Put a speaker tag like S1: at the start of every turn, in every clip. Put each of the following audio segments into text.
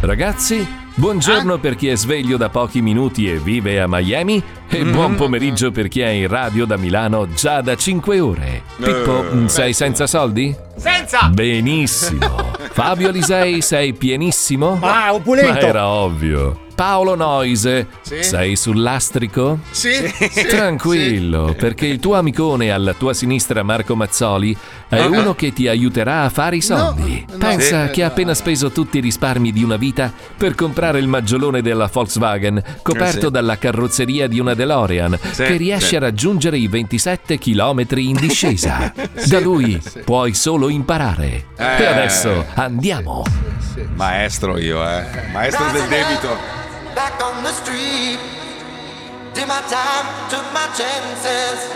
S1: Ragazzi,
S2: Ah.
S1: buongiorno per chi è sveglio da pochi minuti e vive a Miami e
S2: Mm-hmm.
S1: buon pomeriggio per chi è in radio da Milano già da 5 ore. Pippo,
S2: Eh,
S1: mm, sei senza soldi?
S3: Senza!
S1: Benissimo. Fabio Lisei, sei pienissimo?
S3: Ah, opulento.
S1: Ma era ovvio. Paolo Noise,
S2: Sì.
S1: sei sul lastrico?
S2: Sì, sì,
S1: Tranquillo, perché il tuo amicone alla tua sinistra, Marco Mazzoli, è uno che ti aiuterà a fare i soldi.
S2: Ah, no.
S1: Pensa
S2: Sì. Eh,
S1: che ha appena speso tutti i risparmi di una vita per comprare il maggiolone della Volkswagen, coperto
S2: Eh sì.
S1: dalla carrozzeria di una DeLorean,
S2: Sì,
S1: che riesce
S2: sì.
S1: a raggiungere i 27 km in discesa. Da lui puoi solo imparare.
S2: Eh.
S1: E adesso andiamo.
S2: Maestro io, eh. Maestro del debito.
S4: back on the street. Did my time, took my chances.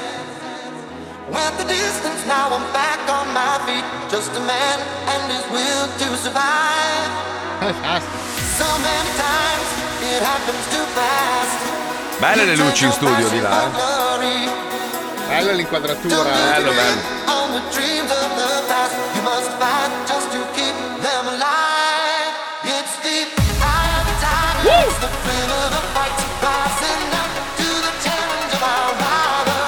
S4: Went the distance, now I'm back on my feet. Just a man and his will to survive. so many times it happens too fast.
S2: Belle le luci in studio di là. eh.
S5: Bella l'inquadratura.
S2: Bello, bello.
S4: On the dreams of the past, you must fight just to keep them alive. It's the eye of time, it's the thrill of the fight, rising up to the challenge of our wilder.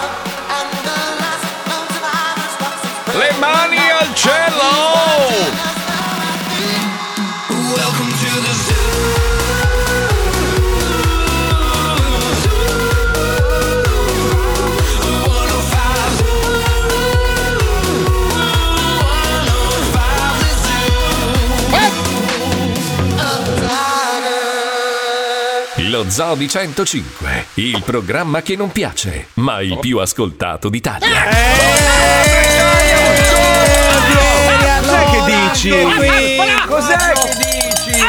S4: And the last known survivor stops his breath.
S2: Le mani al cielo!
S4: Welcome to the zoo.
S1: Lo Zoo di 105, il programma che non piace, ma
S2: Oh.
S1: il più ascoltato d'Italia.
S6: Cos'è che dici? Cos'è che dici?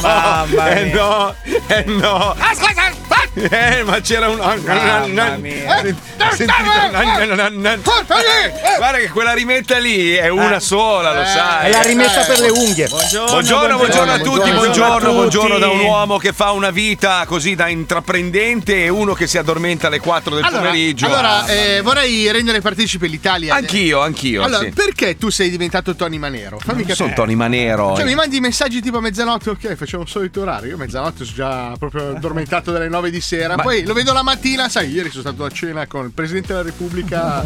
S6: Mamma
S2: Eh
S6: mia.
S2: no, eh no.
S5: Ah,
S2: Eh, ma c'era un.
S6: Mamma mia.
S2: Eh, sentite- Eh, Guarda che quella rimetta lì è una sola, lo sai. Eh.
S3: È la rimessa per le unghie.
S2: Buongiorno, buongiorno a tutti,
S6: buongiorno,
S2: buongiorno,
S6: buongiorno a
S2: buongiorno
S6: tutti.
S2: da un uomo che fa una vita così da intraprendente e uno che si addormenta alle 4 del
S5: Allora,
S2: pomeriggio.
S5: allora, eh, vorrei rendere partecipe l'Italia.
S2: anch'io, anch'io.
S5: Allora,
S2: sì.
S5: perché tu sei diventato Tony Manero? Fammi capire.
S2: sono Tony Manero.
S5: Cioè, mi mandi messaggi tipo a mezzanotte, ok, facciamo un solito orario. Io a mezzanotte sono già proprio addormentato dalle 9 di sera.
S2: Ma-
S5: Poi lo vedo la mattina, sai, ieri sono stato a cena con il presidente della Repubblica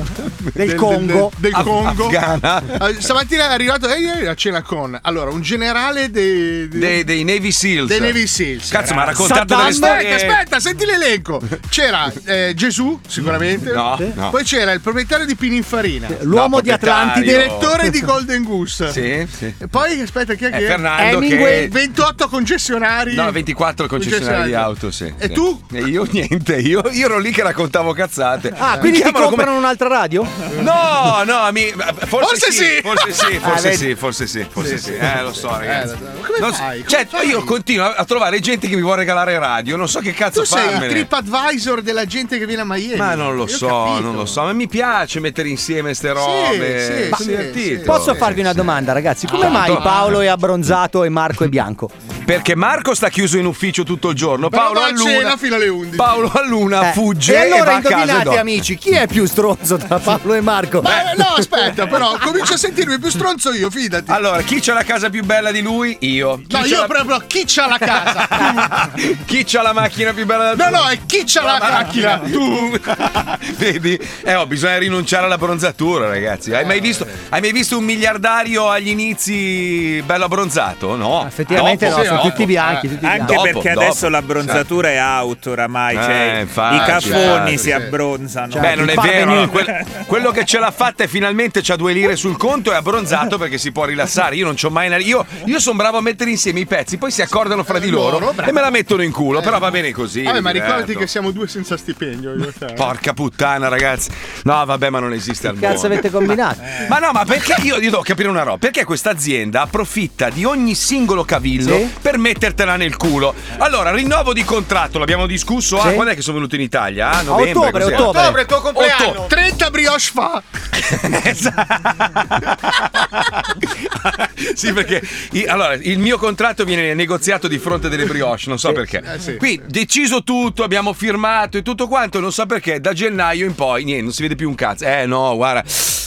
S5: del,
S3: Congo.
S5: del- del
S2: Af-
S5: Congo.
S2: afghana.
S5: Eh, Stamattina è arrivato eh, ieri a cena con allora un generale dei, dei-
S2: Dei, dei Navy Seals.
S5: dei Navy Seals.
S2: Cazzo, mi ha raccontato
S3: Saddam.
S2: delle storie.
S5: Aspetta, aspetta, senti l'elenco. C'era eh, Gesù, sicuramente.
S2: No, no.
S5: Poi c'era il proprietario di Pininfarina, il
S3: L'uomo
S2: No,
S3: di Atlantide.
S2: proprietario.
S5: direttore di Golden Goose.
S2: Sì, sì.
S5: E poi aspetta, chi è
S2: È
S5: che è?
S2: Eh, Fernando
S3: Hemingway,
S2: che
S5: 28 concessionari.
S2: No, 24 concessionari di auto, sì.
S5: E
S2: Sì.
S5: tu?
S2: E io niente, io, io ero lì che raccontavo cazzate.
S3: Ah,
S2: Mi
S3: quindi ti
S2: chiamano
S3: comprano
S2: come-
S3: un'altra radio?
S2: No, no, mi- forse,
S5: Forse
S2: sì,
S5: sì. Ah,
S2: forse sì, forse
S3: vedi.
S2: sì, forse sì, forse sì. Eh, lo so, ragazzi.
S5: lo so. Ma come
S2: Non
S5: fai? Come
S2: cioè,
S5: fai?
S2: io continuo a trovare gente che mi vuole regalare radio, non so che cazzo
S5: Tu sei il
S2: farmene.
S5: trip advisor della gente che viene a Miami.
S2: Ma non lo
S5: Io ho
S2: so,
S5: capito.
S2: non lo so, ma mi piace mettere insieme ste robe.
S5: sì,
S2: Ma-
S5: sì,
S2: divertito.
S5: sì.
S3: Posso
S2: Eh,
S3: farvi una
S2: sì.
S3: domanda, ragazzi? Come
S2: Ah,
S3: mai
S2: domanda.
S3: Paolo è abbronzato e Marco è bianco?
S2: Perché Marco sta chiuso in ufficio tutto il giorno,
S5: Però
S2: Paolo
S5: va
S2: a
S5: a cena
S2: luna,
S5: fino alle 11.
S2: Paolo a luna
S3: Eh,
S2: fugge
S3: e allora
S2: va a casa e
S3: indovinate,
S2: dorme.
S3: amici, chi è più stronzo tra Paolo e Marco?
S5: Ma, eh, no, aspetta, però comincio a sentirmi più stronzo io, fidati.
S2: Allora, chi c'ha la casa più bella di lui? Io. Chi
S5: no,
S2: c'ha
S5: io
S2: la-
S5: proprio chi c'ha la casa?
S2: Chi c'ha la macchina più bella
S5: No,
S2: del
S5: no, è chi c'ha la macchina?
S2: tu. Vedi? Eh, oh, bisogna rinunciare alla bronzatura, ragazzi.
S6: Eh,
S2: Hai mai visto, hai mai visto un miliardario agli inizi bello abbronzato? No.
S3: Ah, Effettivamente
S2: Dopo.
S3: no,
S5: sì,
S3: sono
S5: dopo.
S3: tutti bianchi, tutti
S6: Eh, Anche
S3: bianchi.
S2: Dopo,
S6: perché
S2: dopo.
S6: adesso l'abbronzatura è out oramai,
S2: Eh,
S6: cioè,
S2: infatti,
S6: i
S2: infatti. Cioè,
S6: cafoni si abbronzano.
S2: Beh, non è
S3: Fa
S2: vero.
S3: venire.
S2: quel- quello che ce l'ha fatta e finalmente c'ha due lire sul conto è abbronzato perché si può rilassare. Io non c'ho mai. una- Io, io sono bravo a mettere insieme i pezzi, poi si accordano fra di loro,
S5: Loro, bravo.
S2: e me la mettono in culo. Però va bene così.
S5: Vabbè, ma
S2: mi diverto.
S5: ricordati che siamo due senza stipendio. Io e te.
S2: Porca puttana, ragazzi. No, vabbè, ma non esiste al
S3: Che cazzo
S2: mondo.
S3: avete combinato?
S2: Ma no, ma perché io, io devo capire una roba? Perché questa azienda approfitta di ogni singolo cavillo
S3: Sì?
S2: per mettertela nel culo. Allora, rinnovo di contratto, l'abbiamo discusso. Ah, quando è che sono venuto in Italia? Ah, novembre.
S3: ottobre,
S2: cos'era?
S3: ottobre.
S7: Ottobre, il tuo compleanno.
S5: 30 brioche fa.
S2: sì, perché i- allora, il mio contratto viene negoziato di fronte delle brioche, non so perché.
S5: eh, sì.
S2: Qui deciso tutto, abbiamo firmato e tutto quanto, non so perché da gennaio in poi niente, non si vede più un cazzo. Eh no, guarda,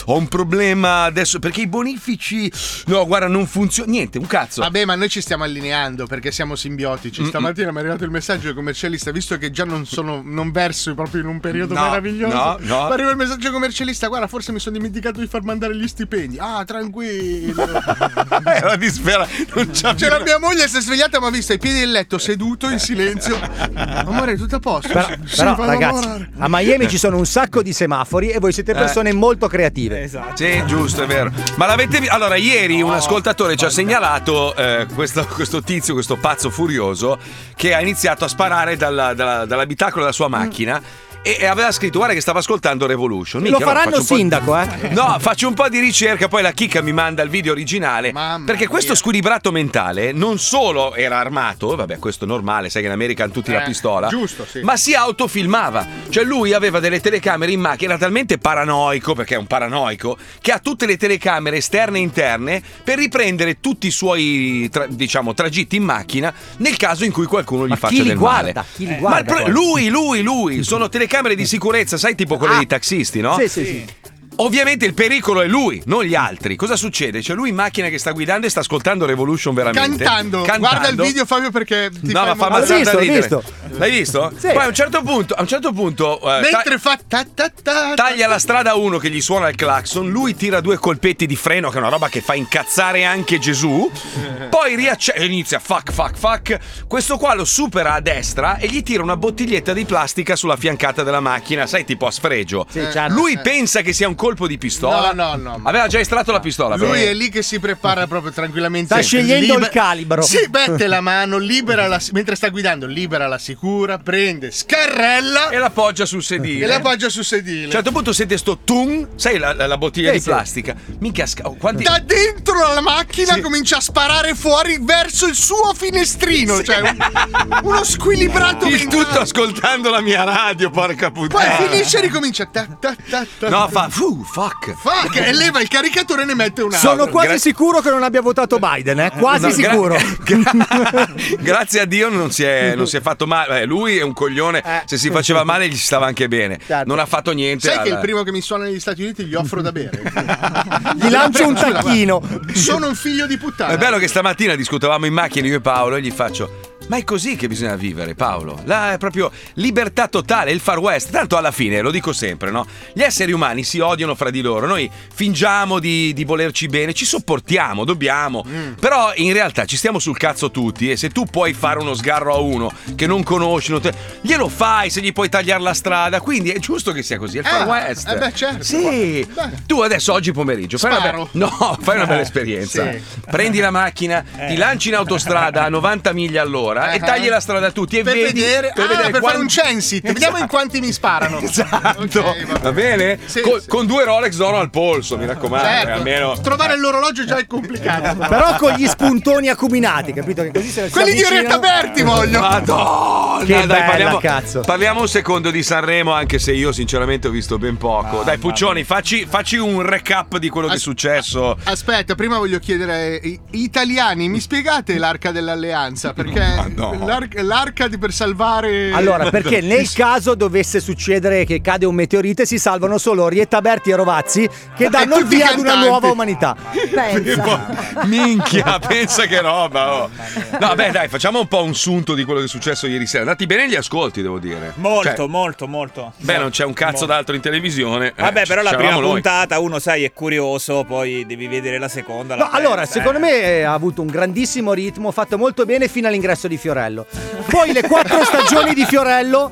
S2: ho un problema adesso perché i bonifici no, guarda, non funziona niente, un cazzo.
S5: Vabbè, ma noi ci stiamo allineando perché siamo simbiotici. Stamattina mi è arrivato il messaggio del commercialista, visto che già non sono non verso proprio in un periodo
S2: No,
S5: meraviglioso.
S2: no, no.
S5: Mi arriva il messaggio del commercialista, guarda, forse mi sono dimenticato di far mandare gli stipendi. Ah, tranquillo.
S2: Era Eh, dispera, non c'è
S5: C'era mia moglie si è svegliata, mi ha visto ai piedi del letto, seduto in silenzio. Amore, tutto a posto.
S3: Però,
S5: Sì,
S3: però,
S5: vado a
S3: ragazzi,
S5: lavorare.
S3: a Miami ci sono un sacco di semafori e voi siete persone molto creative.
S6: Esatto.
S2: Sì, giusto, è vero. Ma l'avete vi- Allora, ieri un ascoltatore ci ha segnalato eh, questo, questo tizio, questo pazzo furioso, che ha iniziato a sparare dalla- dalla- dall'abitacolo della
S3: Mm.
S2: sua macchina. E e aveva scritto, guarda che stava ascoltando Revolution.
S3: Lo
S2: Minchia, allora
S3: faranno
S2: faccio un po' di-
S3: sindaco, eh?
S2: No, faccio un po' di ricerca, poi la chicca mi manda il video originale.
S5: Mamma
S2: perché questo
S5: mia.
S2: squilibrato mentale non solo era armato, vabbè, questo è normale, sai che in America hanno tutti la
S5: Eh,
S2: pistola.
S5: giusto, sì.
S2: Ma si autofilmava. Cioè, lui aveva delle telecamere in macchina, era talmente paranoico, perché è un paranoico, che ha tutte le telecamere esterne e interne per riprendere tutti i suoi, tra- diciamo, tragitti in macchina nel caso in cui qualcuno gli
S3: Ma
S2: faccia
S3: chi li
S2: del male. Eh,
S3: guarda? Chi li guarda?
S2: Ma il pro-
S3: poi?
S2: lui, lui, lui, sono telecamere di sicurezza, sai, tipo quelle
S3: Ah.
S2: dei taxisti, no?
S3: Sì, sì, sì.
S2: Ovviamente il pericolo è lui, non gli altri. Cosa succede? C'è lui in macchina che sta guidando e sta ascoltando Revolution veramente.
S5: Cantando. Guarda il video Fabio perché ti
S2: No,
S5: fai
S2: ma fa
S5: male.
S3: L'ho
S2: abbastanza
S3: visto, l'ho
S2: ridere.
S3: visto.
S2: L'hai visto?
S3: Sì.
S2: Poi a un certo punto, a un certo punto eh, ta-
S5: Mentre fa ta ta ta.
S2: taglia la strada uno che gli suona il clacson, lui tira due colpetti di freno che è una roba che fa incazzare anche Gesù. Poi riacce- e inizia fuck fuck fuck. Questo qua lo supera a destra e gli tira una bottiglietta di plastica sulla fiancata della macchina, sai, tipo a sfregio.
S3: Sì, certo.
S2: Lui pensa che sia un colpo di pistola.
S5: No, no, no.
S2: Aveva già estratto la pistola.
S5: Lui
S2: però.
S5: è lì che si prepara proprio tranquillamente.
S3: Sta scegliendo il calibro.
S5: Si mette la mano, libera la, mentre sta guidando, libera la sicura, prende, scarrella
S2: E
S5: e,
S2: la poggia sul sedile.
S5: la poggia sul sedile.
S2: A un
S3: Cioè,
S2: certo punto sente sto tum, sai la, la- la bottiglia
S3: Sì,
S2: di
S3: sì.
S2: plastica. Minchia, sca- oh, quanti...
S5: da dentro alla macchina comincia a sparare fuori verso il suo finestrino. Cioè, un- uno squilibrato
S2: Il
S5: mentale.
S2: tutto ascoltando la mia radio, porca
S5: Poi
S3: Eh.
S2: puttana.
S5: finisce e ricomincia. Ta, ta, ta, ta.
S2: No, fa... Fu, fuck.
S5: Fuck, e leva il caricatore e ne mette un altro.
S3: Sono quasi
S2: gra-
S3: sicuro che non abbia votato Biden, eh? Quasi
S2: No, gra-
S3: sicuro.
S2: gra- grazie a Dio non si è, non si è fatto male. Eh, lui è un coglione.
S3: Eh.
S2: Se si faceva male, gli stava anche bene.
S3: Certo.
S2: Non ha fatto niente.
S5: Sai che il
S2: alla-
S5: primo che mi suona negli Stati Uniti gli offro da bere.
S3: Gli lancio un
S5: Scusa,
S3: tacchino.
S5: Sono un figlio di puttana.
S2: È bello che stamattina discutevamo in macchina io e Paolo e gli faccio. Ma è così che bisogna vivere, Paolo. La è proprio libertà totale, il far west. Tanto alla fine, lo dico sempre, no? Gli esseri umani si odiano fra di loro. Noi fingiamo di, di volerci bene, ci sopportiamo, dobbiamo.
S5: Mm.
S2: Però in realtà ci stiamo sul cazzo tutti. E se tu puoi fare uno sgarro a uno che non conosci, non te- glielo fai se gli puoi tagliare la strada. Quindi è giusto che sia così. È il far
S5: Ah,
S2: west.
S5: eh beh, certo.
S2: Sì. Tu adesso, oggi pomeriggio, fai una, be-
S5: Sparo.
S2: no, fai una bella esperienza.
S5: Sì.
S2: Prendi la macchina,
S6: Eh.
S2: ti lanci in autostrada a 90 miglia all'ora e
S5: Ah.
S2: tagli la strada a tutti e
S5: per
S2: vedi,
S5: vedere,
S2: per
S5: ah,
S2: vedere
S5: per fare
S2: quanti-
S5: un censit. Vediamo in quanti mi sparano.
S2: Esatto,
S5: Ok, va
S2: va bene?
S5: Sì,
S2: con,
S5: sì.
S2: con due Rolex d'oro al polso, mi raccomando, eh,
S5: Certo,
S2: almeno
S5: trovare l'orologio già è complicato.
S3: Però con gli spuntoni acuminati, capito? Che così se ne si
S5: Quelli di
S3: avvicinano-
S5: Orietta Berti voglio.
S2: Madonna,
S3: Che
S2: dai,
S3: bella,
S2: parliamo,
S3: cazzo.
S2: parliamo un secondo di Sanremo, anche se io sinceramente ho visto ben poco. dai, Puccioni, facci, facci un recap di quello che è
S5: As-
S2: successo.
S5: Aspetta, prima voglio chiedere eh, i- italiani, mi spiegate l'arca dell'alleanza? Perché
S2: no.
S5: l'arca, l'arca di per salvare
S3: Allora, perché nel caso dovesse succedere che cade un meteorite, si salvano solo Orietta Berti e Rovazzi, che danno il
S5: tutti i
S3: via ad una
S5: cantanti.
S3: nuova umanità.
S2: Minchia, pensa che roba. oh. No, beh, dai, facciamo un po' un sunto di quello che è successo ieri sera. Andati bene gli ascolti, devo dire.
S6: Molto,
S2: Cioè,
S6: molto, molto.
S2: Beh, non c'è un cazzo
S6: Molto.
S2: d'altro in televisione. Eh,
S6: Vabbè, però la
S2: c'eravamo
S6: prima
S2: noi.
S6: puntata uno, sai, è curioso, poi devi vedere la seconda.
S3: No, allora, secondo me eh, ha avuto un grandissimo ritmo, fatto molto bene fino all'ingresso di Fiorello. Poi le quattro stagioni di Fiorello.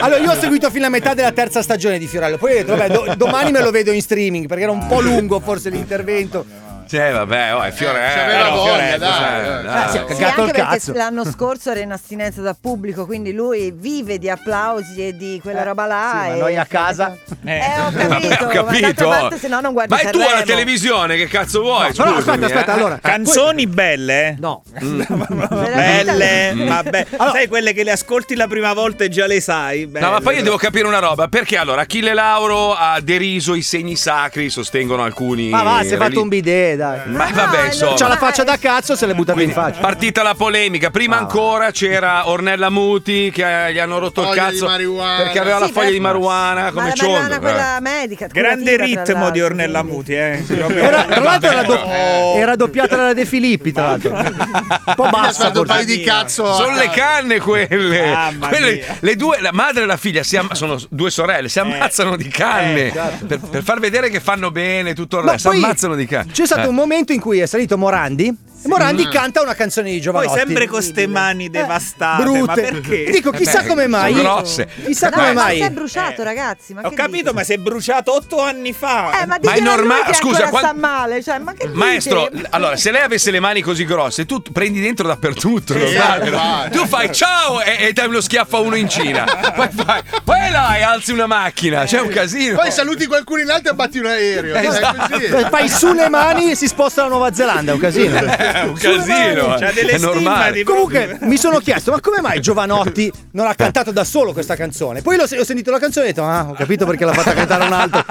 S3: Allora, io ho seguito fino a metà della terza stagione di Fiorello. Poi ho detto, vabbè, do- domani me lo vedo in streaming perché era un po' lungo forse l'intervento.
S2: Cioè, vabbè, oh, è Fiorello.
S5: se aveva
S2: Eh,
S5: voglia,
S2: Fioretto,
S5: dai,
S2: cioè,
S5: dai.
S2: dai.
S5: Ah, si è
S7: Sì,
S3: Cagato
S7: anche
S3: il
S7: perché
S3: cazzo.
S7: l'anno scorso era in astinenza da pubblico, quindi lui vive di applausi e di quella
S3: Eh,
S7: roba là.
S3: sì, ma
S7: e-
S3: noi a casa?
S7: Eh, ho capito,
S2: Vabbè, ho
S7: ma
S2: capito.
S7: d'altra parte se no non guardi
S2: Ma è tu
S7: Sanremo.
S2: alla televisione, che cazzo vuoi?
S3: No, però
S2: Scusami,
S3: aspetta, aspetta,
S2: eh.
S3: allora.
S6: Canzoni belle?
S3: No.
S2: Mm.
S7: Veramente-
S6: Belle, ma be- sai quelle che le ascolti la prima volta e già le sai? Belle,
S2: No, ma poi
S6: però.
S2: io devo capire una roba, perché allora Achille Lauro ha deriso i segni sacri, sostengono alcuni.
S3: Ma va, si è
S2: religi-
S3: fatto un bidet, dai.
S2: Ma
S7: No,
S2: vabbè,
S7: è
S2: insomma.
S3: C'ha la faccia da cazzo se l'è buttata in faccia.
S2: Partita la polemica, prima
S3: Ah.
S2: ancora c'era Ornella Muti che eh, gli hanno rotto
S5: Foglia
S2: il
S5: di
S2: cazzo
S5: marijuana.
S2: perché aveva
S7: Sì,
S2: la foglia
S7: beh,
S2: di marijuana
S7: Ma
S2: come
S7: la
S2: ciondo.
S7: ballana
S2: eh.
S7: quella medica.
S6: Grande
S7: curativa, tra
S6: ritmo di
S7: l'altro,
S6: Ornella
S7: quindi.
S6: Muti, eh.
S3: Era, tra l'altro era, dopp-
S6: Oh.
S3: era doppiata dalla De Filippi, tra l'altro. Un po'
S5: Mi ha
S3: bassa.
S5: fatto un
S3: forse.
S5: paio di
S6: mia.
S5: cazzo.
S2: Sono le canne quelle.
S6: Mamma
S2: Quelle-
S6: mia.
S2: le due, la madre e la figlia si amma- sono due sorelle,
S3: Eh.
S2: si ammazzano di canne
S6: eh,
S2: per, per far vedere che fanno bene tutto il
S3: esatto. Ma
S2: resto. Si
S3: poi
S2: ammazzano di canne.
S3: C'è stato
S2: Eh.
S3: un momento in cui è salito Morandi e Morandi canta una canzone di
S6: Poi
S3: Giovanotti.
S6: sempre con ste mani Eh, devastate,
S3: brutte.
S6: ma perché?
S3: Dico, chissà
S2: Eh,
S3: come mai.
S2: sono grosse. Eh,
S3: Chissà
S7: No,
S3: come
S7: ma
S3: mai.
S7: si è bruciato,
S6: Eh.
S7: ragazzi. Ma
S6: Ho
S7: che
S6: capito,
S7: dite?
S6: ma si è bruciato otto anni fa.
S7: Eh, ma,
S2: Ma è
S7: è
S2: norma-
S7: normale.
S2: scusa,
S7: Scusa,
S2: quando-
S7: sta male. Cioè, ma che dite?
S2: Maestro, l- allora, se lei avesse le mani così grosse, tu prendi dentro dappertutto. lo
S5: Sì,
S2: sai,
S5: eh,
S2: no?
S5: vai.
S2: tu fai ciao e, e dai uno schiaffo a uno in Cina. Poi, fai, poi là e alzi una macchina, c'è un casino.
S5: Poi saluti qualcuno in alto e batti un aereo. Dai,
S2: Esatto.
S5: così.
S3: Eh, Fai su le mani e si sposta alla Nuova Zelanda, è un casino.
S2: Eh, è un casino. eh.
S6: C'ha delle
S2: è normale.
S6: stimmati.
S3: Comunque mi sono chiesto, ma come mai Giovanotti non
S2: Eh.
S3: ha cantato da solo questa canzone? Poi l'ho- ho sentito la canzone e ho detto, ah, ho capito perché l'ha fatta cantare un altro.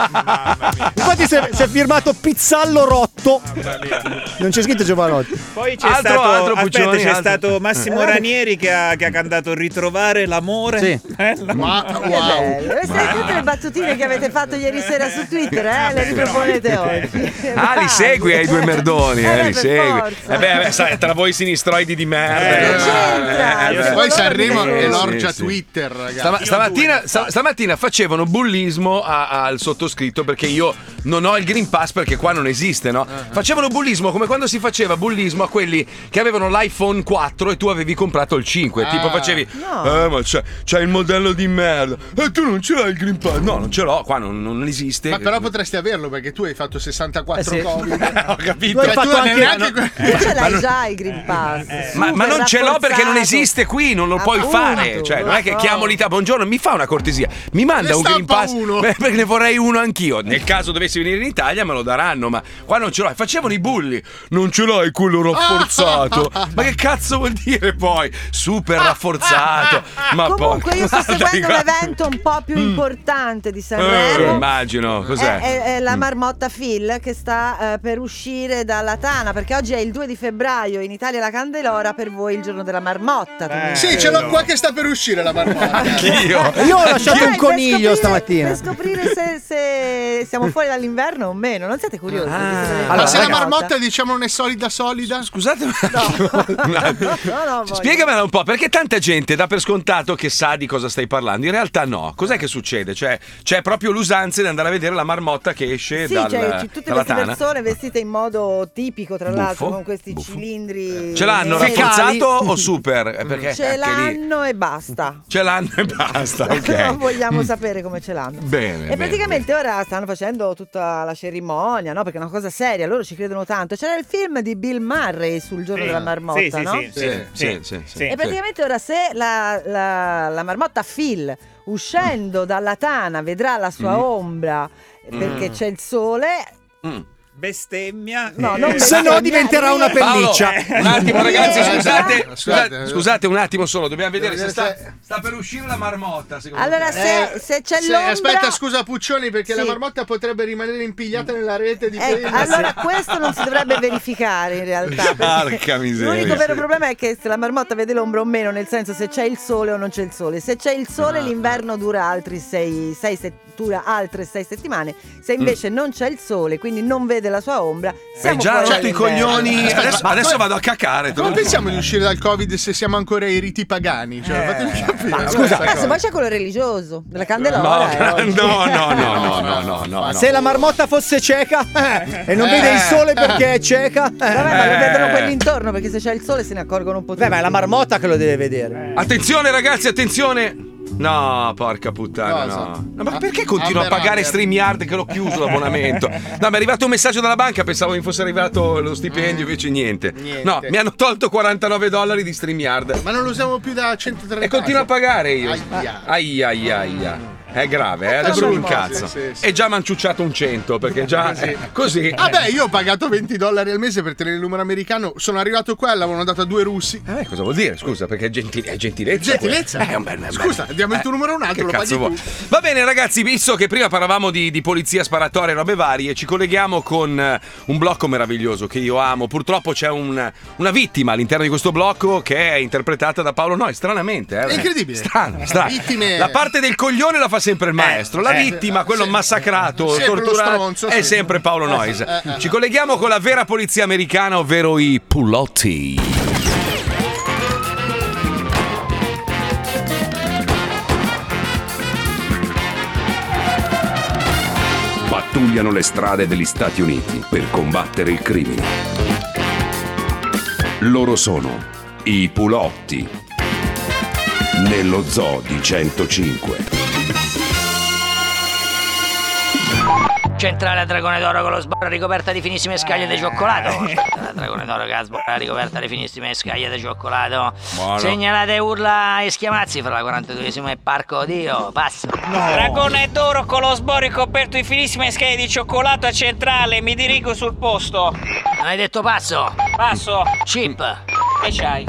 S3: Infatti si è, si è firmato Pizzallo Rotto. Non c'è scritto Giovanotti.
S6: Poi c'è
S2: Altro,
S6: stato,
S2: altro,
S6: aspetta,
S2: Puccioni,
S6: c'è
S2: altro. Eh.
S6: stato
S7: Eh.
S6: Massimo Ranieri che ha, che ha cantato Ritrovare l'amore. Eh,
S3: Sì.
S6: Bella.
S5: Ma
S7: Che
S5: wow.
S6: eh,
S7: bello. eh, Queste tutte le battutine che avete fatto ieri sera su Twitter, eh, le riproponete oggi.
S2: Ah, li segui ai due merdoni, eh,
S7: Eh,
S2: li
S7: per
S2: segui.
S7: forza.
S2: Eh beh, beh, sai, tra voi sinistroidi di
S7: Eh,
S2: merda.
S7: c'entra,
S2: eh,
S7: io
S2: eh,
S7: sono
S5: Poi
S2: beh.
S7: loro
S5: Sanremo
S7: che-
S5: è l'orgia
S2: Sì, sì.
S5: Twitter, ragazzi.
S2: Stama- stamattina, sta- stamattina facevano bullismo a- al sottoscritto perché io non ho il Green Pass perché qua non esiste,
S7: Eh,
S2: no? Facevano bullismo come quando si faceva bullismo a quelli che avevano l'iPhone 4 e tu avevi comprato il 5. Tipo
S5: Ah.
S2: facevi,
S7: No.
S2: eh, ma c'è, c'è il modello di merda. E tu non ce l'hai il Green Pass? No, non ce l'ho, qua non, non esiste.
S5: Ma però potresti averlo perché tu hai fatto 64
S3: Eh sì.
S5: covid.
S2: Ho
S3: Tu
S2: capito.
S3: hai
S5: Cioè,
S3: fatto
S5: tu
S3: anche-
S5: neanche que-
S7: Tu ce l'hai già il
S3: Eh,
S7: Green Pass.
S2: Ma,
S7: super
S2: ma non ce l'ho perché non
S7: rafforzato.
S2: esiste qui, non lo puoi
S7: Appunto,
S2: fare. Cioè, non è che
S7: no.
S2: chiamo l'Italia, buongiorno, mi fa una cortesia, mi manda
S5: Ne
S2: un Green
S5: stampa
S2: Pass
S5: uno.
S2: eh, perché ne vorrei uno anch'io. Nel caso dovessi venire in Italia me lo daranno, ma qua non ce l'ho. E Facevano i bulli, non ce l'hai quello rafforzato. ma che cazzo vuol dire poi? Super rafforzato. ma
S7: Comunque
S2: porca-
S7: io sto
S2: guarda,
S7: seguendo
S2: guarda.
S7: l'evento un po'
S3: Mm.
S7: più importante di
S2: Eh,
S7: Sanremo.
S2: immagino, cos'è?
S7: È, è-
S3: Mm.
S7: è la marmotta Phil che sta eh, per uscire dalla tana perché oggi è il 2 di febbraio in Italia la Candelora per voi il giorno della marmotta quindi-
S5: Eh. Sì, ce l'ho qua che sta per uscire la
S7: Ah.
S5: marmotta.
S2: Anch'io.
S3: Io ho lasciato
S7: Dai,
S3: un
S7: per
S3: coniglio
S7: scoprire-
S3: stamattina.
S7: per scoprire se, se siamo fuori dall'inverno o meno non siete
S2: Ah.
S7: curiosi
S5: Ma
S3: Allora,
S5: se la marmotta
S7: di
S5: diciamo non è solida solida?
S2: Scusate, un attimo, un attimo.
S7: no, no, voglio.
S2: spiegamela un po', perché tanta gente dà per scontato che sa di cosa stai parlando. In realtà no. Cos'è che succede? Cioè, c'è proprio l'usanza di andare a vedere la marmotta che esce
S7: sì,
S2: eh, dal,
S7: cioè, ci- tutte
S2: dalla
S7: queste
S2: tana.
S7: persone vestite in modo tipico, tra
S2: Buffo,
S7: l'altro, con questi
S2: buffo. Eh,
S7: cilindri.
S2: Ce l'hanno
S7: neri.
S2: rafforzato o super? Eh, Perché
S7: Ce
S2: anche lì-
S7: l'hanno e basta.
S2: Ce l'hanno e basta,
S7: Non
S2: ok.
S7: vogliamo sapere come ce l'hanno.
S2: Bene, bene,
S7: E praticamente ora stanno facendo tutta la cerimonia, no? Perché è una cosa seria, loro ci credono tanto. C'era il film di Bill Murray sul giorno della marmotta,
S6: sì, sì,
S7: no?
S6: Sì, sì,
S2: Sì,
S6: sì,
S2: sì, sì,
S6: sì.
S2: sì.
S7: E praticamente ora se la, la- la marmotta Phil
S2: Mm.
S7: uscendo dalla tana vedrà la sua ombra perché c'è il sole,
S6: Bestemmia.
S7: No,
S6: Eh,
S7: non
S3: Se no diventerà una
S2: Paolo,
S3: pelliccia.
S2: un attimo ragazzi,
S7: Eh,
S2: scusate,
S5: eh,
S2: scusate,
S5: eh.
S2: scusate un attimo solo, dobbiamo vedere se
S5: Devo
S2: sta,
S5: vedere se-
S2: sta per uscire la marmotta. secondo
S7: Allora
S2: te.
S7: se,
S5: Eh,
S7: se c'è
S5: se-
S7: l'ombra
S5: Aspetta, scusa Puccioni, perché la
S7: Sì.
S5: marmotta potrebbe rimanere impigliata nella rete di
S7: Ecco,
S5: prima.
S7: allora questo non si dovrebbe verificare in realtà. perché
S2: Porca miseria.
S7: L'unico vero
S2: Ah, Sì.
S7: problema è che se la marmotta vede l'ombra o meno, nel senso se c'è il sole o non c'è il sole. Se c'è il
S2: Ah.
S7: sole l'inverno dura altri sei, sei set- dura altre sei settimane. Se invece non c'è il sole, quindi non vede la sua ombra,
S2: Hai
S7: siamo
S2: Mm. già
S7: fuori
S2: rotto
S5: Cioè, eh,
S2: i
S7: dall'inverno.
S2: coglioni. Adesso, adesso vado a cacare. te lo
S5: Come
S2: dico.
S5: pensiamo di uscire dal Covid se siamo ancora ai riti pagani? Cioè, fatemi capire.
S7: Ma
S5: questa
S7: scusa, adesso
S5: cosa.
S7: poi c'è quello religioso della candelora. eh.
S2: No, no, no, no, no, no, no, no.
S3: Se la marmotta fosse cieca eh, e non vede il sole perché è cieca, eh,
S7: Vabbè, ma
S2: Eh.
S7: lo vedono quelli intorno perché se c'è il sole se ne accorgono un po' tutti.
S3: beh, ma è la marmotta che lo deve vedere.
S2: Attenzione ragazzi, attenzione! No, porca puttana,
S5: Cosa?
S2: no. No, ma
S5: Ah,
S2: perché continuo a
S5: Amber
S2: pagare
S5: Amber.
S2: StreamYard che l'ho chiuso l'abbonamento? No, mi è arrivato un messaggio dalla banca, pensavo mi fosse arrivato lo stipendio, invece niente.
S5: Mm. Niente.
S2: No, mi hanno tolto 49 dollari di StreamYard.
S5: Ma non lo usiamo più da 130
S2: E continuo a pagare io. Ah,
S5: Aia.
S2: Aia, aia, aia. È grave, eh? adesso
S5: Però
S2: un
S5: no,
S2: cazzo.
S5: sì, sì, sì.
S2: E già mi hanno ciucciato un 100 perché già eh,
S5: Così.
S2: così.
S5: Vabbè, Ah, io ho pagato 20 dollari al mese per tenere il numero americano. Sono arrivato qua e l'avevano dato a due russi.
S2: Eh, cosa vuol dire? Scusa, perché è, gentile- è gentilezza.
S5: Gentilezza?
S2: quella. Eh, è un bel- è un bel-
S5: Scusa, diamo il tuo numero a un altro,
S2: che
S5: lo paghi
S2: cazzo
S5: tu.
S2: vuoi? Va bene, ragazzi, visto che prima parlavamo di, di polizia sparatoria e robe varie, ci colleghiamo con eh, un blocco meraviglioso che io amo. Purtroppo c'è un- una vittima all'interno di questo blocco che è interpretata da Paolo Noi, stranamente. eh.
S5: È incredibile.
S2: Strano, strano.
S5: Vittime-
S2: La parte del coglione la fa sempre il maestro, la
S5: eh,
S2: vittima,
S5: eh,
S2: quello
S5: sì.
S2: massacrato,
S5: Sempre lo
S2: torturato,
S5: stronzo,
S2: è
S5: sì.
S2: sempre Paolo
S5: Eh,
S2: Noyes.
S5: sì, eh, eh.
S2: Ci colleghiamo con la vera polizia americana, ovvero i Pulotti.
S8: pattugliano le strade degli Stati Uniti per combattere il crimine. Loro sono i Pulotti nello zoo di 105.
S9: Centrale a Dragone d'Oro con lo sbarra ricoperta di finissime scaglie di cioccolato. Centrale a Dragone d'Oro con la sbarra ricoperta di finissime scaglie di cioccolato.
S2: Buono.
S9: Segnalate urla e schiamazzi fra la 42esima e Parco Dio. Passo. Dragone d'Oro con lo sbarra ricoperto di finissime scaglie di cioccolato a centrale. Mi dirigo sul posto. Non hai detto passo? Passo. Chip. Che c'hai?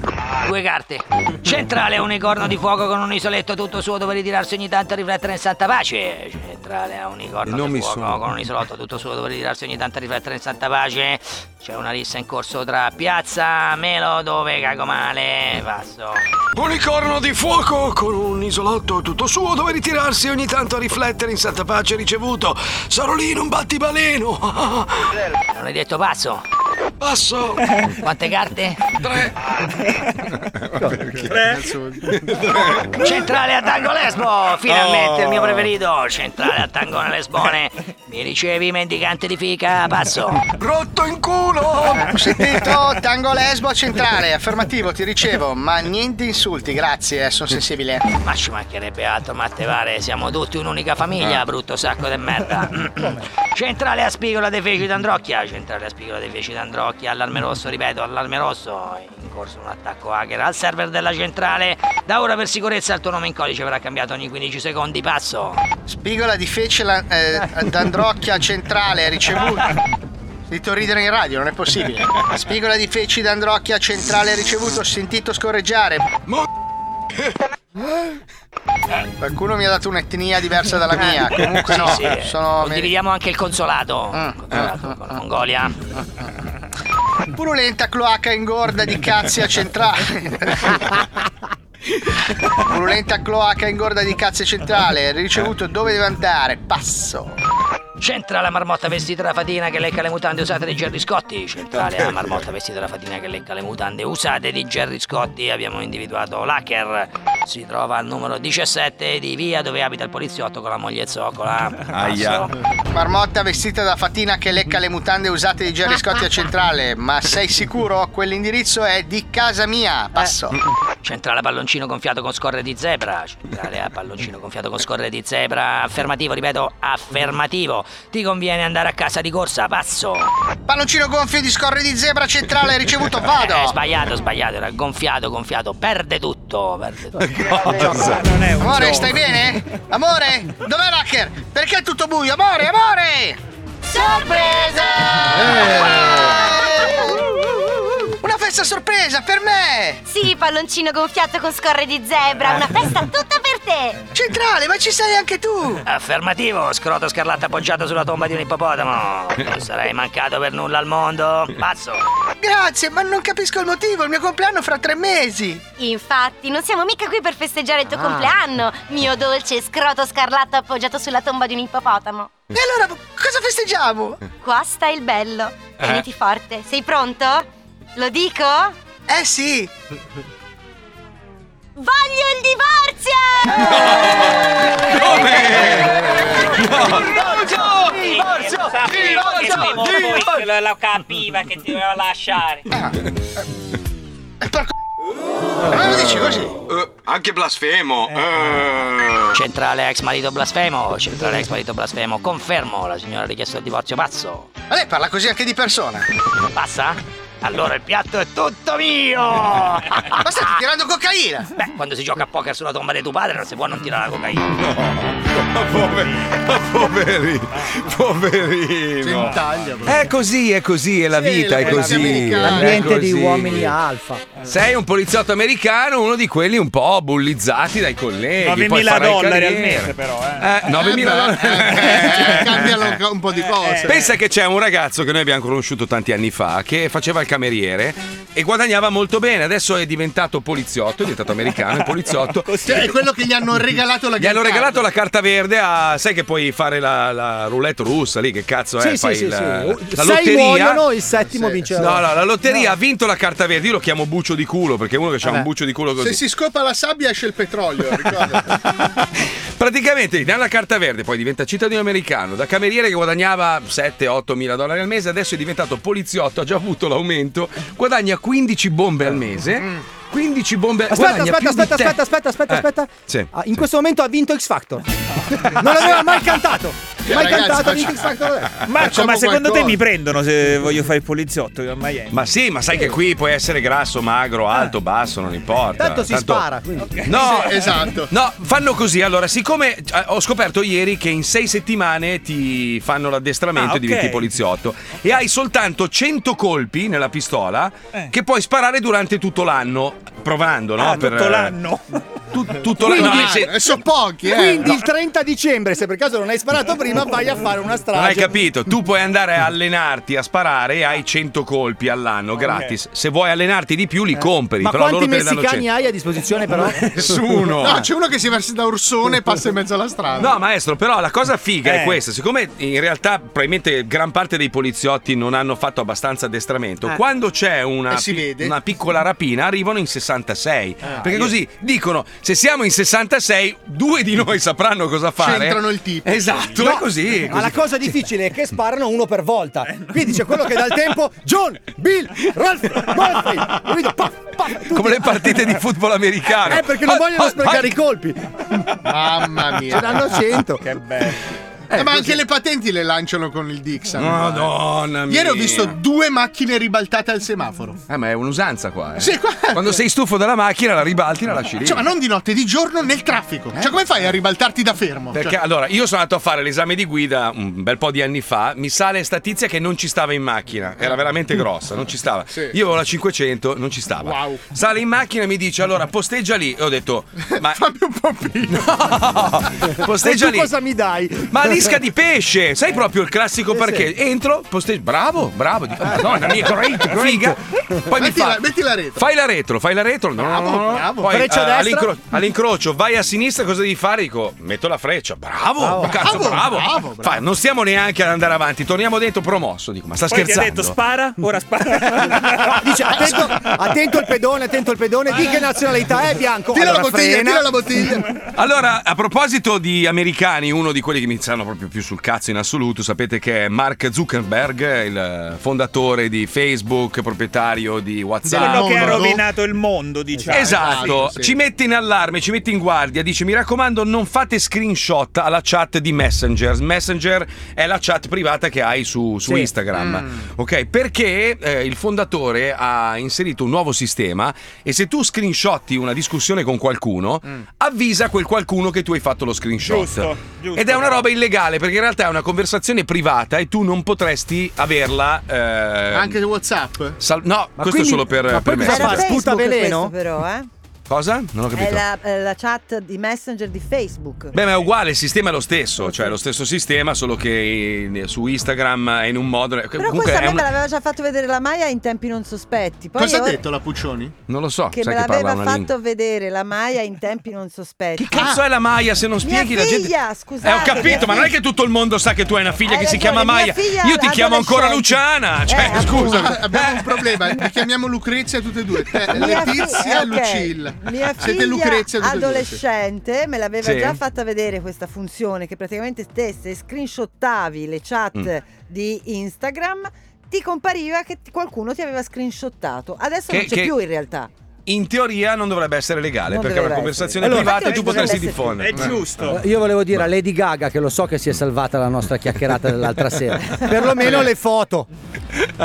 S9: Due carte. Centrale è un unicorno di fuoco con un isoletto tutto suo dove ritirarsi ogni tanto e riflettere in santa pace. Centrale è un unicorno
S2: Non
S9: di
S2: mi
S9: fuoco
S2: sono-
S9: con un isolotto tutto suo dove ritirarsi ogni tanto e riflettere in santa pace. C'è una rissa in corso tra Piazza Melo dove cago male. Passo.
S10: Unicorno di fuoco con un isolotto tutto suo dove ritirarsi ogni tanto a riflettere in santa pace ricevuto. Sarò lì in un battibaleno.
S9: Non hai detto passo?
S10: Passo.
S9: Quante carte?
S5: Cazzo.
S9: Centrale a Tango Lesbo, finalmente il
S2: Oh.
S9: mio preferito. Centrale a Tango Lesbone. Mi ricevi mendicante di fica, passo.
S10: Rotto in culo.
S11: Sentito, tango lesbo centrale, affermativo, ti ricevo, ma niente insulti, grazie, eh, sono sensibile.
S9: Ma ci mancherebbe altro, Mattevare, siamo tutti un'unica famiglia, brutto sacco di merda. Centrale a spigola dei feci d'Androcchia, centrale a spigola dei feci d'Androcchia, allarme rosso, ripeto, allarme rosso. È In corso un attacco hacker al server della centrale. Da ora per sicurezza il tuo nome in codice verrà cambiato ogni 15 secondi, passo.
S11: Spigola di fece la- eh, d'Androcchia centrale, ricevuto. Sentito ridere in radio, non è possibile. Spigola di feci d'Androcchia centrale ricevuto, sentito scorreggiare. Qualcuno mi ha dato un'etnia diversa dalla mia, comunque no,
S9: Eh, Sì, sì,
S11: sono...
S9: Condividiamo anche il consolato.
S11: Ah,
S9: consolato
S11: ah,
S9: con
S11: ah,
S9: la Mongolia.
S11: Purulenta cloaca ingorda di cazzi a centrale. Purulenta cloaca ingorda di cazzi a centrale.
S9: Eh.
S11: Ricevuto dove deve andare? Passo.
S9: C'entra la marmotta vestita da fatina che lecca le mutande usate di Gerry Scotti. Centrale la marmotta vestita da fatina che lecca le mutande usate di Gerry Scotti. Abbiamo individuato l'hacker. Si trova al numero 17 di via dove abita il poliziotto con la moglie zoccola.
S2: Aia.
S9: Passo.
S11: Marmotta vestita da fatina che lecca le mutande usate di Gerry Scotti a centrale. Ma sei sicuro? Quell'indirizzo è di casa mia. Passo.
S9: Eh. Centrale palloncino gonfiato con scorre di zebra. Centrale a palloncino gonfiato con scorre di zebra. Affermativo, ripeto, affermativo. Ti conviene andare a casa di corsa. Passo.
S11: Palloncino gonfio di scorre di zebra centrale. Ricevuto.
S9: Eh,
S11: Vado.
S9: sbagliato, sbagliato, era gonfiato, gonfiato, perde tutto, perde tutto.
S2: Cosa?
S6: Non è Eh, un
S11: Amore,
S6: gioco.
S11: stai bene? Amore, dov'è l'hacker? Perché è tutto buio? Amore, amore!
S12: Eh.
S11: Sorpresa! Una festa sorpresa per me!
S13: Sì, palloncino gonfiato con scorre di zebra, una festa tutta per te!
S11: Centrale, ma ci sei anche tu!
S9: Affermativo, scroto scarlatto appoggiato sulla tomba di un ippopotamo. Non sarei mancato per nulla al mondo. Pazzo.
S11: Grazie, ma non capisco il motivo, il mio compleanno fra tre mesi!
S13: Infatti, non siamo mica qui per festeggiare il
S11: Ah.
S13: tuo compleanno, mio dolce scroto scarlatto appoggiato sulla tomba di un ippopotamo.
S11: E allora, cosa festeggiamo?
S13: Qua sta il bello. Teniti forte, sei pronto? Lo dico?
S11: Eh sì!
S13: Voglio il divorzio!
S6: Prima o
S9: Che
S6: poi se lo- lo capiva che ti
S11: Ah.
S6: doveva lasciare.
S11: Ma Eh, lo dici così? Eh.
S2: Eh,
S10: Anche blasfemo. Eh.
S9: Centrale ex marito blasfemo, centrale ex marito blasfemo, confermo, la signora ha richiesto il divorzio pazzo.
S11: Ma lei parla così anche di persona.
S9: Passa? Allora il piatto è tutto mio! Ma
S11: stai tirando cocaina!
S9: Beh, quando si gioca a poker sulla tomba di tuo padre non si può non tirare la cocaina.
S2: Poveri, poverino.
S9: Gentaglia,
S2: è così, è così, è la vita, è così.
S7: L'ambiente
S2: è
S7: di
S2: così.
S7: uomini alfa.
S2: Sei un poliziotto americano, uno di quelli un po' bullizzati dai colleghi.
S6: 9.000 dollari al
S2: mese,
S6: però.
S2: Eh, 9.000
S5: eh,
S2: dollari.
S5: Cambiano un po'
S2: Eh,
S5: di cose.
S2: Pensa che c'è un ragazzo che noi abbiamo conosciuto tanti anni fa che faceva il cameriere e guadagnava molto bene. Adesso è diventato poliziotto, è diventato americano, è poliziotto.
S5: Cioè, è quello che gli hanno regalato la
S2: Gli hanno
S5: green card.
S2: regalato la carta verde a. Sai che puoi fare la, la roulette russa lì? Che cazzo è?
S3: Sì, sì,
S2: Fai
S3: sì,
S2: il-
S3: sì.
S2: La
S3: Sei
S2: lotteria.
S3: muoiono, il settimo vince la
S2: No, no, la lotteria
S3: No.
S2: ha vinto la carta verde. Io lo chiamo buccio di culo perché uno che ha un
S5: Vabbè.
S2: buccio di culo così.
S5: Se si scopa la sabbia esce il petrolio, ricorda.
S2: Praticamente gli danno la carta verde, poi diventa cittadino americano. Da cameriere che guadagnava 7-8 mila dollari al mese, adesso è diventato poliziotto. Ha già avuto l'aumento, guadagna 15 bombe al mese. 15 bombe al
S3: Mm. Aspetta,
S2: guadagna
S3: aspetta,
S2: più di
S3: aspetta,
S2: te.
S3: aspetta, aspetta, aspetta,
S2: Eh,
S3: aspetta.
S2: sì.
S3: Ah, in questo momento ha vinto X Factor. Non l'aveva mai cantato. Mai
S5: Ragazzi,
S3: cantato, ha
S5: faccia-
S3: vinto X Factor adesso.
S6: Marco, ma
S5: Facciamo
S6: secondo
S5: qualcosa.
S6: te mi prendono se voglio fare il poliziotto a Miami?
S2: Ma sì, ma sai che qui puoi essere grasso, magro, alto, basso, non importa.
S6: Eh. Tanto si spara, quindi.
S2: No,
S5: Sì, esatto.
S2: No, fanno così. Allora, siccome eh, ho scoperto ieri che in sei settimane ti fanno l'addestramento
S6: Ah,
S2: e diventi
S6: ok.
S2: poliziotto e hai soltanto 100 colpi nella pistola che puoi sparare durante tutto l'anno, provando, no?
S6: Eh.
S2: eh,
S6: Ah, tutto l'anno.
S2: Tu- tutto l'anno.
S3: Quindi-
S2: No, nel sen-
S5: sono pochi, eh.
S3: Quindi
S2: No.
S3: il 30 dicembre, se per caso non hai sparato prima, vai a fare una strage.
S2: Non hai capito, tu puoi andare a allenarti a sparare e hai 100 colpi all'anno gratis. Se vuoi allenarti di
S6: Eh.
S2: più li compri,
S3: Eh. Ma
S2: però loro
S3: quanti
S2: te ne danno
S3: messicani
S2: 100.
S3: hai a disposizione però?
S2: Nessuno.
S5: No, c'è uno che si versa da Ursone e passa in mezzo alla strada.
S2: No, maestro, però la cosa figa è
S5: Eh.
S2: questa: siccome in realtà probabilmente gran parte dei poliziotti non hanno fatto abbastanza addestramento,
S5: Eh.
S2: quando c'è una,
S5: Eh, si
S2: pi-
S5: vede. Ah,
S2: una piccola rapina arrivano in 66. perché
S5: io-
S2: così dicono: se siamo in 66, due di noi sapranno cosa fare.
S5: C'entrano il tipo.
S2: Esatto,
S3: No,
S2: è così. è
S3: Ma la
S2: così.
S3: cosa difficile è che sparano uno per volta. Quindi c'è quello che dà il tempo. John, Bill, Ralph, Murphy. Capito? Paf, paf, tutti.
S2: Come le partite di football Oh, americano.
S3: Eh, perché non vogliono sprecare i colpi.
S5: Mamma mia.
S3: Ce n'hanno 100.
S5: Che bello. Eh,
S2: Eh,
S5: ma anche le patenti le lanciano con il Dixon.
S2: Madonna mia.
S5: Ieri ho visto due macchine ribaltate al semaforo.
S2: Eh, ma è un'usanza qua. eh.
S5: Sì, qua-
S2: Quando sei stufo della macchina, la ribalti, la lasci lì.
S5: Cioè, ma non di notte, di giorno nel traffico.
S3: Eh.
S5: Cioè, come fai a ribaltarti da fermo?
S2: Perché
S5: Cioè,
S2: allora io sono andato a fare l'esame di guida un bel po' di anni fa. Mi sale sta tizia che non ci stava in macchina, era veramente grossa, non ci stava.
S5: Sì.
S2: Io avevo la 500, non ci stava.
S5: Wow.
S2: Sale in macchina e mi dice allora posteggia lì. E ho detto, ma. Fammi
S5: un po'
S2: No,
S3: E
S2: posteggia
S3: tu
S2: lì.
S3: cosa mi dai?
S2: Ma l'isca di pesce,
S5: Eh.
S2: sai proprio il classico parcheggio. Entro, posteggio, bravo, bravo. Dico, Madonna mia, great, great. figa. Poi mi
S5: metti,
S2: fa.
S5: la, metti la retro.
S2: Fai la retro, fai la retro. No,
S5: Bravo,
S2: no, no, no.
S5: bravo.
S2: Poi,
S5: Freccia
S2: eh,
S5: destra.
S2: all'incro- all'incrocio, vai a sinistra, cosa devi fare? Dico, metto la freccia. Bravo, ma cazzo,
S5: Bravo,
S2: bravo.
S5: bravo, bravo.
S2: Fa, non stiamo neanche ad andare avanti, torniamo dentro promosso. Dico, ma sta
S6: Poi ti ha
S2: scherzando.
S6: detto spara, ora spara.
S3: Ah, Dice attento, attento il pedone, attento il pedone. Di che nazionalità è bianco?
S5: Tira la
S3: Allora,
S5: bottiglia,
S3: frena.
S5: tira la bottiglia.
S2: Allora, a proposito di americani, uno di quelli che mi stanno proprio più sul cazzo in assoluto, sapete che è Mark Zuckerberg, il fondatore di Facebook, proprietario di WhatsApp.
S6: Quello che ha rovinato il mondo, diciamo.
S2: Esatto, ci mette in allarme, ci mette in guardia, dice mi raccomando non fate screenshot alla chat di Messenger. Messenger è la chat privata che hai su, su
S6: Sì.
S2: Instagram. Ok, perché eh, il fondatore ha inserito un nuovo sistema e se tu screenshotti una discussione con qualcuno, avvisa quel qualcuno che tu hai fatto lo screenshot.
S6: Giusto, giusto,
S2: Ed è una
S6: bravo.
S2: roba illegale perché in realtà è una conversazione privata e tu non potresti averla... eh,
S5: Cioè, Anche WhatsApp?
S2: sal- no,
S3: Ma
S2: questo
S3: quindi-
S2: è solo per...
S3: ma poi
S2: per
S3: cosa
S2: Messenger.
S3: fa? Sputa
S7: Facebook è
S3: veleno?
S7: questo però, eh?
S2: Cosa? Non ho capito.
S7: È la, è la chat di Messenger di Facebook.
S2: Beh, ma è uguale, il sistema è lo stesso, cioè è lo stesso sistema, solo che eh, su Instagram è in un modo. eh,
S7: Però
S2: comunque
S7: questa
S2: è
S7: a me me
S2: una-
S7: l'aveva già fatto vedere la Maya in tempi non sospetti. Poi
S5: Cosa ha
S7: ora-
S5: detto la Puccioni?
S2: Non lo so,
S7: Che
S2: sai
S7: me
S2: che parla
S7: l'aveva
S2: una
S7: fatto
S2: lingua.
S7: vedere la Maya in tempi non sospetti. Ah!
S2: Che cazzo è la Maya? Se non
S7: Mia
S2: spieghi la gente.
S7: figlia,
S2: Eh,
S7: scusate.
S2: ho capito,
S7: mia
S2: ma non è
S7: figlia.
S2: che tutto il mondo sa che tu hai una figlia
S7: Hai
S2: che si
S7: ragione,
S2: chiama
S7: mia
S2: Maya.
S7: figlia
S2: Io ti chiamo ancora
S7: adolescente.
S2: Luciana. Cioè,
S7: Eh,
S2: scusa.
S5: Scusa, abbiamo un problema. Vi chiamiamo Lucrezia tutte e due. Te,
S7: Mia fi-
S5: Eh,
S7: eh,
S5: Letizia
S7: ok.
S5: e Lucilla.
S7: Mia
S5: Siete Lucrezia tutte e
S7: figlia
S5: due. sì.
S7: adolescente me l'aveva
S2: Sì.
S7: già fatta vedere questa funzione che praticamente te se screenshottavi le chat
S2: Mm.
S7: di Instagram ti compariva che ti- qualcuno ti aveva screenshottato. Adesso
S2: Che-
S7: non c'è
S2: che-
S7: più in realtà.
S2: in teoria non dovrebbe essere legale
S3: Non
S2: perché è una
S3: dovrebbe
S2: conversazione
S3: essere.
S2: privata e
S3: Allora,
S2: tu
S3: infatti,
S2: potresti
S3: dovrebbe
S2: diffondere. Eh.
S3: essere- Eh, Io volevo dire a Lady Gaga, che lo so che si è salvata la nostra chiacchierata dell'altra sera, perlomeno le foto.
S5: Eh, gli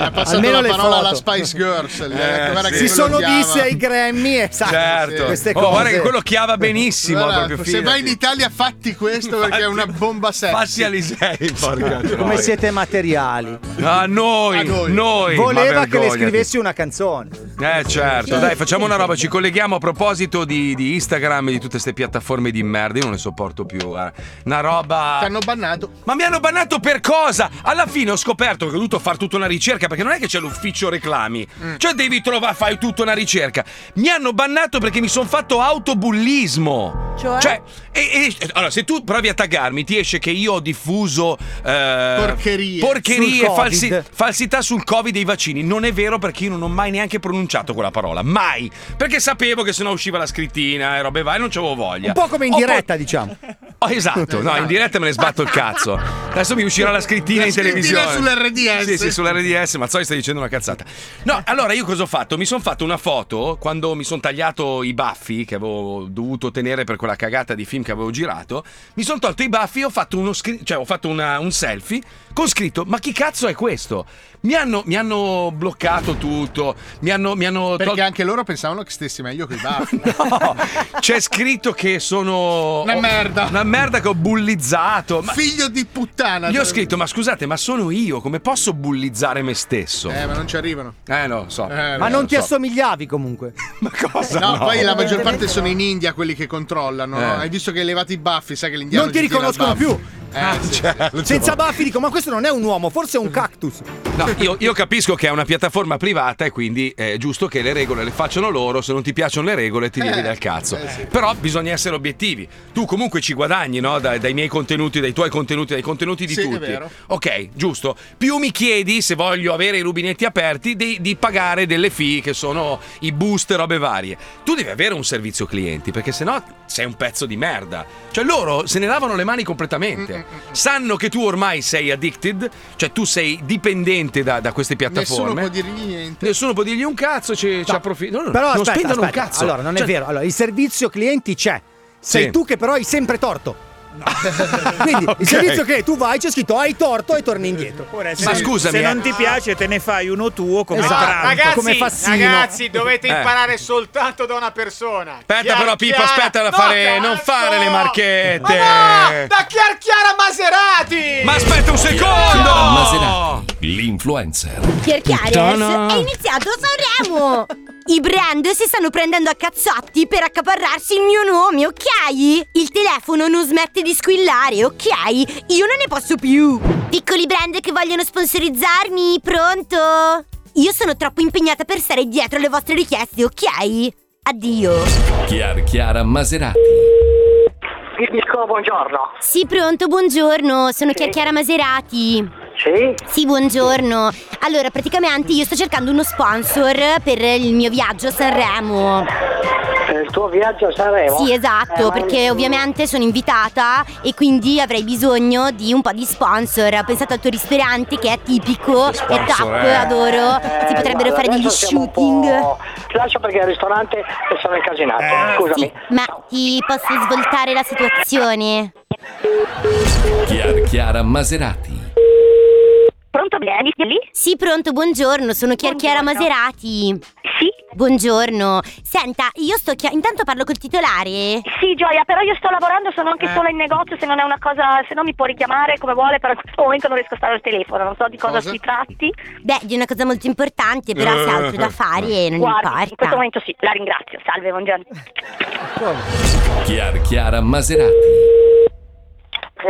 S5: ha passato
S3: Almeno
S5: la
S3: le
S5: parola
S3: foto.
S5: alla Spice Girls. lì,
S2: Eh,
S5: ecco, guarda che
S3: si
S5: quello
S3: sono
S5: chiama.
S3: disse ai Grammy e sa,
S2: Certo.
S3: queste
S2: Oh,
S3: cose.
S2: guarda che quello chiava benissimo al
S5: Guarda,
S2: proprio
S5: se vai in
S2: figlio.
S5: Italia fatti questo perché è una bomba sexy.
S2: Passi a Lisei, porca
S3: Come
S2: troia.
S3: siete materiali.
S2: A noi,
S3: A
S2: noi,
S3: noi.
S2: ma
S3: Voleva che le
S2: vergognati.
S3: scrivessi una canzone.
S2: Eh certo, dai facciamo una roba, ci colleghiamo a proposito di, di Instagram e di tutte queste piattaforme di merda, io non ne sopporto più, guarda. una roba...
S5: Ti hanno bannato.
S2: Ma mi hanno bannato per cosa? Alla fine ho scoperto che ho dovuto fare tutta una ricerca perché non è che c'è l'ufficio reclami.
S3: Mm.
S2: Cioè devi trovare, fai tutta una ricerca. Mi hanno bannato perché mi sono fatto autobullismo.
S7: Cioè?
S2: e- e- allora, se tu provi a taggarmi, ti esce che io ho diffuso eh,
S5: Porcherie.
S2: porcherie,
S5: Sul Covid.
S2: falsi- falsità sul Covid dei vaccini. Non è vero perché io non ho mai neanche pronunciato quella parola. Mai. Perché sapevo che sennò usciva la scrittina e robe varie, non c'avevo voglia.
S3: Un po' come in
S2: Ho poi-
S3: diretta, diciamo.
S2: Oh,
S5: Eh,
S2: esatto, no, in diretta me ne sbatto il cazzo. Adesso mi uscirà la scrittina
S5: La
S2: in
S5: scrittina
S2: televisione.
S5: sull'RDS.
S2: Sì, sì, sull'RDS, ma stai dicendo una cazzata. No, allora io cosa ho fatto? Mi sono fatto una foto quando mi sono tagliato i baffi che avevo dovuto tenere per quella cagata di film che avevo girato. Mi sono tolto i baffi e ho fatto uno scri- cioè ho fatto una- un selfie con scritto: "Ma chi cazzo è questo?". Mi hanno, mi hanno bloccato tutto, mi hanno, mi hanno
S5: Perché
S2: tolto-
S5: anche loro pensavano che stessi meglio con i baffi.
S2: C'è scritto che sono.
S5: Una
S2: ho-
S5: merda.
S2: Una merda che ho bullizzato. Ma...
S5: Figlio di puttana.
S2: Gli ho
S5: Io
S2: scritto, ma scusate, ma sono io, come posso bullizzare me stesso?
S5: Eh, ma non ci arrivano.
S2: Eh, no, so.
S3: Ma non ti
S2: so.
S3: assomigliavi comunque.
S2: Ma cosa?
S5: No,
S2: No.
S5: poi la maggior parte sono in India quelli che controllano.
S2: Eh.
S5: no? Hai visto che hai levato i baffi, sai che l'indiano
S3: Non ti
S5: gli tira il
S3: riconoscono Ah,
S5: baffo. Eh, sì.
S3: Cioè, Senza baffi dico, ma questo non è un uomo, forse è un cactus.
S2: No, io, io capisco che è una piattaforma privata e quindi è giusto che le regole le facciano loro. Se non ti piacciono le regole, ti levi
S5: Eh,
S2: dal cazzo.
S5: eh, sì.
S2: Però bisogna essere obiettivi. Tu comunque ci guadagni, no? Dai, dai miei contenuti, dai tuoi contenuti, dai contenuti di
S5: Sì, è
S2: tutti.
S5: vero.
S2: Ok, giusto. Più mi chiedi, se voglio avere i rubinetti aperti, di, di pagare delle fee che sono i boost, robe varie. Tu devi avere un servizio clienti, perché sennò sei un pezzo di merda. Cioè loro se ne lavano le mani completamente. Sanno che tu ormai sei addicted, cioè tu sei dipendente da, da queste
S5: Nessuno
S2: piattaforme.
S5: può dirgli niente.
S2: Nessuno può dirgli un cazzo, ci, ci approfitta. No, no,
S3: Però
S2: non
S3: aspetta,
S2: spendono
S3: aspetta.
S2: un cazzo.
S3: Allora, non è
S2: Cioè,
S3: vero. Allora, il servizio clienti c'è. Sei
S2: Sì.
S3: tu che però hai sempre torto. Quindi il servizio che tu vai c'è scritto hai torto e torni indietro.
S14: Ora, se,
S2: Ma scusami,
S14: se
S2: eh.
S14: non ti piace, te ne fai uno tuo come
S3: Esatto.
S14: Trump.
S15: Ragazzi,
S3: come Fassino.
S15: ragazzi, dovete
S2: Eh.
S15: imparare soltanto da una persona.
S2: Aspetta,
S15: Chiar
S2: però, Pippo,
S15: Chiara-
S2: aspetta da
S15: No,
S2: fare.
S15: cazzo!
S2: Non fare le marchette.
S15: Ma no, da Chiar Chiara Maserati.
S2: Ma aspetta un secondo!
S1: Chiara Maserati, l'influencer.
S13: Pierchiarius
S1: Puttana.
S13: è iniziato Sanremo! I brand si stanno prendendo a cazzotti per accaparrarsi il mio nome, ok? Il telefono non smette di squillare, ok? Io non ne posso più! Piccoli brand che vogliono sponsorizzarmi, pronto? Io sono troppo impegnata per stare dietro alle vostre richieste, ok? Addio!
S1: Chiar Chiara Maserati.
S16: Dico buongiorno.
S13: Sì, pronto, buongiorno, sono Chiara Chiara Maserati.
S16: Sì?
S13: Sì, buongiorno. Allora, praticamente io sto cercando uno sponsor per il mio viaggio a Sanremo.
S16: Eh, Il tuo viaggio a Sanremo?
S13: Sì,
S16: Eh,
S13: esatto,
S16: ma-
S13: perché ovviamente sono invitata e quindi avrei bisogno di un po' di sponsor. Ho pensato al tuo ristorante che è tipico, è top,
S16: eh.
S13: adoro. Si
S16: Eh,
S13: potrebbero
S16: guarda,
S13: fare degli
S16: adesso siamo un
S13: shooting.
S16: po'- Ti lascio perché al ristorante e sono
S17: Eh,
S16: incasinato.
S12: Eh,
S16: Scusami.
S13: Sì, ma ti posso svoltare la situazione?
S1: Chiar Chiara Maserati.
S13: Pronto, bene? Sì, pronto, buongiorno, sono Chiar Chiara Maserati. Sì? Buongiorno. Senta, io sto chia- intanto parlo col titolare.
S18: Sì, Gioia, però io sto lavorando, sono anche sola in negozio, se non è una cosa, se no mi può richiamare come vuole, però in questo momento non riesco a stare al telefono, non so di cosa, si tratti.
S13: Beh, di una cosa molto importante, però se ha altro da fare non
S18: Guardi,
S13: importa.
S18: In questo momento sì, la ringrazio. Salve, buongiorno.
S1: Chiar Chiara Maserati.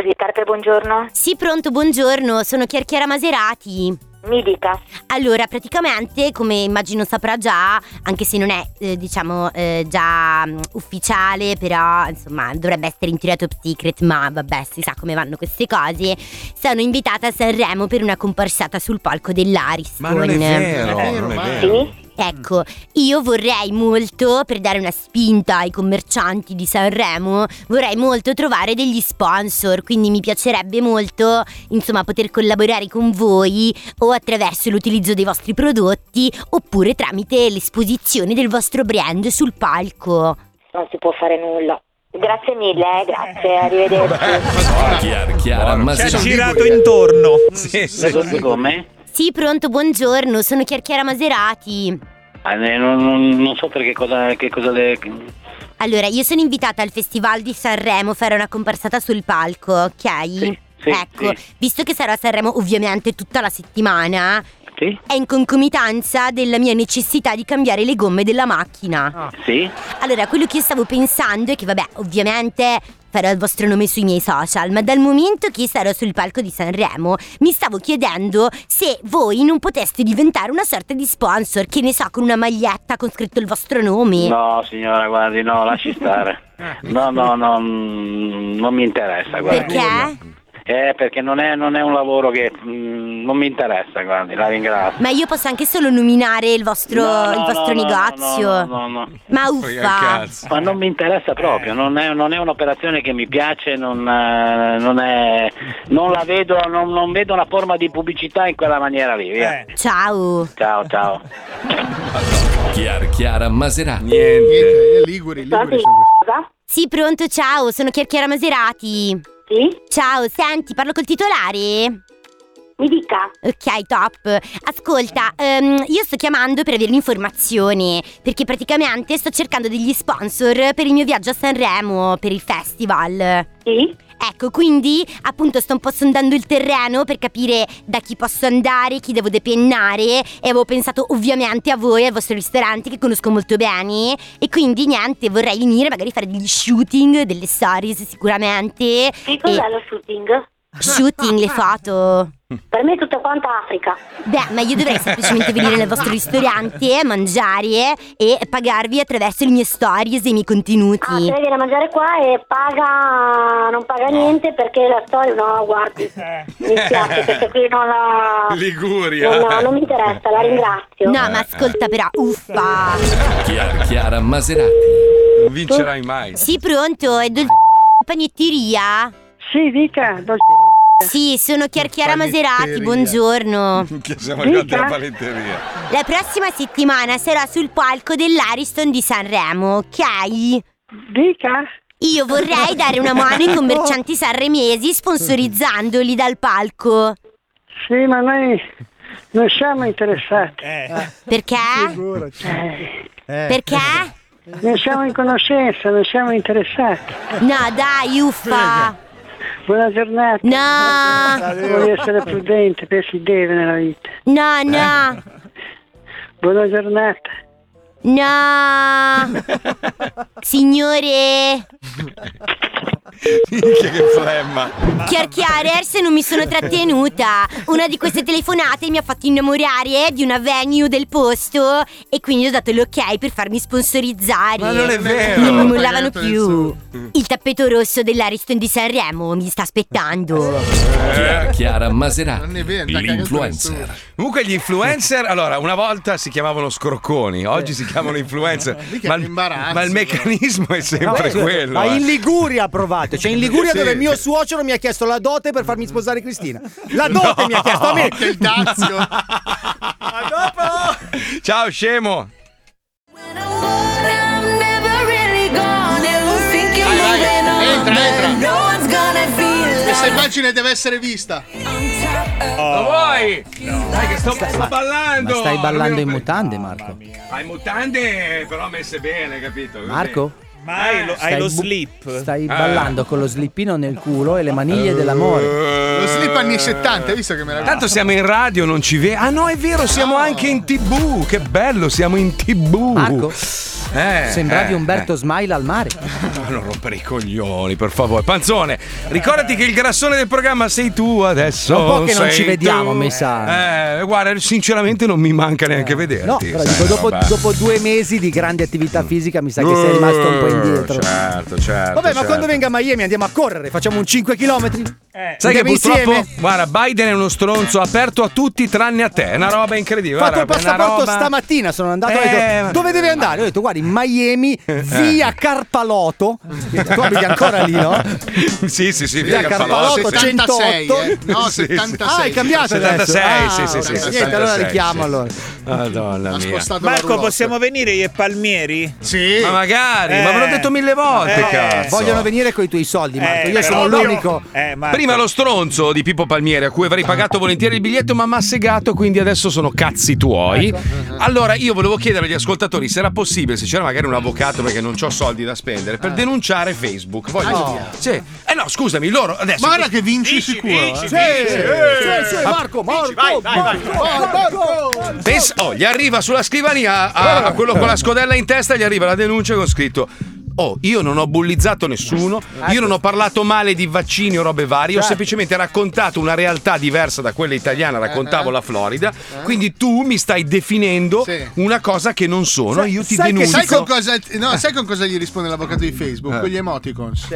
S13: Riparte, buongiorno. Sì, pronto, buongiorno, sono Chiar Chiara Maserati. Mi dica. Allora, praticamente, come immagino saprà già, anche se non è, eh, diciamo, eh, già mm, ufficiale, però, insomma, dovrebbe essere in teoria top secret, ma vabbè, si sa come vanno queste cose, sono invitata a Sanremo per una comparsata sul palco dell'Aris.
S2: Ma non è vero, non è vero.
S13: Ecco, io vorrei molto, per dare una spinta ai commercianti di Sanremo, vorrei molto trovare degli sponsor, quindi mi piacerebbe molto, insomma, poter collaborare con voi o attraverso l'utilizzo dei vostri prodotti oppure tramite l'esposizione del vostro brand sul palco.
S18: Non si può fare nulla. Grazie mille, eh, grazie, arrivederci.
S1: Chiara, Chiara Maserati.
S14: intorno.
S1: Sì,
S16: come?
S13: Sì, pronto, buongiorno, sono Chiar Chiara Maserati.
S16: Ah, eh, non, non- non so perché cosa, che cosa le...
S13: Allora, io sono invitata al Festival di Sanremo a fare una comparsata sul palco, ok?
S16: sì,
S13: ecco,
S16: sì.
S13: visto che sarò a Sanremo ovviamente tutta la settimana,
S16: Sì?
S13: è in concomitanza della mia necessità di cambiare le gomme della macchina.
S16: Sì?
S13: Allora, quello che io stavo pensando è che, vabbè, ovviamente farò il vostro nome sui miei social, ma dal momento che sarò sul palco di Sanremo, mi stavo chiedendo se voi non poteste diventare una sorta di sponsor, che ne so, con una maglietta con scritto il vostro nome.
S16: No signora, guardi, no, lasci stare. No, no, no, mm, non mi interessa, guardi.
S13: Perché?
S16: Eh, perché non è, non è un lavoro che... mm, non mi interessa, guardi, la ringrazio.
S13: Ma io posso anche solo nominare il vostro,
S16: No, no,
S13: il vostro
S16: no, no,
S13: negozio.
S16: no, no, no, no.
S13: Ma uffa!
S16: Ma non mi interessa proprio, non è, non è un'operazione che mi piace, non, eh, non è, non la vedo, non, non vedo una forma di pubblicità in quella maniera lì. via.
S13: Ciao.
S16: Ciao, ciao.
S1: Chiara, Chiara Maserati.
S5: Niente, Liguri, Liguri.
S13: Sì, pronto, ciao, sono Chiara Maserati.
S18: Sì?
S13: Ciao, senti, parlo col titolare?
S18: Mi dica.
S13: Ok, top. Ascolta, ehm, io sto chiamando per avere un'informazione, perché praticamente sto cercando degli sponsor per il mio viaggio a Sanremo, per il festival.
S18: Sì?
S13: Ecco, quindi appunto sto un po' sondando il terreno per capire da chi posso andare, chi devo depennare e avevo pensato ovviamente a voi, al vostro ristorante che conosco molto bene e quindi niente, vorrei venire magari fare degli shooting, delle stories sicuramente.
S18: Che cos'è
S13: e-
S18: lo shooting?
S13: Shooting, le foto.
S18: Per me è tutta quanta Africa.
S13: Beh, ma io dovrei semplicemente venire nel vostro ristorante, mangiare e pagarvi attraverso le mie stories e i miei
S18: Ah, te
S13: contenuti.
S18: ne viene a mangiare qua e paga, non paga niente perché la storia, no, guardi, mi spiace perché qui non la...
S2: Liguria.
S18: No, no, non mi interessa, la ringrazio.
S13: No, ma ascolta però, uffa.
S1: Chiara, Chiara Maserati.
S2: Non vincerai mai.
S13: Sì, pronto, è Dolce Panetteria?
S19: Sì, dica, Dolce
S13: Sì, sono Chiar Chiara
S2: Panetteria.
S13: Maserati, buongiorno.
S2: Minchia, siamo arrivati alla
S13: Dica.
S2: paletteria.
S13: La prossima settimana sarò sul palco dell'Ariston di Sanremo, ok?
S19: Dica.
S13: Io vorrei dare una mano ai commercianti sanremesi sponsorizzandoli dal palco.
S19: Sì, ma noi non siamo interessati.
S13: Perché? Eh.
S4: Eh.
S13: Perché?
S19: Non Eh? siamo in conoscenza, non siamo interessati.
S13: No, dai, uffa.
S19: Buona giornata.
S13: No.
S19: Vuoi essere prudente, perché si deve nella vita.
S13: No, no.
S19: Buona giornata.
S13: No. Signore.
S2: Minchia che flemma.
S13: Chiarchiare, se non mi sono trattenuta. Una di queste telefonate mi ha fatto innamorare eh, di una venue del posto e quindi ho dato l'ok per farmi sponsorizzare.
S2: Ma non è vero. Mm.
S13: Non mi
S2: Non
S13: mollavano
S2: pagato
S13: più. Il tappeto rosso dell'Ariston di Sanremo mi sta aspettando.
S2: Eh.
S1: Chiara, Chiara Maserati.
S5: Non ne venda,
S1: L'influencer.
S2: Comunque gli influencer, allora, una volta si chiamavano scrocconi, oggi si chiamano influencer.
S5: Mica
S2: Ma
S5: che
S2: il,
S5: imbarazzo,
S2: ma il meccanismo è
S3: No,
S2: sempre
S3: scusa,
S2: quello.
S3: Ma
S2: eh.
S3: in Liguria provate, cioè in Liguria
S2: Sì.
S3: dove mio suocero mi ha chiesto la dote per farmi sposare Cristina. La dote
S2: No.
S3: mi ha chiesto a me.
S2: Che il dazio. Ciao scemo.
S5: Entra, eh. entra.
S4: Questa
S5: Questa immagine deve essere vista.
S2: Lo vuoi? Dai che sto, sto ballando.
S12: Ma stai ballando in
S2: Almeno-
S12: mutande, Marco?
S2: Hai mutande però messe bene, capito? Così.
S12: Marco?
S14: Ma hai lo, hai
S12: Stai
S14: lo
S12: bu-
S14: slip.
S12: Stai
S14: Eh.
S12: ballando con lo slippino nel culo e le maniglie
S2: Eh.
S12: dell'amore.
S5: Lo slip anni 70, hai visto che meraviglia?
S2: Tanto siamo in radio, non ci vede. Ah no, è vero, siamo anche in tv. Che bello, siamo in tv.
S12: Marco?
S2: Eh,
S12: Sembravi
S2: eh,
S12: Umberto
S2: eh.
S12: Smail al mare.
S2: Ma Ah, non rompere i coglioni, per favore. Panzone, ricordati che il grassone del programma sei tu adesso.
S12: È un po' che non
S2: sei
S12: ci vediamo,
S2: tu.
S12: mi sa. Eh.
S2: Eh, guarda, sinceramente non mi manca neanche vederti.
S12: No, però
S2: sai,
S12: dico, dopo,
S2: vabbè.
S12: dopo due mesi di grande attività fisica mi sa che sei rimasto un po' indietro.
S2: Eh, Mm. Certo, certo.
S3: Vabbè, ma
S2: certo.
S3: quando venga a Miami andiamo a correre, facciamo un 5 km.
S2: Eh, Sai che purtroppo,
S3: insieme.
S2: guarda, Biden è uno stronzo aperto a tutti tranne a te. È una roba incredibile.
S3: Ho fatto il
S2: guarda, è una
S3: passaporto
S2: roba-
S3: stamattina, sono andato e ho
S2: Eh,
S3: detto, dove devi andare? Ho detto guarda in Miami, via Carpaloto. Tu abiti ancora lì, no?
S2: sì, sì, sì,
S3: Via Carpaloto 108.
S5: No,
S2: Sì, sì.
S5: 76.
S3: Ah, è cambiato adesso.
S2: 76,
S3: Ah,
S2: sì, sì, sì,
S3: ok.
S2: 76,
S3: Niente, allora richiamo
S2: sì.
S3: allora.
S2: Madonna mia.
S14: Marco, possiamo venire io e Palmieri? Eh.
S5: Sì.
S2: Ma magari, ma ve l'ho detto mille volte, cazzo.
S12: Vogliono venire con i tuoi soldi, Marco.
S2: Eh,
S12: Io
S2: però
S12: sono
S2: io- Eh,
S12: l'unico.
S2: Prima lo stronzo di Pippo Palmieri, a cui avrei pagato volentieri il biglietto, ma m'ha segato, quindi adesso sono cazzi tuoi. Allora, io volevo chiedere agli ascoltatori se era possibile, se c'era magari un avvocato, perché non ho soldi da spendere, per denunciare Facebook. Voglio...
S5: No.
S2: Sì. Eh no, scusami, loro adesso.
S5: Ma guarda che vinci sicuro. eh.
S2: vinci, vinci. Sì, sì,
S3: Marco, Marco,
S2: Pensa- oh, gli arriva sulla scrivania a, a quello con la scodella in testa, gli arriva la denuncia con scritto. Oh, io non ho bullizzato nessuno, io non ho parlato male di vaccini o robe varie,
S5: Certo.
S2: ho semplicemente raccontato una realtà diversa da quella italiana,
S5: Eh,
S2: raccontavo la Florida, quindi tu mi stai definendo una cosa che non sono, io ti
S5: sai, che-
S2: denuncio.
S5: sai con cosa, no, sai con cosa gli risponde l'avvocato di Facebook? Con gli emoticons.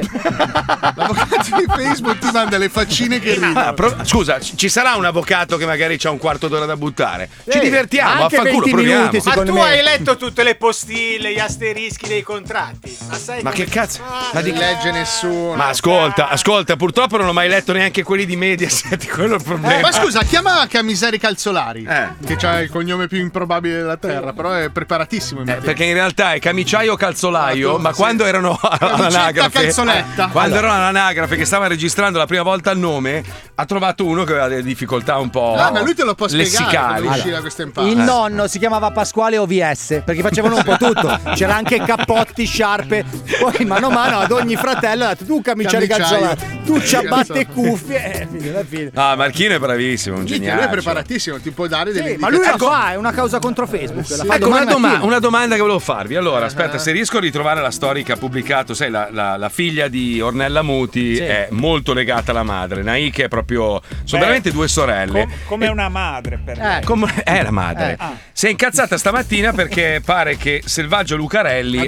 S5: L'avvocato di Facebook ti manda le faccine che ridono.
S2: Ah, pro- scusa, ci ci sarà un avvocato che magari ha un quarto d'ora da buttare. Ci
S15: Eh,
S2: divertiamo,
S15: anche
S2: affanculo,
S15: 20
S2: proviamo.
S15: minuti, Ma tu hai letto tutte le postille, gli asterischi dei contratti? Ma, sai
S2: Ma
S15: come-
S2: che cazzo?
S15: Ah,
S2: Ma di-
S15: non legge nessuno.
S2: Ma ascolta, ascolta, purtroppo non ho mai letto neanche quelli di Mediaset, quello è il problema.
S5: Eh, ma scusa, chiama Camiseri Calzolari,
S2: Eh.
S5: che c'ha il cognome più improbabile della terra, però è preparatissimo. in
S2: Eh,
S5: materia.
S2: perché in realtà è camiciaio calzolaio,
S5: Ah, tu,
S2: ma
S5: sì.
S2: quando erano a- all'anagrafe,
S5: calzoletta.
S2: eh, quando
S5: Allora.
S2: erano all'anagrafe che stava registrando la prima volta il nome, ha trovato uno che aveva delle difficoltà un po'
S5: Ah, ma lui te lo può spiegare
S2: Oh, lessicali.
S5: come uscire da questa impalla.
S12: Il nonno si chiamava Pasquale OVS perché facevano un po' tutto. C'era anche cappotti, sciarpe. Poi mano a mano ad ogni fratello ha detto tu camiciere
S5: Camiciaio.
S12: calzolato, tu ciabatte e
S5: Calzolato.
S12: cuffie. Eh, figlio, alla fine.
S2: Ah, Marchino è bravissimo, un
S5: Minchia, Esatto. lui è
S2: geniale.
S5: preparatissimo, ti può dare delle Ecco.
S12: Sì, ma lui la
S5: indicazioni.
S12: fa, è una causa contro Facebook. la fa
S2: Ecco, una,
S12: domani
S2: doma-
S12: mattina.
S2: una domanda che volevo farvi. Allora, aspetta, se riesco a ritrovare la storia che ha pubblicato, sai, la, la- la figlia di Ornella Muti
S14: Sì.
S2: è molto legata alla madre. Naike è proprio. Sono
S14: Beh,
S2: veramente due sorelle.
S14: Come una madre per me.
S2: Eh, Come- è la madre.
S14: Eh. Ah.
S2: Si è incazzata stamattina perché pare che Selvaggio Lucarelli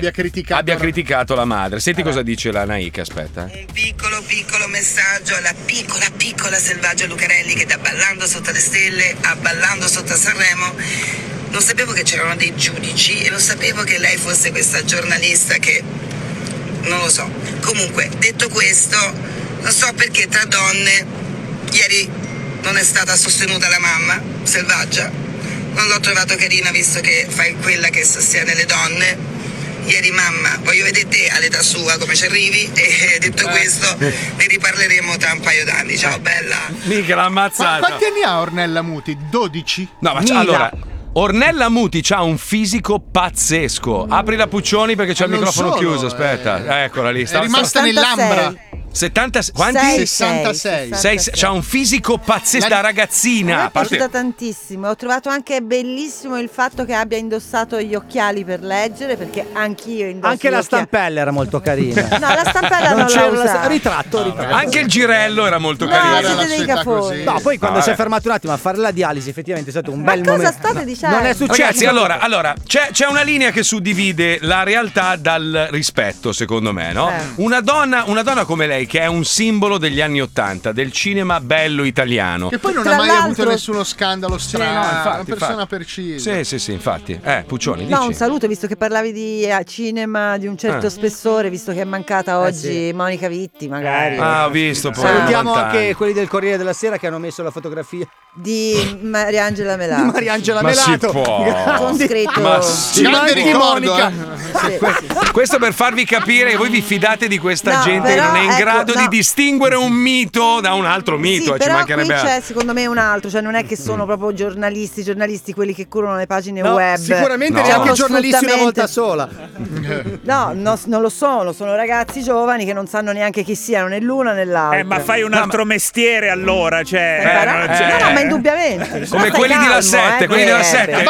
S2: abbia criticato, la madre. Senti cosa dice la Naika, aspetta. eh.
S20: piccolo piccolo messaggio alla piccola piccola selvaggia Lucarelli che da ballando sotto le stelle a ballando sotto Sanremo non sapevo che c'erano dei giudici e non sapevo che lei fosse questa giornalista che non lo so. Comunque, detto questo, non so perché tra donne ieri non è stata sostenuta la mamma selvaggia. Non l'ho trovato carina visto che fai quella che sostiene le donne. Ieri mamma, voglio vedere te all'età sua come ci arrivi e eh, detto questo ne riparleremo tra un paio d'anni. Ciao bella!
S2: Mica l'ha
S5: Ah, Ma
S2: ammazzata.
S5: quanti anni ha Ornella Muti? 12?
S2: No, ma c'ha- allora. Ornella Muti ha un fisico pazzesco. Apri la Puccioni perché c'è il
S5: Eh, non
S2: microfono
S5: solo,
S2: chiuso. Aspetta, eccola lì.
S5: È rimasta
S2: 76.
S5: nell'ambra.
S2: 70 quanti?
S7: Sei,
S5: 66.
S2: Sei- c'ha un fisico pazzesco da
S7: A
S2: ragazzina.
S7: me
S2: A
S7: è
S2: parte-
S7: piaciuta tantissimo. Ho trovato anche bellissimo il fatto che abbia indossato gli occhiali per leggere, perché anch'io indosso
S12: Anche
S7: gli
S12: la
S7: occhiali.
S12: stampella era molto carina.
S7: No, la stampella non,
S12: c'era
S7: l'ho
S12: la-
S7: usata.
S12: Ritratto, ritratto.
S2: Anche il girello era molto
S7: No,
S2: carino.
S7: siete dei Era la società cafoni. così.
S12: No, poi quando
S2: Ah,
S12: si è
S2: vabbè.
S12: fermato un attimo a fare la dialisi, effettivamente è stato un bel
S7: cosa
S12: momento.
S7: state
S12: No,
S7: dicendo?
S12: Non è successo.
S2: Ragazzi, allora, allora, c'è, c'è una linea che suddivide la realtà dal rispetto, secondo me, no?
S14: Eh.
S2: Una, donna, una donna come lei, che è un simbolo degli anni Ottanta, del cinema bello italiano.
S5: Che poi non
S7: Tra
S5: ha mai avuto
S7: l'altro-
S5: nessuno scandalo strano.
S2: no, infatti,
S5: una persona
S2: infatti.
S5: precisa.
S2: Sì, sì, sì, infatti. Eh, Puccioni,
S7: No,
S2: dici.
S7: un saluto, visto che parlavi di eh, cinema di un certo
S2: Ah.
S7: spessore, visto che è mancata
S12: Eh,
S7: oggi Monica Vitti, magari.
S2: Ah, ho visto, povera
S12: Salutiamo
S2: Montana.
S12: anche quelli del Corriere della Sera che hanno messo la fotografia.
S7: Di Mariangela Melato.
S12: Di Mariangela
S2: Ma si
S12: Melato.
S2: può.
S7: Con scritto-
S2: Ma
S12: Ci
S2: sì.
S12: manchi
S2: Grande ricordo,
S12: Monica.
S2: Questo per farvi capire che voi vi fidate di questa
S7: No,
S2: gente che
S7: però,
S2: non è in
S7: ecco,
S2: grado
S7: no.
S2: di distinguere un mito da un altro mito.
S7: Sì,
S2: eh, ci
S7: però qui
S2: mancherebbe altro. Mm.
S7: c'è secondo me un altro, cioè non è che sono proprio giornalisti, giornalisti quelli che curano le pagine
S12: No,
S7: web.
S12: sicuramente
S7: C'è
S12: neanche
S7: uno
S12: giornalisti una volta
S7: sfruttamento-
S12: sola.
S7: No, no, non lo sono, sono ragazzi giovani che non sanno neanche chi siano né l'una né l'altra.
S14: Eh, ma fai un altro mestiere allora, cioè.
S7: Stai
S14: eh,
S7: barà-
S14: non- Eh. cioè-
S7: No, no, ma indubbiamente. eh,
S2: Come quelli della 7, quelli della 7.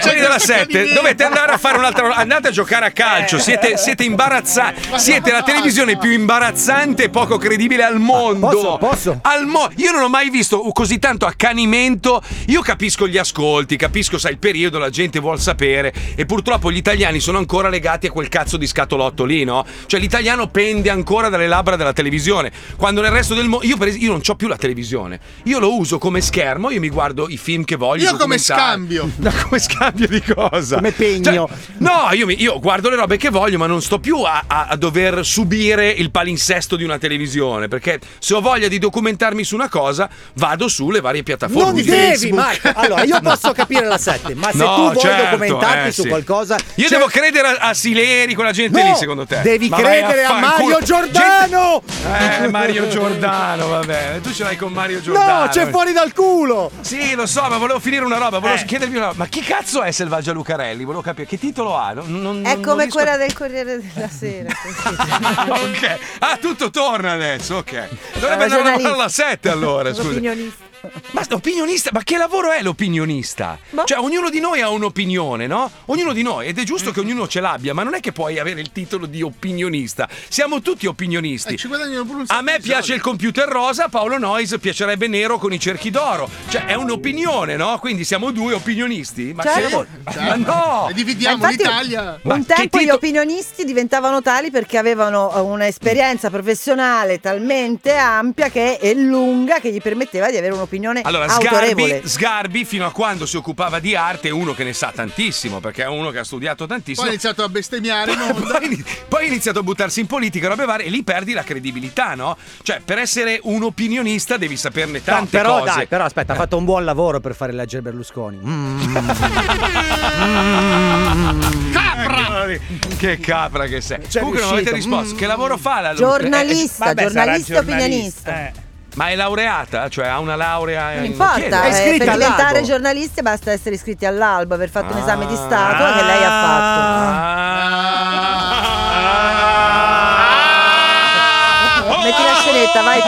S2: quelli della 7. Dovete andare a fare un'altra andate a giocare a calcio, siete, siete imbarazzati. Siete la televisione più imbarazzante e poco credibile al mondo. Posso, posso. Al mo- Io non ho mai visto così tanto accanimento. Io capisco gli ascolti, capisco sai il periodo, la gente vuol sapere e purtroppo gli italiani sono ancora legati a quel cazzo di scatolotto lì, no? Cioè l'italiano pende ancora dalle labbra della televisione, quando nel resto del mondo io per es- io non ho più la televisione. Io lo uso come schermo, io mi guardo i film che voglio
S5: Io come
S2: documentari.
S5: scambio.
S2: Da come scambio di cosa? Cioè, Come
S12: pegno.
S2: no, io, mi- io guardo le robe che voglio, ma non sto più a, a- a dover subire il palinsesto di una televisione. Perché se ho voglia di documentarmi su una cosa, vado sulle varie piattaforme.
S12: Non
S2: di
S12: devi,
S2: Facebook.
S12: Marco. Allora, io posso capire la 7, ma se
S2: No,
S12: tu vuoi
S2: certo,
S12: documentarti
S2: eh,
S12: su
S2: sì.
S12: qualcosa.
S2: Io
S12: cioè,
S2: devo credere a, a Sileri, quella gente
S12: No,
S2: lì, secondo te.
S12: devi
S2: Ma vai
S12: credere a
S2: fanculo.
S12: Mario Giordano!
S2: Gente- Eh, Mario Giordano, va bene. Tu ce l'hai con Mario Giordano.
S12: No, c'è fuori Eh. dal culo!
S2: Sì, lo so, ma volevo finire una roba, volevo chiedervi una roba. Ma chi cazzo è Selvaggia Lucarelli? Volevo capire che titolo ha. Non- non- non-
S7: È
S2: Mm, non
S7: come
S2: riesco a-
S7: quella del Corriere della Sera.
S2: ok. Ah, tutto torna adesso, ok. Dovrebbe
S7: Era
S2: andare a lavorare
S7: Ah,
S2: Eh,
S7: giornalista.
S2: alla 7 allora, scusa.
S7: Opinionista.
S2: Ma opinionista, ma che lavoro è l'opinionista?
S7: Boh.
S2: Cioè, ognuno di noi ha un'opinione, no? Ognuno di noi, ed è giusto che ognuno ce l'abbia, ma non è che puoi avere il titolo di opinionista. Siamo tutti
S5: Eh,
S2: opinionisti. a me piace il computer rosa, a Paolo Nois piacerebbe nero con i cerchi d'oro. Cioè, è un'opinione, no? Quindi siamo due opinionisti? Ma, che
S7: Certo.
S2: lavoro- ma no!
S5: E dividiamo
S7: Ma infatti,
S5: l'Italia.
S2: Ma
S7: Un
S2: che
S7: tempo gli
S2: titolo-
S7: opinionisti diventavano tali perché avevano eh, un'esperienza professionale talmente ampia che e lunga che gli permetteva di avere un'opinione
S2: Allora, Sgarbi,
S7: Eh,
S2: Eh,
S7: autorevole.
S2: Sgarbi fino a quando si occupava di arte è uno che ne sa tantissimo, perché è uno che ha studiato tantissimo.
S5: Poi ha iniziato a bestemmiare in onda.
S2: Poi, ini- poi ha iniziato a buttarsi in politica, robe varie, e lì perdi la credibilità, no? Cioè, per essere un opinionista devi saperne
S12: No,
S2: tante
S12: però
S2: cose.
S12: dai, però aspetta, ha fatto un buon lavoro per fare leggere Berlusconi. Mm.
S2: Capra! Che capra che sei. Comunque non avete
S12: riuscito.
S2: risposto. Che lavoro fa la
S7: Cioè, Mm. Giornalista,
S2: eh, eh, vabbè, sarà
S7: giornalista e
S2: giornalista.
S7: opinionista.
S14: Eh.
S2: Ma è laureata? Cioè ha una laurea
S7: Non
S2: in-
S7: importa,
S2: Chi è?
S7: eh, per diventare giornalisti basta essere iscritti all'albo, aver fatto un esame di stato che lei ha fatto.
S2: Ah!
S7: Metti la scenetta, vai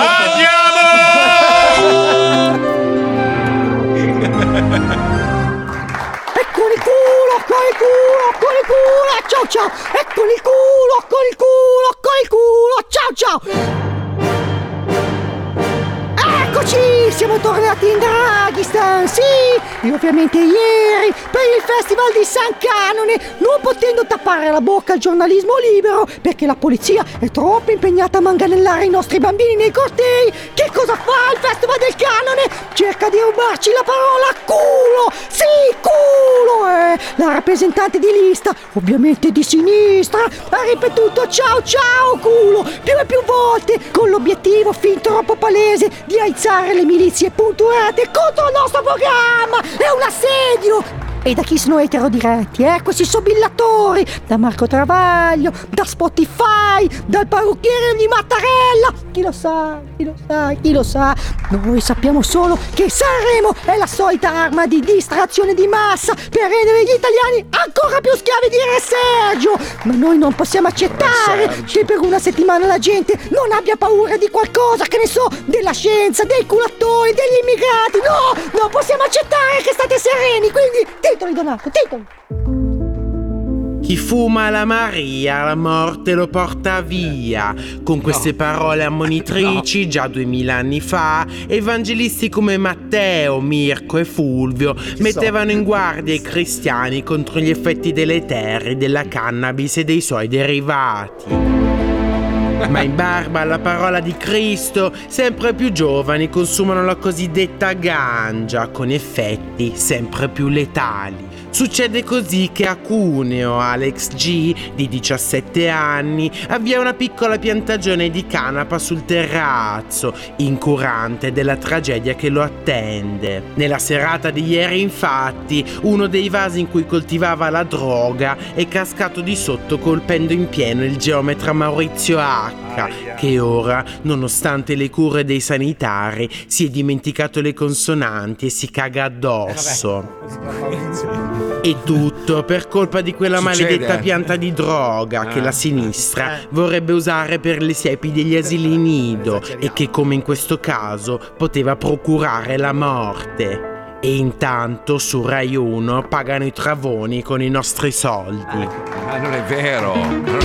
S17: Eccoli culo, eccoli culo, eccoli culo, ciao ciao! Eccoli culo, eccoli culo, eccoli culo, ciao ciao! Eccoci, siamo tornati in Dragistan, sì! E ovviamente ieri, per il Festival di San Canone, non potendo tappare la bocca al giornalismo libero, perché la polizia è troppo impegnata a manganellare i nostri bambini nei cortei, che cosa fa il Festival del Canone? Cerca di rubarci la parola culo! Sì, culo! eh. La rappresentante di lista, ovviamente di sinistra, ha ripetuto ciao ciao culo più e più volte, con l'obiettivo fin troppo palese di aizzare le milizie punturate contro il nostro programma! È un assedio! E da chi sono etero diretti? Eh, questi sobillatori! Da Marco Travaglio, da Spotify, dal parrucchiere di Mattarella! Chi lo sa, chi lo sa, chi lo sa? Noi sappiamo solo che Sanremo è la solita arma di distrazione di massa per rendere gli italiani ancora più schiavi di Re Sergio! Ma noi non possiamo accettare che per una settimana la gente non abbia paura di qualcosa, che ne so, della scienza, dei culatori, degli immigrati! No! Non possiamo accettare che state sereni, quindi titoli Donato, titoli!
S21: Chi fuma la Maria, la morte lo porta via. Con queste parole ammonitrici, già duemila anni fa, evangelisti come Matteo, Mirko e Fulvio mettevano in guardia i cristiani contro gli effetti deleteri della cannabis e dei suoi derivati. Ma in barba alla parola di Cristo, sempre più giovani consumano la cosiddetta ganja, con effetti sempre più letali. Succede così che a Cuneo Alex G, di 17 anni, avvia una piccola piantagione di canapa sul terrazzo, incurante della tragedia che lo attende. Nella serata di ieri, infatti, uno dei vasi in cui coltivava la droga è cascato di sotto colpendo in pieno il geometra Maurizio H, che ora, nonostante le cure dei sanitari, si è dimenticato le consonanti e si caga addosso. E tutto per colpa di quella Succede, maledetta eh. pianta di droga che Ah.
S4: Eh.
S21: la sinistra
S2: Eh.
S21: vorrebbe usare per le siepi degli asili nido e che, come in questo caso, poteva procurare la morte. E intanto su Rai 1 pagano i travoni con i nostri soldi.
S2: Eh. Ma non è vero. Non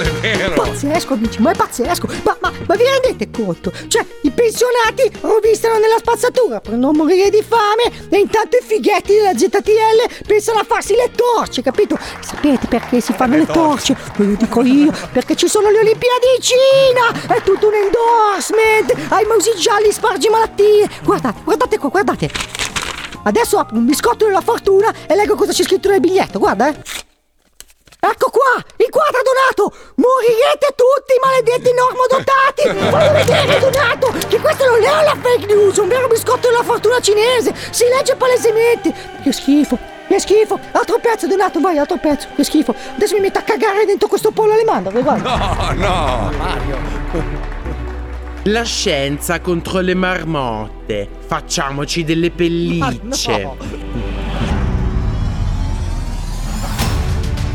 S2: è vero.
S17: Pazzesco, amici, ma è pazzesco! Ma, ma- ma vi rendete conto? Cioè, i pensionati rovistano nella spazzatura per non morire di fame e intanto i fighetti della ZTL pensano a farsi le torce, capito? Sapete perché si fanno le torce? Ve lo dico io, perché ci sono le Olimpiadi in Cina! È tutto un endorsement! Hai mausi gialli, spargi malattie! Guardate, guardate qua, guardate! Adesso apro un biscotto della fortuna e leggo cosa c'è scritto nel biglietto, guarda eh! Ecco qua, il quadro Donato! Morirete tutti, maledetti normodotati! Voglio vedere Donato, che questa non è una fake news, è un vero biscotto della fortuna cinese! Si legge palesemente! Che schifo, che schifo! Altro pezzo Donato, vai, altro pezzo, che schifo! Adesso mi metto a cagare dentro questo pollo alle mandorle, guarda!
S2: No, Oh, no.
S21: La scienza contro le marmotte. Facciamoci delle
S14: Ah,
S21: pellicce.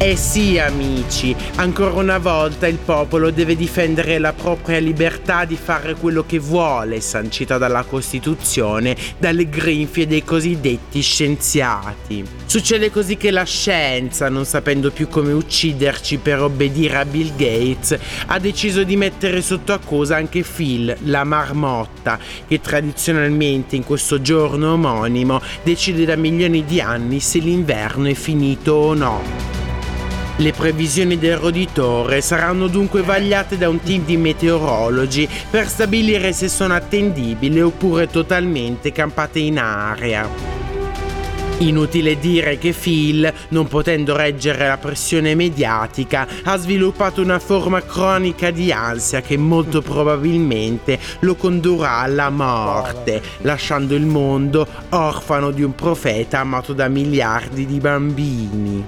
S21: Eh sì amici, ancora una volta il popolo deve difendere la propria libertà di fare quello che vuole, sancita dalla Costituzione, dalle grinfie dei cosiddetti scienziati. Succede così che la scienza, non sapendo più come ucciderci per obbedire a Bill Gates, ha deciso di mettere sotto accusa anche Phil, la marmotta, che tradizionalmente in questo giorno omonimo decide da milioni di anni se l'inverno è finito o no. Le previsioni del roditore saranno dunque vagliate da un team di meteorologi per stabilire se sono attendibili oppure totalmente campate in aria. Inutile dire che Phil, non potendo reggere la pressione mediatica, ha sviluppato una forma cronica di ansia che molto probabilmente lo condurrà alla morte, lasciando il mondo orfano di un profeta amato da miliardi di bambini.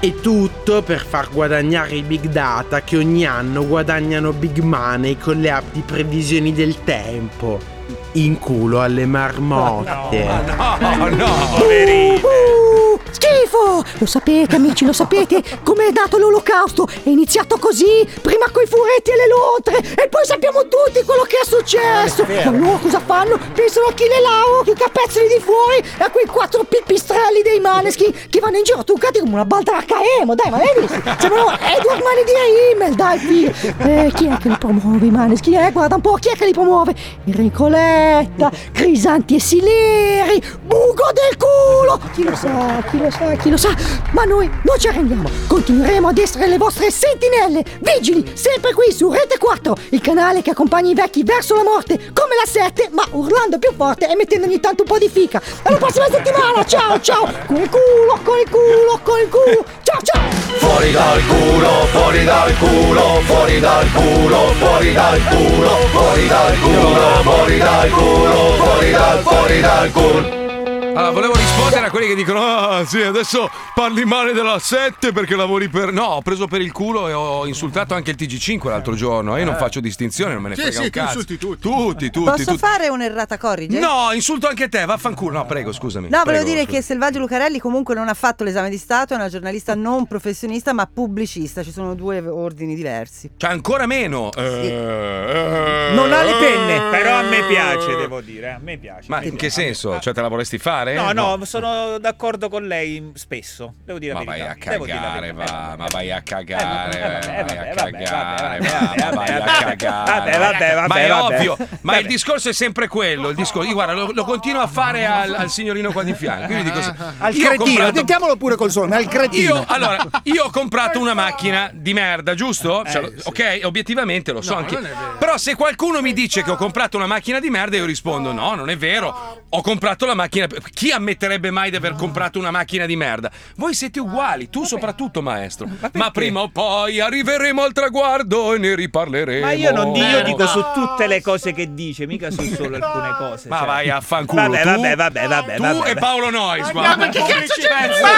S21: E tutto per far guadagnare i big data che ogni anno guadagnano big money con le app di previsioni del tempo. In culo alle marmotte.
S2: No, no.
S17: Uh, schifo! Lo sapete, amici, lo sapete com'è dato l'olocausto? È iniziato così, prima coi furetti e le lontre, e poi sappiamo tutti quello che è successo!
S19: Eh, è
S17: E
S19: vero.
S17: allora cosa fanno? Pensano a chi le lauro, che capezzoli di fuori, e a quei quattro pipistrelli dei maneschi che vanno in giro truccati come una baldracca emo, dai, ma l'hai visto?
S14: Cioè,
S17: Sembrano Edward Mani di Himmel, dai, figlio! Eh, chi è che li promuove i maneschi? Eh, guarda un po', chi è che li promuove? Enrico Letta, Crisanti e Sileri, Bugo del culo! Chi lo sa, chi lo sa, chi lo sa? Ma noi non ci arrendiamo, continueremo ad essere le vostre sentinelle, vigili, sempre qui su Rete 4, il canale che accompagna i vecchi verso la morte, come la 7, ma urlando più forte e mettendo ogni tanto un po' di fica. Alla prossima settimana, ciao ciao! Con il culo, con il culo, con il culo! Ciao ciao!
S4: Fuori dal culo, fuori dal culo, fuori dal culo, fuori dal culo, fuori dal culo, fuori dal culo, fuori dal, fuori dal culo.
S14: Eh,
S2: Allora, volevo rispondere a quelli che dicono: Ah, sì, adesso parli male della 7 perché lavori per. No, ho preso per il culo e ho insultato anche il TG5 l'altro giorno. eh, Io non faccio distinzione, non me ne
S5: Sì,
S2: frega
S5: sì,
S2: un
S5: tu
S2: cazzo.
S5: insulti
S2: tutti. Tutti, tutti,
S7: Posso
S2: tutti.
S7: fare un'errata corrige?
S2: No, insulto anche te, vaffanculo. No, prego, scusami.
S7: No,
S2: prego,
S7: volevo dire
S2: scusa.
S7: che Selvaggio Lucarelli comunque non ha fatto l'esame di Stato, è una giornalista non professionista ma pubblicista, ci sono due ordini diversi.
S2: C'è ancora meno. Eh, eh,
S7: Non ha le
S14: penne. Però a me piace,
S2: eh.
S14: devo dire, a me piace.
S2: Ma in che senso? Cioè, te la vorresti fare?
S14: No, no, sono d'accordo con lei spesso. Devo dire la
S2: Ma vai
S14: verità.
S2: a
S14: Devo dire la
S2: cagare,
S14: verità.
S2: va, Ah, ma vai a
S14: Eh, vabbè,
S2: cagare, vai
S14: eh,
S2: a
S14: vabbè,
S2: cagare,
S14: vabbè,
S2: va, ma vai
S14: Eh, vabbè,
S2: a
S14: vabbè,
S2: cagare.
S14: vabbè, vabbè, vabbè,
S2: Ma è
S14: vabbè.
S2: ovvio, ma il discorso è sempre quello, il discorso, io guarda, lo, lo continuo a fare al, al signorino qua di fianco, io gli dico se-
S12: Al
S2: io ho
S12: cretino,
S2: comprato-
S12: tentiamolo pure col suono, al cretino.
S2: Io, allora, io ho comprato una macchina di merda, giusto? Cioè, lo- Ok, obiettivamente lo so
S5: Eh, No,
S2: anche.
S5: non è vero.
S2: Però se qualcuno mi dice che ho comprato una macchina di merda, io rispondo: no, non è vero. Ho comprato la macchina. per-" Chi ammetterebbe mai di aver comprato una macchina di merda? Voi siete uguali, tu soprattutto, maestro. Ma, prima o poi arriveremo al traguardo e ne riparleremo.
S14: Ma io non dico, io dico su tutte le cose che dice, mica su solo alcune cose.
S2: Ma
S14: cioè.
S2: vai a fanculo.
S14: Vabbè,
S2: tu,
S14: vabbè, vabbè, vabbè,
S2: Tu
S14: vabbè.
S2: e Paolo Nois,
S14: Ma
S2: guarda.
S14: Ah, ma che cazzo
S2: Pezzi di
S14: c'è?
S2: merda.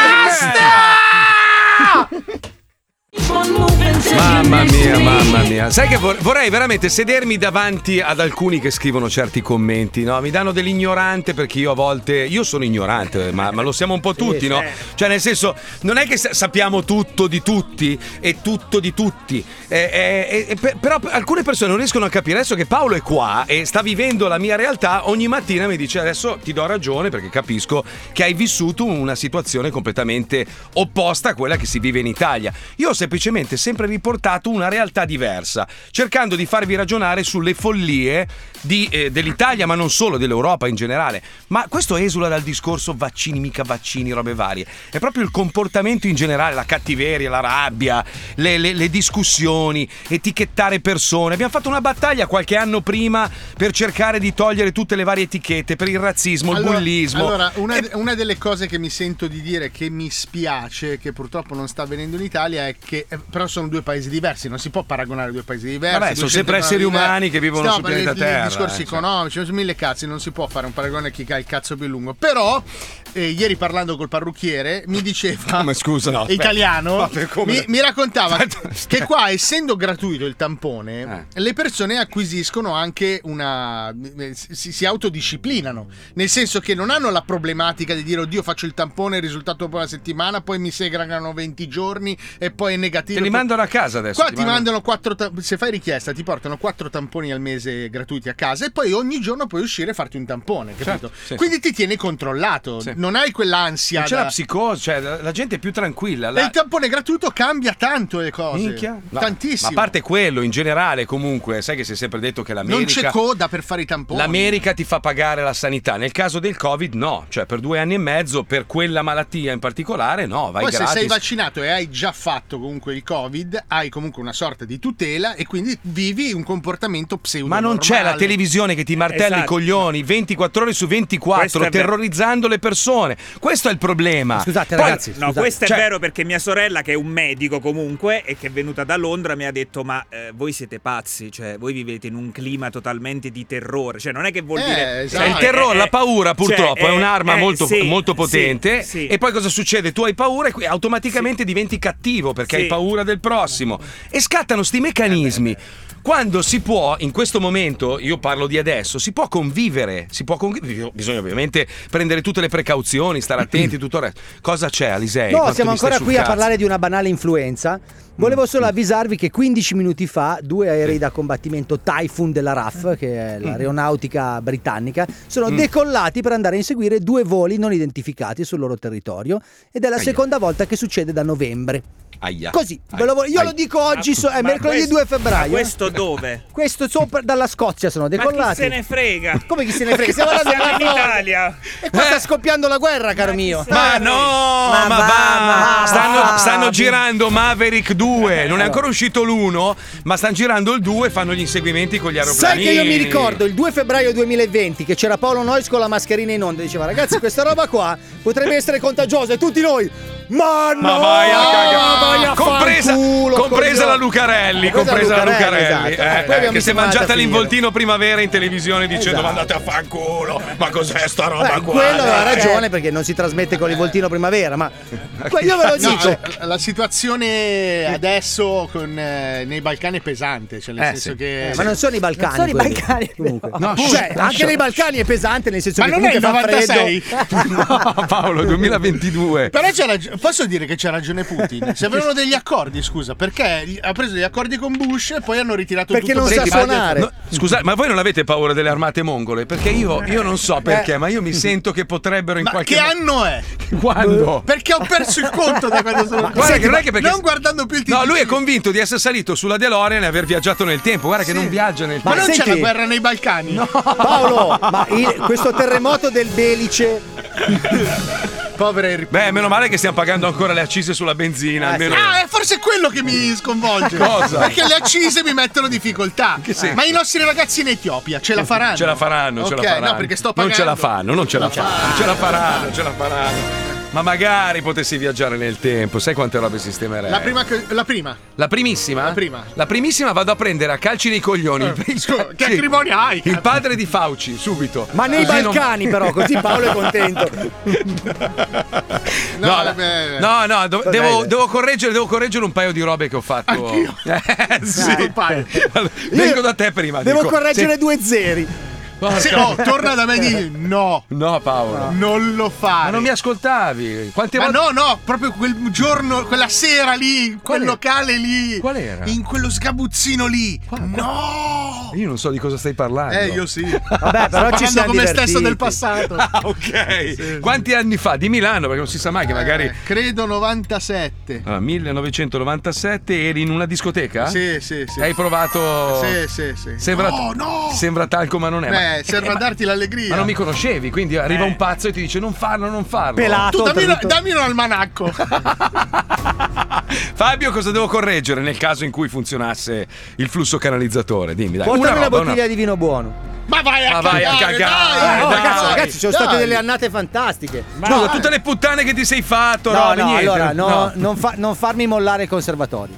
S14: Basta!
S4: Keep on moving
S2: Mamma mia, mamma
S14: Eh.
S2: mia. Sai che vor- vorrei veramente sedermi davanti ad alcuni che scrivono certi commenti, no? Mi danno dell'ignorante perché io a volte. Io sono ignorante, ma, ma lo siamo un po' tutti, no? Cioè, nel senso, non è che sa- sappiamo tutto di tutti e tutto di tutti. Eh, eh, eh, eh, per- però alcune persone non riescono a capire adesso che Paolo è qua e sta vivendo la mia realtà. Ogni mattina mi dice adesso ti do ragione perché capisco che hai vissuto una situazione completamente opposta a quella che si vive in Italia. Io ho semplicemente sempre riportato una realtà diversa, cercando di farvi ragionare sulle follie di, eh, dell'Italia, ma non solo, dell'Europa in generale. Ma questo esula dal discorso vaccini, mica vaccini, robe varie. È proprio il comportamento in generale, la cattiveria, la rabbia, le, le- le discussioni, etichettare persone. Abbiamo fatto una battaglia qualche anno prima per cercare di togliere tutte le varie etichette per il razzismo, il bullismo.
S5: allora, una, una delle cose che mi sento di dire che mi spiace, che purtroppo non sta avvenendo in Italia, è che eh, però sono due paesi diversi, non si può paragonare due paesi diversi.
S2: Vabbè, sono
S5: due
S2: sempre
S5: centri
S2: esseri umani che vivono
S5: no,
S2: sul
S5: per
S2: pianeta
S5: i-
S2: Terra,
S5: I discorsi
S2: eh, cioè.
S5: economici, sono mille cazzi, non si può fare un paragone a chi ha il cazzo più lungo. Però, eh, ieri parlando col parrucchiere, mi diceva...
S2: Come, Ah, scusa, no, aspetta.
S5: Italiano,
S2: Vabbè, come?
S5: mi, mi raccontava che qua, essendo gratuito il
S2: Eh.
S5: tampone, le persone acquisiscono anche una. eh, Si, si autodisciplinano. Nel senso che non hanno la problematica di dire oddio, faccio il tampone, il risultato dopo una settimana, poi mi segregano 20 giorni e poi è negativo.
S2: Te li mandano a casa adesso.
S5: Qua ti mandano quattro tam- se fai richiesta ti portano quattro tamponi al mese gratuiti a casa e poi ogni giorno puoi uscire e farti un tampone, capito?
S2: Certo, sì.
S5: Quindi ti tieni controllato,
S2: Sì.
S5: non hai quell'ansia.
S2: Non c'è la
S5: da-
S2: psicosi, cioè la, la gente è più tranquilla.
S5: e
S2: la-
S5: il tampone gratuito cambia tanto le cose.
S2: Minchia. No,
S5: Tantissimo.
S2: Ma a parte quello, in generale, comunque, sai che si è sempre detto che
S5: non
S2: l'America.
S5: c'è coda per fare i tamponi.
S2: L'America ti fa pagare la sanità. Nel caso del Covid, no. Cioè, per due anni e mezzo, per quella malattia in particolare, no. Vai
S5: Poi se
S2: gratis.
S5: sei vaccinato e hai già fatto comunque il Covid, hai comunque una sorta di tutela e quindi vivi un comportamento pseudo
S2: ma non c'è la televisione che ti martella i
S5: Esatto.
S2: coglioni 24 ore su 24,
S14: Questo è vero.
S2: terrorizzando le persone. Questo è il problema. Ah. Poi-
S14: No, questo
S2: Cioè,
S14: è vero perché mia sorella, che è un medico comunque e che è venuta da Londra, mi ha detto: Ma eh, voi siete pazzi, cioè voi vivete in un clima totalmente di terrore. Cioè, non è che vuol
S2: Eh,
S14: dire.
S2: esatto. Il terrore, la paura,
S12: cioè,
S2: purtroppo, è un'arma
S12: eh,
S2: molto- molto potente. E poi cosa succede? Tu hai paura e qui automaticamente diventi cattivo perché
S14: Sì.
S2: hai paura del prossimo. E scattano sti meccanismi. Quando si può, in questo momento, io parlo di adesso, si può convivere, si può convivere, bisogna ovviamente prendere tutte le precauzioni, stare attenti, tutto il resto. Cosa c'è Alisei?
S12: No,
S2: Quanto
S12: siamo
S2: mi stai
S12: ancora
S2: sul
S12: qui a
S2: cazzo? Mm,
S12: parlare di una banale influenza. Volevo solo avvisarvi che 15 minuti fa due aerei da combattimento Typhoon della RAF, che
S2: Mm.
S12: è l'aeronautica britannica, sono
S8: Mm.
S12: decollati per andare a inseguire due voli non identificati sul loro territorio ed è la seconda volta che succede da novembre.
S2: Aia.
S12: Così, ve lo voglio- io lo dico oggi, so- è
S14: Ma
S12: mercoledì
S14: questo-
S12: 2
S14: ma
S12: febbraio.
S14: questo dove?
S12: Questo sopra dalla Scozia sono
S14: Ma chi
S12: decollati.
S14: se ne frega?
S12: Come chi se ne frega? Siamo
S14: Siamo
S12: alla
S14: in Italia.
S12: E qua
S14: Eh.
S12: sta scoppiando la guerra, caro mio.
S2: Ma no, ma, va, stanno, stanno girando Maverick 2, non è ancora uscito l'1, ma stanno girando il 2 e fanno gli inseguimenti con gli
S12: Sai
S2: aeroplani.
S12: che io mi ricordo il 2 febbraio 2020 che c'era Paolo Nois con la mascherina in onda e diceva ragazzi questa roba qua potrebbe essere contagiosa e tutti noi ma no
S2: Ma vai a cagare.
S12: vai a
S2: compresa,
S12: fanculo,
S2: compresa la
S12: coglione."
S2: Lucarelli,
S12: Compresa
S2: compresa la
S12: Lucarelli,
S2: Lucarelli,
S12: esatto. Poi
S2: eh,
S12: abbiamo
S2: che si è
S12: filmato a
S2: mangiata
S12: finire.
S2: l'involtino primavera in televisione dicendo
S12: Esatto.
S2: "Ma andate a fanculo, ma cos'è sta roba
S12: Beh,
S2: qua?"
S12: Eh,
S2: Eh.
S12: quello
S2: Dai.
S12: ha ragione perché non si trasmette con il voltino primavera ma que- io ve lo
S5: No,
S12: dico
S5: la- la situazione adesso con, eh, nei Balcani è pesante, cioè nel
S12: Eh,
S5: senso
S12: sì.
S5: che
S12: Eh, ma non sono i Balcani
S5: Non sono i
S12: quelli.
S5: Balcani,
S12: Comunque.
S5: no.
S12: cioè,
S5: No,
S12: anche
S5: no.
S12: nei Balcani è pesante nel senso
S5: Ma
S12: che
S5: non è il
S12: comunque fa freddo.
S5: 96?
S2: No, Paolo, 2022.
S5: Però c'è rag- posso dire che c'è ragione Putin. Se avevano degli accordi, scusa, perché gli- ha preso degli accordi con Bush e poi hanno ritirato tutto
S2: Senti, ma- no, scusate, ma voi non avete paura delle armate mongole? Perché io, io non so perché,
S5: Eh.
S2: ma io mi sento che potrebbero in
S5: Ma
S2: qualche
S5: che
S2: modo-
S5: anno è?
S2: Quando?
S5: Perché ho perso il conto da quando sono
S2: Ma guarda che non è che perché-
S5: Non guardando più il
S2: No,
S5: TG.
S2: lui è convinto di essere salito sulla DeLorean e aver viaggiato nel tempo. Guarda che non viaggia nel tempo.
S5: Ma, non c'è la guerra nei Balcani? No.
S12: Paolo ma il- questo terremoto del Belice
S5: Povera
S2: Beh, meno male che stiamo pagando ancora le accise sulla benzina. almeno.
S5: Ah, è forse quello che mi sconvolge.
S2: Cosa?
S5: Perché le accise mi mettono difficoltà.
S2: senso?
S5: Ma i nostri ragazzi in Etiopia ce la faranno?
S2: Ce la faranno, ce
S5: Ok,
S2: la faranno.
S5: No, perché sto
S2: Non
S5: pagando.
S2: ce la fanno, non ce la fanno. Ce la faranno, ce la faranno. Ma magari potessi viaggiare nel tempo, sai quante robe sistemerei?
S5: La prima, che- la prima.
S2: La primissima?
S5: La prima. Eh,
S2: La primissima vado a prendere a calci dei coglioni. il-
S5: che acrimoni hai,
S2: Il padre di Fauci, subito.
S3: Ma nei
S2: Così non-
S3: Balcani, però, così Paolo è contento.
S2: No, la- no, no, do-
S3: Dai,
S2: devo,
S3: dai.
S2: devo correggere, devo correggere un paio di robe che ho fatto. Anch'io. Eh, sì. Allora, Vengo da te prima.
S3: Devo
S2: dico,
S3: correggere
S2: se-
S3: due zeri.
S2: Porca-
S5: Se- oh, torna da me e digli no.
S2: No, Paolo.
S5: Non lo fare. Ma non mi
S2: ascoltavi. Quante
S5: Ma
S2: volte-
S5: no, no, proprio quel giorno, quella sera lì, in quel
S2: era?
S5: locale lì.
S2: Qual era?
S5: In quello sgabuzzino lì. no!
S2: Io non so di cosa stai parlando.
S5: Eh, io sì.
S2: Vabbè,
S5: Sto parlando con me stesso del passato.
S2: Ah, ok. Quanti anni fa? Di Milano, perché non si sa mai che magari.
S5: Eh, Credo 97.
S2: Allora, 1997 eri in una discoteca?
S5: Sì, sì, sì.
S2: Hai provato.
S5: Sì, sì, sì.
S2: Sembra,
S5: No, no!
S2: sembra talco, ma non è. ma-
S5: Eh, serve a darti l'allegria.
S2: ma non mi conoscevi, quindi arriva
S5: Eh.
S2: un pazzo e ti dice non farlo, non farlo.
S5: Tu dammi, un- dammi un almanacco.
S2: Fabio, cosa devo correggere nel caso in cui funzionasse il flusso canalizzatore? Dimmi, dai.
S3: Portami una,
S2: roba,
S3: bottiglia di vino buono.
S5: Ma vai
S2: Ma vai Ah, a cagare,
S3: dai, oh,
S2: dai,
S3: ragazzi,
S2: dai.
S3: ragazzi, ci sono
S2: Dai.
S3: state delle annate fantastiche.
S2: Scusa, tutte le puttane che ti sei fatto,
S3: No,
S2: robe,
S3: no,
S2: niente.
S3: allora, no,
S2: No.
S3: Non, fa- non farmi mollare il conservatorio.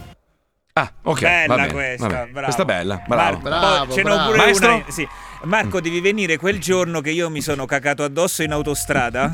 S2: Ah, ok.
S14: Bella
S2: va bene,
S14: questa,
S2: va bene.
S14: bravo.
S2: Questa è bella, bravo.
S14: Marco, poi ce n'ho pure
S2: Maestro?
S14: una- sì. Marco, devi venire quel giorno che io mi sono cacato addosso in autostrada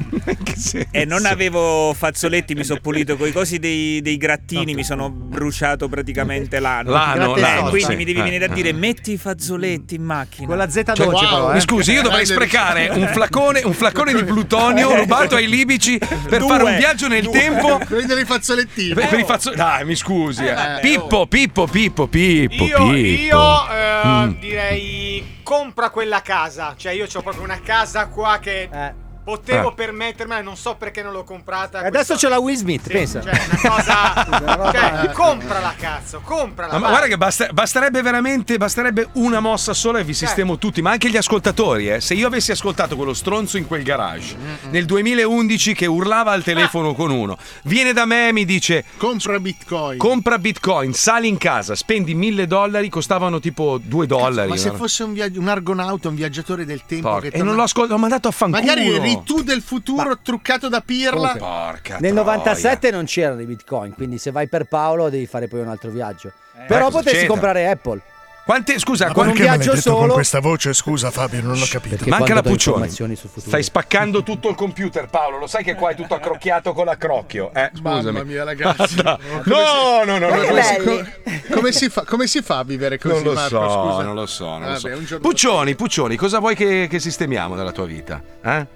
S14: e non avevo fazzoletti, mi sono pulito con i cosi dei, dei grattini, mi sono bruciato praticamente l'ano.
S2: L'ano,
S14: Eh,
S2: l'ano,
S14: Quindi
S2: sì.
S14: mi devi
S2: Eh,
S14: venire a
S2: eh.
S14: dire metti i fazzoletti in macchina.
S3: Con la Z eh.
S2: Cioè, Mi scusi, io dovrei sprecare un flacone, un flacone di plutonio rubato ai libici per
S5: Due,
S2: fare un viaggio nel
S5: due.
S2: tempo.
S5: Prendere i fazzolettini.
S2: Per- per i fazzo- Dai, mi scusi. eh.
S15: vabbè,
S14: oh.
S2: Pippo, Pippo, Pippo, Pippo,
S15: Io,
S2: Pippo.
S15: io, eh,
S2: Mm.
S15: direi compra quella casa. Cioè, io ho proprio una casa qua che potevo
S3: Eh.
S15: permettermela, non so perché non l'ho comprata.
S3: Adesso c'è la Will Smith,
S15: Sì,
S3: pensa.
S15: Cioè, una cosa. cioè, comprala, cazzo, comprala.
S2: Ah, Ma, ma
S15: vai.
S2: guarda che basta- basterebbe veramente, basterebbe una mossa sola e vi
S5: Certo.
S2: sistemo tutti, ma anche gli ascoltatori. eh. Se io avessi ascoltato quello stronzo in quel garage nel 2011 che urlava al telefono con uno, viene da me e mi dice:
S5: Compra bitcoin.
S2: Compra bitcoin, sali in casa, spendi mille dollari, costavano tipo due dollari.
S5: Ma se
S2: no?
S5: fosse un, viaggio- un argonauta, un viaggiatore del tempo
S2: Porca-
S5: che
S2: E non l'ho ascoltato, ho mandato a fanculo.
S5: Magari eri tu del futuro truccato da pirla.
S3: Comunque,
S2: Porca troia.
S3: Nel 97 non c'erano i bitcoin, quindi se vai per Paolo devi fare poi un altro viaggio. Però
S2: cosa
S3: potresti
S2: Eh. Ecco, c'entra?
S3: comprare Apple.
S2: Quante, scusa,
S3: Ma
S2: quante-
S3: perché me l'hai detto con
S8: questa voce, scusa Fabio, non l'ho capito.
S3: perché
S2: Manca
S3: quando
S2: la
S3: do
S2: Puccioni.
S3: informazioni sul futuro.
S2: Stai spaccando tutto il computer, Paolo. Lo sai che qua è tutto accrocchiato con l'accrocchio. Eh, scusami.
S5: Mamma mia, ragazzi.
S2: Guarda.
S5: Come
S2: No,
S5: si-
S2: no, no,
S5: Ma
S2: no,
S5: che
S2: come si-
S5: belli. Come si, fa, come si fa a vivere così,
S2: non lo
S5: Marco?
S2: so,
S5: scusa.
S2: non lo so, non lo
S5: Vabbè,
S2: so.
S5: un giorno-
S2: Puccioni, Puccioni, cosa vuoi che, che sistemiamo della tua vita? Eh?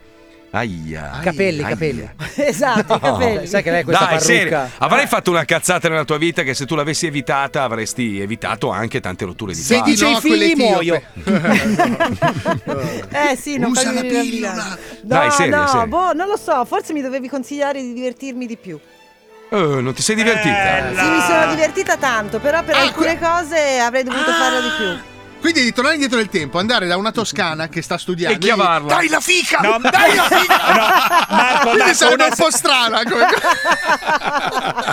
S2: Aia.
S3: Capelli,
S2: aia.
S3: capelli.
S7: Esatto, i
S2: No.
S7: capelli.
S3: Sai che lei ha questa
S2: Dai, serio,
S3: parrucca.
S2: avrai fatto una cazzata nella tua vita che se tu l'avessi evitata avresti evitato anche tante rotture di
S3: Se
S2: palle.
S3: dice i figli muoio.
S7: Eh sì, non
S5: Usa
S7: fammi
S5: la
S7: venire a
S5: pillola.
S7: Milano. No,
S2: Dai, seria,
S7: no,
S2: seria.
S7: boh, non lo so, forse mi dovevi consigliare di divertirmi di più.
S2: Eh, non ti sei divertita?
S7: Sì, mi sono divertita tanto, però
S5: Ah,
S7: per alcune cose avrei dovuto farlo di più.
S5: Quindi di tornare indietro nel tempo, andare da una toscana che sta studiando
S2: E chiamarla.
S5: Dai la fica!
S2: No,
S5: dai la fica!
S14: Marco,
S5: Quindi
S14: Marco,
S5: sei
S14: una-
S5: un po' strana.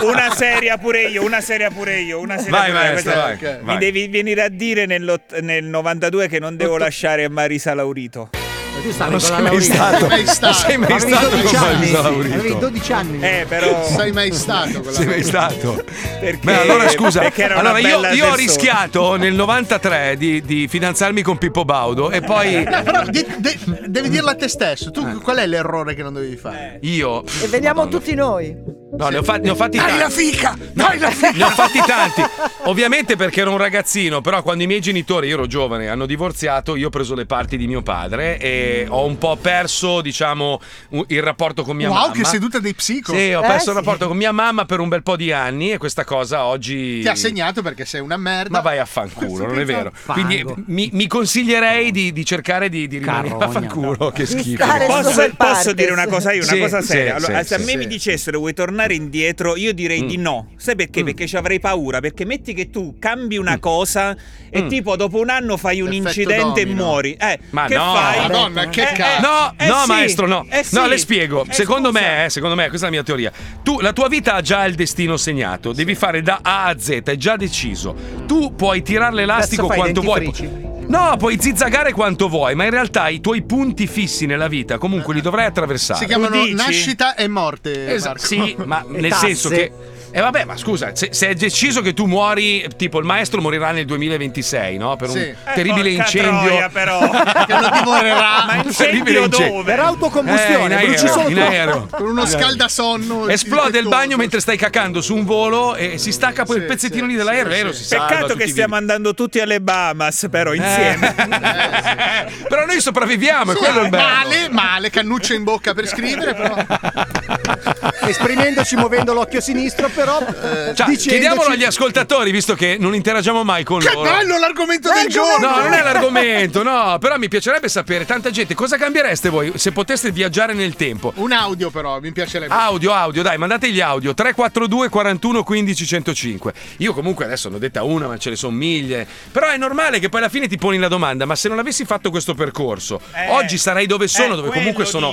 S5: Come...
S14: Una seria pure io, una seria pure io, una seria
S2: Vai,
S14: pure io.
S2: maestro,
S14: Questa-
S2: vai,
S14: Ok. Mi
S2: vai.
S14: devi venire a dire nell'ot- nel 92 che non devo lasciare Marisa Laurito.
S3: Ma tu stavi
S14: Non
S3: con la
S14: sei mai
S3: Laurina. Non
S14: stato.
S3: sei mai stato.
S14: Sei mai
S3: Avevi
S14: stato
S3: 12
S14: con
S3: anni.
S14: Marisa Laurito.
S3: Avevi 12 anni.
S14: Eh, però.
S5: Sei mai stato con la
S2: Sei mai stato?
S14: Perché-
S2: Beh,
S5: Eh,
S2: allora scusa,
S14: perché era una
S2: allora io,
S14: bella
S2: io ho
S14: persona.
S2: rischiato nel 93 di, di fidanzarmi con Pippo Baudo e poi Eh.
S5: No, Eh, però di- de- devi dirla a te stesso. Tu qual è l'errore che non dovevi fare?
S2: io.
S7: E veniamo tutti noi.
S2: No, ne ho, fa- ne ho fatti tanti.
S5: fica!
S2: Ne ho fatti tanti. Ovviamente perché ero un ragazzino, però quando i miei genitori, io ero giovane, hanno divorziato, io ho preso le parti di mio padre e ho un po' perso, diciamo, un- il rapporto con mia
S5: wow,
S2: mamma.
S5: che seduta dei psico!
S2: Eh, Sì, ho
S5: Eh,
S2: perso il rapporto con mia mamma per un bel po' di anni e questa cosa oggi...
S5: Ti ha segnato perché sei una merda.
S2: Ma vai a fanculo, non è vero.
S5: Fango.
S2: Quindi eh, mi, mi consiglierei di, di cercare di, di rimanere a
S5: Carogna.
S2: fanculo. Che schifo.
S14: Posso, posso dire una cosa, io una
S2: Sì,
S14: cosa
S2: sì,
S14: seria.
S2: sì,
S14: Allora, se a
S2: sì,
S14: me
S2: sì. Mm.
S14: mi dicessero vuoi tornare indietro, io direi di no. Sai perché? Perché ci avrei paura. Perché metti che tu cambi una cosa e
S2: Mm.
S14: tipo dopo un anno fai un
S2: Effetto
S14: incidente e
S2: domino.
S14: muori. Eh,
S2: Ma
S14: che
S2: no,
S14: fai?
S5: Madonna, che
S14: Eh,
S5: cazzo.
S2: No,
S14: eh,
S2: no,
S14: sì.
S2: maestro, no.
S14: Eh,
S2: No,
S14: sì.
S2: le spiego.
S14: Eh,
S2: secondo
S14: scusa.
S2: me, eh, secondo me, questa è la mia teoria. Tu, la tua vita ha già il destino segnato. Devi fare da A a Z, è già deciso. Tu puoi tirare l'elastico
S3: Adesso fai
S2: quanto vuoi.
S3: dentifrici.
S2: No, puoi zizzagare quanto vuoi, ma in realtà i tuoi punti fissi nella vita comunque
S14: Eh.
S2: li dovrai attraversare.
S5: Si chiamano
S2: Dici?
S5: nascita e morte.
S2: Esa-
S5: Marco.
S2: sì, ma nel senso che. E vabbè, ma scusa, se, se è deciso che tu muori, tipo il maestro morirà nel 2026, no? Per un
S5: Sì. Eh,
S2: terribile
S5: porca
S2: incendio.
S5: troia,
S14: però.
S5: Che lo divorerà.
S2: Ma incendio dove?
S3: Per
S2: Eh, in
S3: autocombustione,
S2: aereo,
S3: bruci solo
S2: in
S3: tu.
S2: aereo.
S5: Con uno scaldasonno.
S2: Esplode il bagno mentre stai cacando su un volo e si stacca poi il pezzettino lì dell'aereo. l'aereo si salva,
S14: Peccato che
S2: tutti
S14: stiamo andando tutti alle Bahamas, però insieme.
S2: vivi. Eh, Però noi sopravviviamo, è
S5: Sì,
S2: Ah, quello il bello.
S5: male, male, cannuccia in bocca per scrivere, però.
S3: Esprimendoci muovendo l'occhio sinistro, però. eh,
S2: Cioè,
S3: dicendoci-
S2: chiediamolo agli ascoltatori, visto che non interagiamo mai con
S5: Che
S2: loro.
S5: bello l'argomento del giorno!
S2: No, non è l'argomento, no. Però mi piacerebbe sapere, tanta gente, cosa cambiereste voi se poteste viaggiare nel tempo?
S5: Un audio, però, mi piacerebbe.
S2: Audio, audio, dai, mandate gli audio 342 41 15 105. Io comunque adesso ne ho detta una, ma ce ne sono mille. Però è normale che poi alla fine ti poni la domanda: ma se non avessi fatto questo percorso,
S5: Eh,
S2: oggi sarei dove sono, dove comunque sono,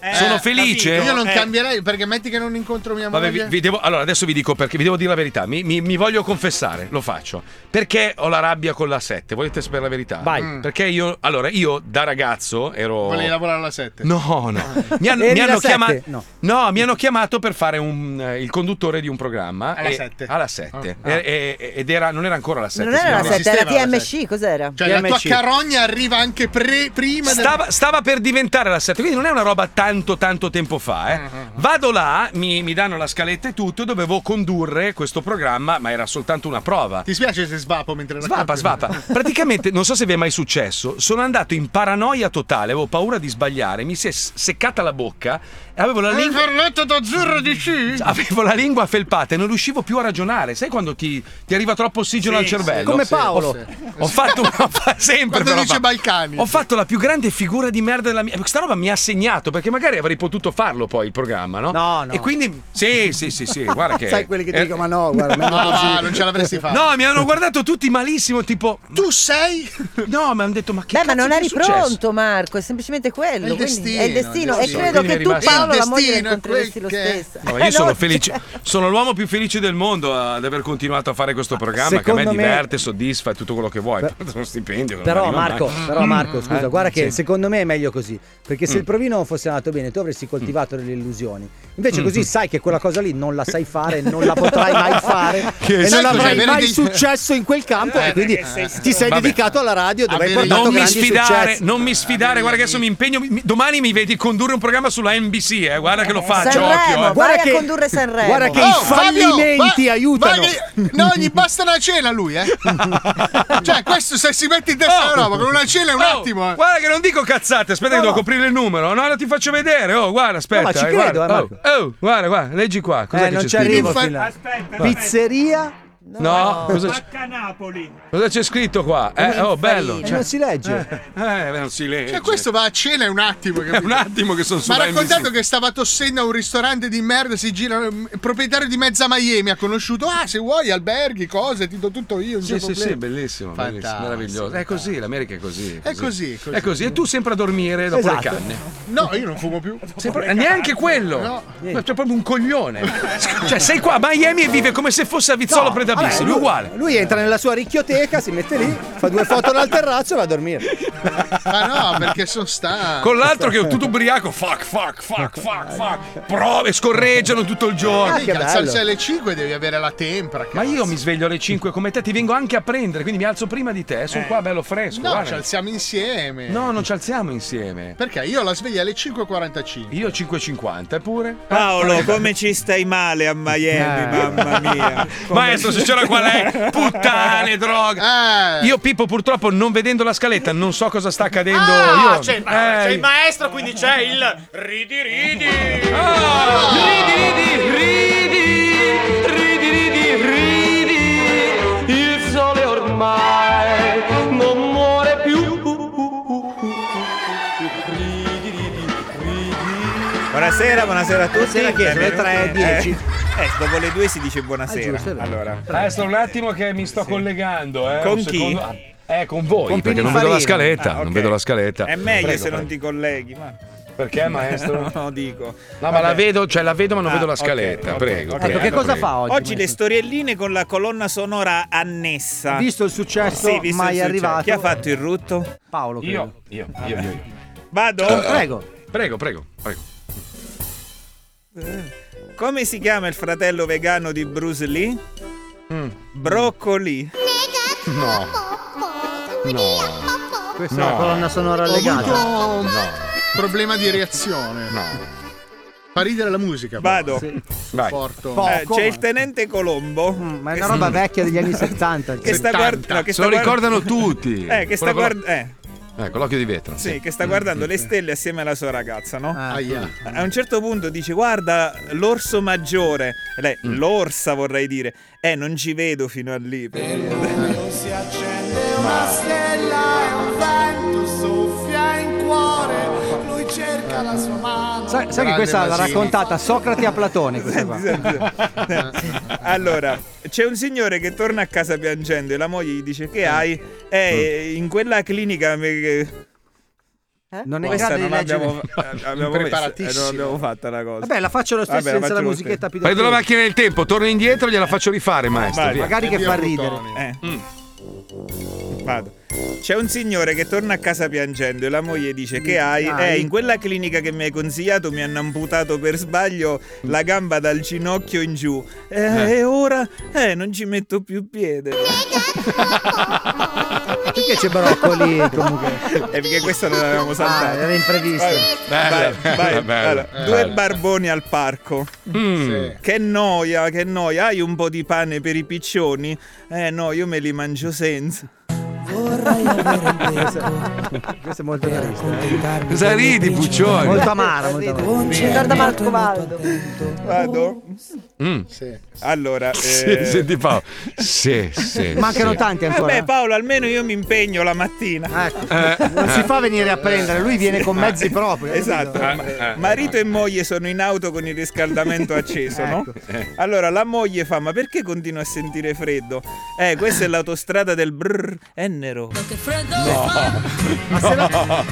S7: Eh,
S2: sono felice.
S5: Io non cambierei perché metti che non incontro mia
S2: Vabbè, vi-
S5: moglie.
S2: vi devo- allora adesso vi dico perché vi devo dire la verità. Mi, mi- mi voglio confessare, lo faccio. Perché ho la rabbia con la 7? Volete sapere la verità?
S5: Vai.
S2: Mm. Perché io, allora, io da ragazzo ero.
S5: Volevi Ah. lavorare alla 7.
S2: No, no. Mi hanno,
S5: Eri
S2: mi
S5: la
S2: hanno
S5: sette?
S2: chiamato.
S5: No.
S2: No. mi hanno chiamato per fare un, eh, il conduttore di un programma.
S5: Alla
S2: e-
S5: sette.
S2: alla sette.
S5: Ah.
S2: E- e- e- ed era, non era ancora la 7.
S7: Non era la 7, era TMC, cos'era?
S5: Cioè, la tua carogna arriva anche pre- prima del-
S2: Stava, stava per diventare la 7, quindi non è una roba tanto tanto tempo fa.
S5: Ah,
S2: eh. Vado là, mi, mi danno la scaletta e tutto, e dovevo condurre questo programma, ma era soltanto una prova.
S5: Ti spiace se svapo mentre
S2: Svapa,
S5: racconti?
S2: svapa. Praticamente, non so se vi è mai successo, sono andato in paranoia totale, avevo paura di sbagliare, mi si è s- seccata la bocca, e avevo la
S5: Un
S2: lingua...
S5: ferletto d'azzurro di sci?
S2: Avevo la lingua felpata e non riuscivo più a ragionare. Sai quando ti, ti arriva troppo ossigeno
S5: Sì,
S2: al cervello?
S5: sì, come Paolo.
S2: Ho, ho fatto una fa- sempre.
S5: Quando
S2: però
S5: dice
S2: fa-
S5: Balcani.
S2: Ho fatto la più grande figura di merda della mia. Questa roba mi ha segnato perché magari avrei potuto farlo poi il programma, no? No, no. E quindi. Sì, sì, sì, sì. Guarda che.
S3: Sai quelli che ti
S2: eh,
S3: dicono, ma no, guarda, ma
S5: No, no, non ce l'avresti fatta.
S2: No, mi hanno guardato tutti malissimo, tipo.
S5: Tu sei?
S2: No, mi hanno detto, ma che
S7: Beh, ma non
S2: cazzo ti
S7: eri
S2: è successo?
S7: pronto, Marco, è semplicemente quello.
S2: È il
S7: quindi
S2: destino,
S7: è il destino.
S2: il
S7: E
S2: destino.
S7: credo
S2: Quindi
S7: che
S2: mi
S7: tu,
S2: è rimasto-
S7: Paolo,
S2: Il
S7: la moglie la
S2: destino è
S7: incontreresti lo stesso. Eh, cioè,
S2: No, ma io
S3: cioè
S2: sono felice, sono l'uomo più felice del mondo ad aver continuato a fare questo programma che a me
S3: secondo me-
S2: diverte, soddisfa e tutto quello che vuoi. Però uno stipendio. non
S3: Però
S2: arriva mai.
S3: Marco, però Marco, scusa,
S2: Eh?
S3: guarda che
S2: Sì.
S3: secondo me è meglio così, perché se
S2: Mm.
S3: il provino non fosse andato bene, tu avresti coltivato delle illusioni. Invece
S2: Mm.
S3: così sai che quella cosa lì non la sai fare, non la potrai mai fare
S2: Che
S3: e
S2: sai
S3: non
S2: cos'è?
S3: avrai
S2: Avere
S3: mai
S2: dei-
S3: successo in quel campo
S2: Eh,
S3: e quindi
S2: perché sei
S3: ti sei
S2: stronzo.
S3: dedicato alla radio dove hai
S2: Avere-
S3: portato
S2: non mi
S3: grandi
S2: sfidare,
S3: successi.
S2: non mi sfidare, guarda che adesso mi impegno. mi- domani mi vedi condurre un programma sulla NBC, eh, guarda che lo faccio. occhio, eh.
S7: vai a condurre Sanremo.
S3: guarda che
S5: Oh,
S3: i fallimenti aiutano.
S5: no, gli basta una cena a lui, eh. cioè, questo se si mette in testa la roba Eh, con una cena è un
S2: Oh,
S5: attimo. eh.
S2: Guarda che non dico cazzate, aspetta
S5: No,
S2: che devo
S5: no.
S2: coprire il numero. No, no, ti faccio vedere. Oh, guarda, aspetta.
S3: No, ma ci
S2: eh,
S3: credo,
S2: guarda.
S3: eh,
S2: oh, oh, guarda, guarda, leggi qua. Cos'è
S3: Eh,
S2: che
S3: non
S2: c'è
S3: ci
S2: scritto?
S3: arrivo fino là.
S14: Aspetta,
S3: Pizzeria?
S2: No, cosa c'è?
S14: Spacca Napoli.
S2: Cosa c'è scritto qua? Eh, oh, bello.
S3: Non si legge.
S2: Eh, eh, non si legge.
S5: Cioè, questo va a cena è un attimo.
S2: È un attimo che sono
S5: Ma ha
S2: sulla
S5: raccontato
S2: NBC.
S5: che stava tossendo a un ristorante di merda, si gira, il proprietario di mezza Miami ha conosciuto, ah se vuoi alberghi, cose, ti do tutto io, non
S2: Sì,
S5: c'è
S2: sì, sì,
S5: problema.
S2: bellissimo,
S5: Fantastico,
S2: bellissimo, meraviglioso. È così, l'America è così.
S5: È così, così.
S2: È così. E tu sempre a dormire dopo le
S5: Esatto.
S2: canne.
S5: No, io non fumo più.
S2: Sempre- neanche quello. Ma C'è proprio un coglione. cioè, sei qua a Miami e vive come se fosse a Vizzolo
S3: No,
S2: Predabissi,
S3: vabbè,
S2: lui è uguale.
S3: Lui entra nella sua ricchioteca, si mette lì, fa due foto dal terrazzo e va a dormire.
S5: Ma no, perché sono stanco.
S2: Con l'altro che è tutto ubriaco, fuck, fuck, fuck,
S4: Ecco.
S2: fuck, fuck. Prove, scorreggiano tutto il giorno.
S5: Ah, che alzarsi alle 5 devi avere la tempra.
S2: Ma io mi sveglio alle 5 come te, ti vengo anche a prendere, quindi mi alzo prima di te, sono
S5: Eh.
S2: qua bello fresco.
S5: No,
S2: guarda.
S5: ci alziamo insieme.
S2: No, non ci alziamo insieme.
S5: Perché io la sveglia alle 5.45.
S2: Io 5.50, eppure?
S14: Paolo, come ci stai male a
S5: Eh.
S14: Miami,
S2: Eh.
S14: mamma mia. Come-
S2: Maestro, se c'era qual è?
S4: Ah,
S2: Puttane,
S5: Eh.
S2: droga.
S14: Eh.
S2: Io, Pippo, purtroppo, non vedendo la scaletta, non so cosa sta accadendo.
S15: Ah,
S2: io.
S15: c'è, ma-
S2: Eh,
S15: c'è il maestro, quindi c'è il ridi ridi.
S4: Ah. Ridi, ridi, ridi, ridi, ridi, il sole ormai non muore più.
S14: Buonasera, buonasera a tutti.
S2: Buonasera, chi è? Sono le
S14: Benvenuti.
S2: 3:10.
S14: Eh, eh, dopo le 2 si dice buonasera. allora.
S2: Maestro, un attimo che mi sto collegando. Eh,
S14: Con
S2: un
S14: chi?
S2: secondo- ah, Eh, con voi,
S14: Con
S2: perché non
S14: Pininfarina.
S2: vedo la scaletta.
S14: Ah, ok.
S2: Non vedo la scaletta.
S14: È meglio
S2: Prego,
S14: se
S2: prego.
S14: non ti colleghi, ma.
S2: Perché maestro?
S14: No, dico. Ah,
S2: No, ma la vedo, cioè la vedo, ma non vedo la scaletta. prego.
S14: Ecco,
S2: prego, prego.
S14: Oggi le storielline con la colonna sonora
S2: Ah.
S14: annessa.
S12: Visto il successo,
S14: Sì, visto
S12: mai
S14: il successo.
S12: arrivato.
S14: Chi ha fatto il rutto?
S12: Paolo, credo.
S2: Io, io, io.
S14: Vado?
S2: Eh, Prego, prego, prego.
S14: Eh. Come si chiama il fratello vegano di Bruce Lee? Broccoli.
S2: No. No.
S5: Questa
S14: No.
S5: sonora
S14: legata.
S5: Ho avuto un problema di reazione.
S2: No.
S5: Fa ridere la musica.
S14: Vado.
S2: Vai.
S5: Porto.
S14: Eh, c'è il tenente Colombo.
S5: Mm,
S14: ma
S12: È una roba vecchia degli anni 70.
S14: Che sta guard- no,
S2: Se
S14: che sta
S2: lo
S14: guard-
S2: ricordano tutti.
S14: Eh, che sta
S2: Quello
S14: guard-
S2: con-
S14: eh.
S2: Eh, con l'occhio di vetro.
S14: Sì, che sta guardando le stelle assieme alla sua ragazza, no?
S12: Ah,
S5: Aia.
S14: A un certo punto dice: Guarda l'orso maggiore. E Lei, l'orsa vorrei dire. Eh, non ci vedo fino a lì.
S4: Si accende una stella e un vento soffia in cuore, lui cerca la sua mano.
S12: Sai, sai che questa l'ha raccontata Socrate a Platone. Questa qua.
S14: allora, c'è un signore che torna a casa piangendo e la moglie gli dice: Che hai? Eh, in quella clinica. me-
S12: Non è in
S14: Questa
S12: grado di
S14: Eh? non
S12: leggere.
S14: abbiamo, eh, abbiamo
S12: Preparatissimo.
S14: messa, eh, non abbiamo fatta la cosa.
S12: Vabbè, la faccio lo stesso
S14: Vabbè,
S12: senza la
S14: faccio lo
S12: musichetta
S14: stesso.
S2: Prendo la macchina del tempo, torno indietro, gliela faccio rifare, maestro.
S14: Vai,
S2: via.
S12: magari che fa ridere.
S14: Eh. Vado. C'è un signore che torna a casa piangendo e la moglie dice che hai?
S12: Dai.
S14: Eh, in quella clinica che mi hai consigliato mi hanno amputato per sbaglio la gamba dal ginocchio in giù. Eh,
S12: Eh.
S14: E ora? Eh, non ci metto più piede.
S12: Perché c'è Broccoli comunque?
S14: È perché questa non l'avevamo saltata.
S12: Ah, era imprevista.
S14: Vai,
S12: Bella,
S14: vai,
S12: bella,
S14: vai.
S12: bella,
S14: Allora,
S2: Eh,
S12: bella.
S14: due barboni al parco.
S2: Mm.
S14: Sì. Che noia, che noia. Hai un po' di pane per i piccioni? Eh no, io me li mangio senza.
S12: Vorrei avere un becco. Questo è molto triste.
S2: Cosa ridi, Puccioni?
S12: Molto amara, molto amara.
S7: Guarda Marco Valdo.
S14: Vado.
S2: Mm.
S14: Allora,
S2: Sì,
S14: eh,
S2: senti Paolo. Sì, sì.
S12: Mancano
S2: sì.
S12: tanti ancora. Ecco.
S14: Vabbè, Paolo, almeno io mi impegno la mattina.
S2: Eh.
S12: Non si fa venire a prendere, lui viene con mezzi propri.
S14: Esatto.
S12: capito?
S2: Eh,
S14: Ma- Marito e moglie sono in auto con il riscaldamento acceso,
S12: Ecco.
S14: no?
S12: Eh.
S14: Allora la moglie fa: Ma perché continuo a sentire freddo? Eh, questa è l'autostrada del brrr Ennero.
S12: Ma, se la,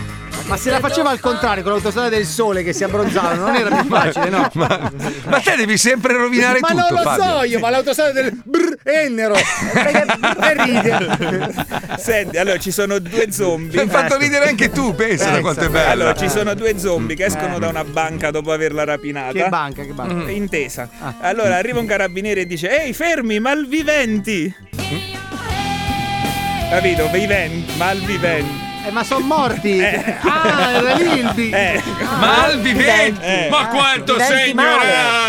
S12: ma se la faceva al contrario con l'autostrada del sole che si abbronzava, non era più facile, no?
S2: Ma, ma te devi sempre rovinare
S3: ma
S2: tutto,
S3: non lo
S2: Fabio.
S3: so io, ma l'autostrada del brr ennero.
S12: E
S14: ride. Senti, allora ci sono due zombie.
S2: Mi hai fatto ridere anche tu, pensa da quanto è bello.
S14: Allora, ci sono due zombie che
S12: Eh,
S14: escono da una banca dopo averla rapinata.
S12: Mm. Che banca, che banca? Ah.
S14: Mm. Intesa. Allora arriva un carabiniere e dice: Ehi, fermi, malviventi! Capito? Viventi, malviventi. Eh.
S12: Eh, ma sono morti! Ah, era lì il B.
S2: Malviventi!
S14: Eh.
S2: Ma quanto
S12: Diventi
S2: sei
S12: male.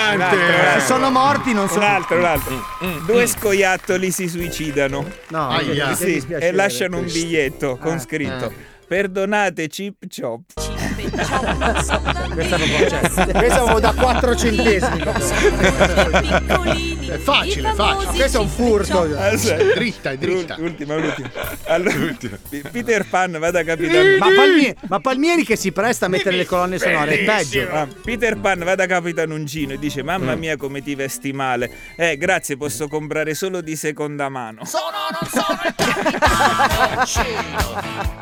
S2: ignorante!
S14: Un altro,
S12: Se sono morti non sono...
S14: Un altro, un altro.
S2: Mm,
S14: Due scoiattoli si suicidano.
S12: No,
S14: Aia.
S12: che- che
S14: Sì,
S12: dispiacere.
S14: e lasciano un biglietto
S12: Ah,
S14: con scritto:
S12: eh.
S14: Perdonate, Chip Chop.
S3: Cioè,
S12: Questa non può essere.
S3: Questa avevo da 4 centesimi.
S5: È facile, è facile.
S3: Questo è un furto.
S14: Ah, sì.
S5: Dritta, è dritta.
S14: Ultima, ultima. Allora, P- Peter Pan, vada a capitano.
S12: Ma Palmieri, ma Palmieri che si presta a mettere le colonne sonore, è peggio.
S14: Ah, Peter Pan va da Capitanuncino e dice:
S2: Mm.
S14: Mamma mia, come ti vesti male. Eh, grazie, posso comprare solo di seconda mano.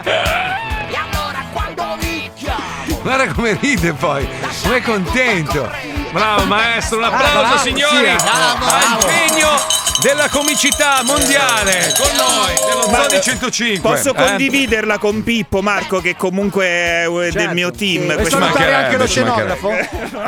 S4: E allora quando mi chiamo,
S2: Guarda come ride poi, come è contento. Bravo maestro, un applauso
S4: bravo,
S2: signori
S4: sì, bravo, bravo.
S2: all'impegno della comicità mondiale con noi dello
S14: Ma-
S2: Zoni 105.
S14: Posso
S2: Eh?
S14: condividerla con Pippo, Marco, che comunque è eh, del mio team.
S2: Sì.
S14: Questo-
S2: Ci mancherebbe, ci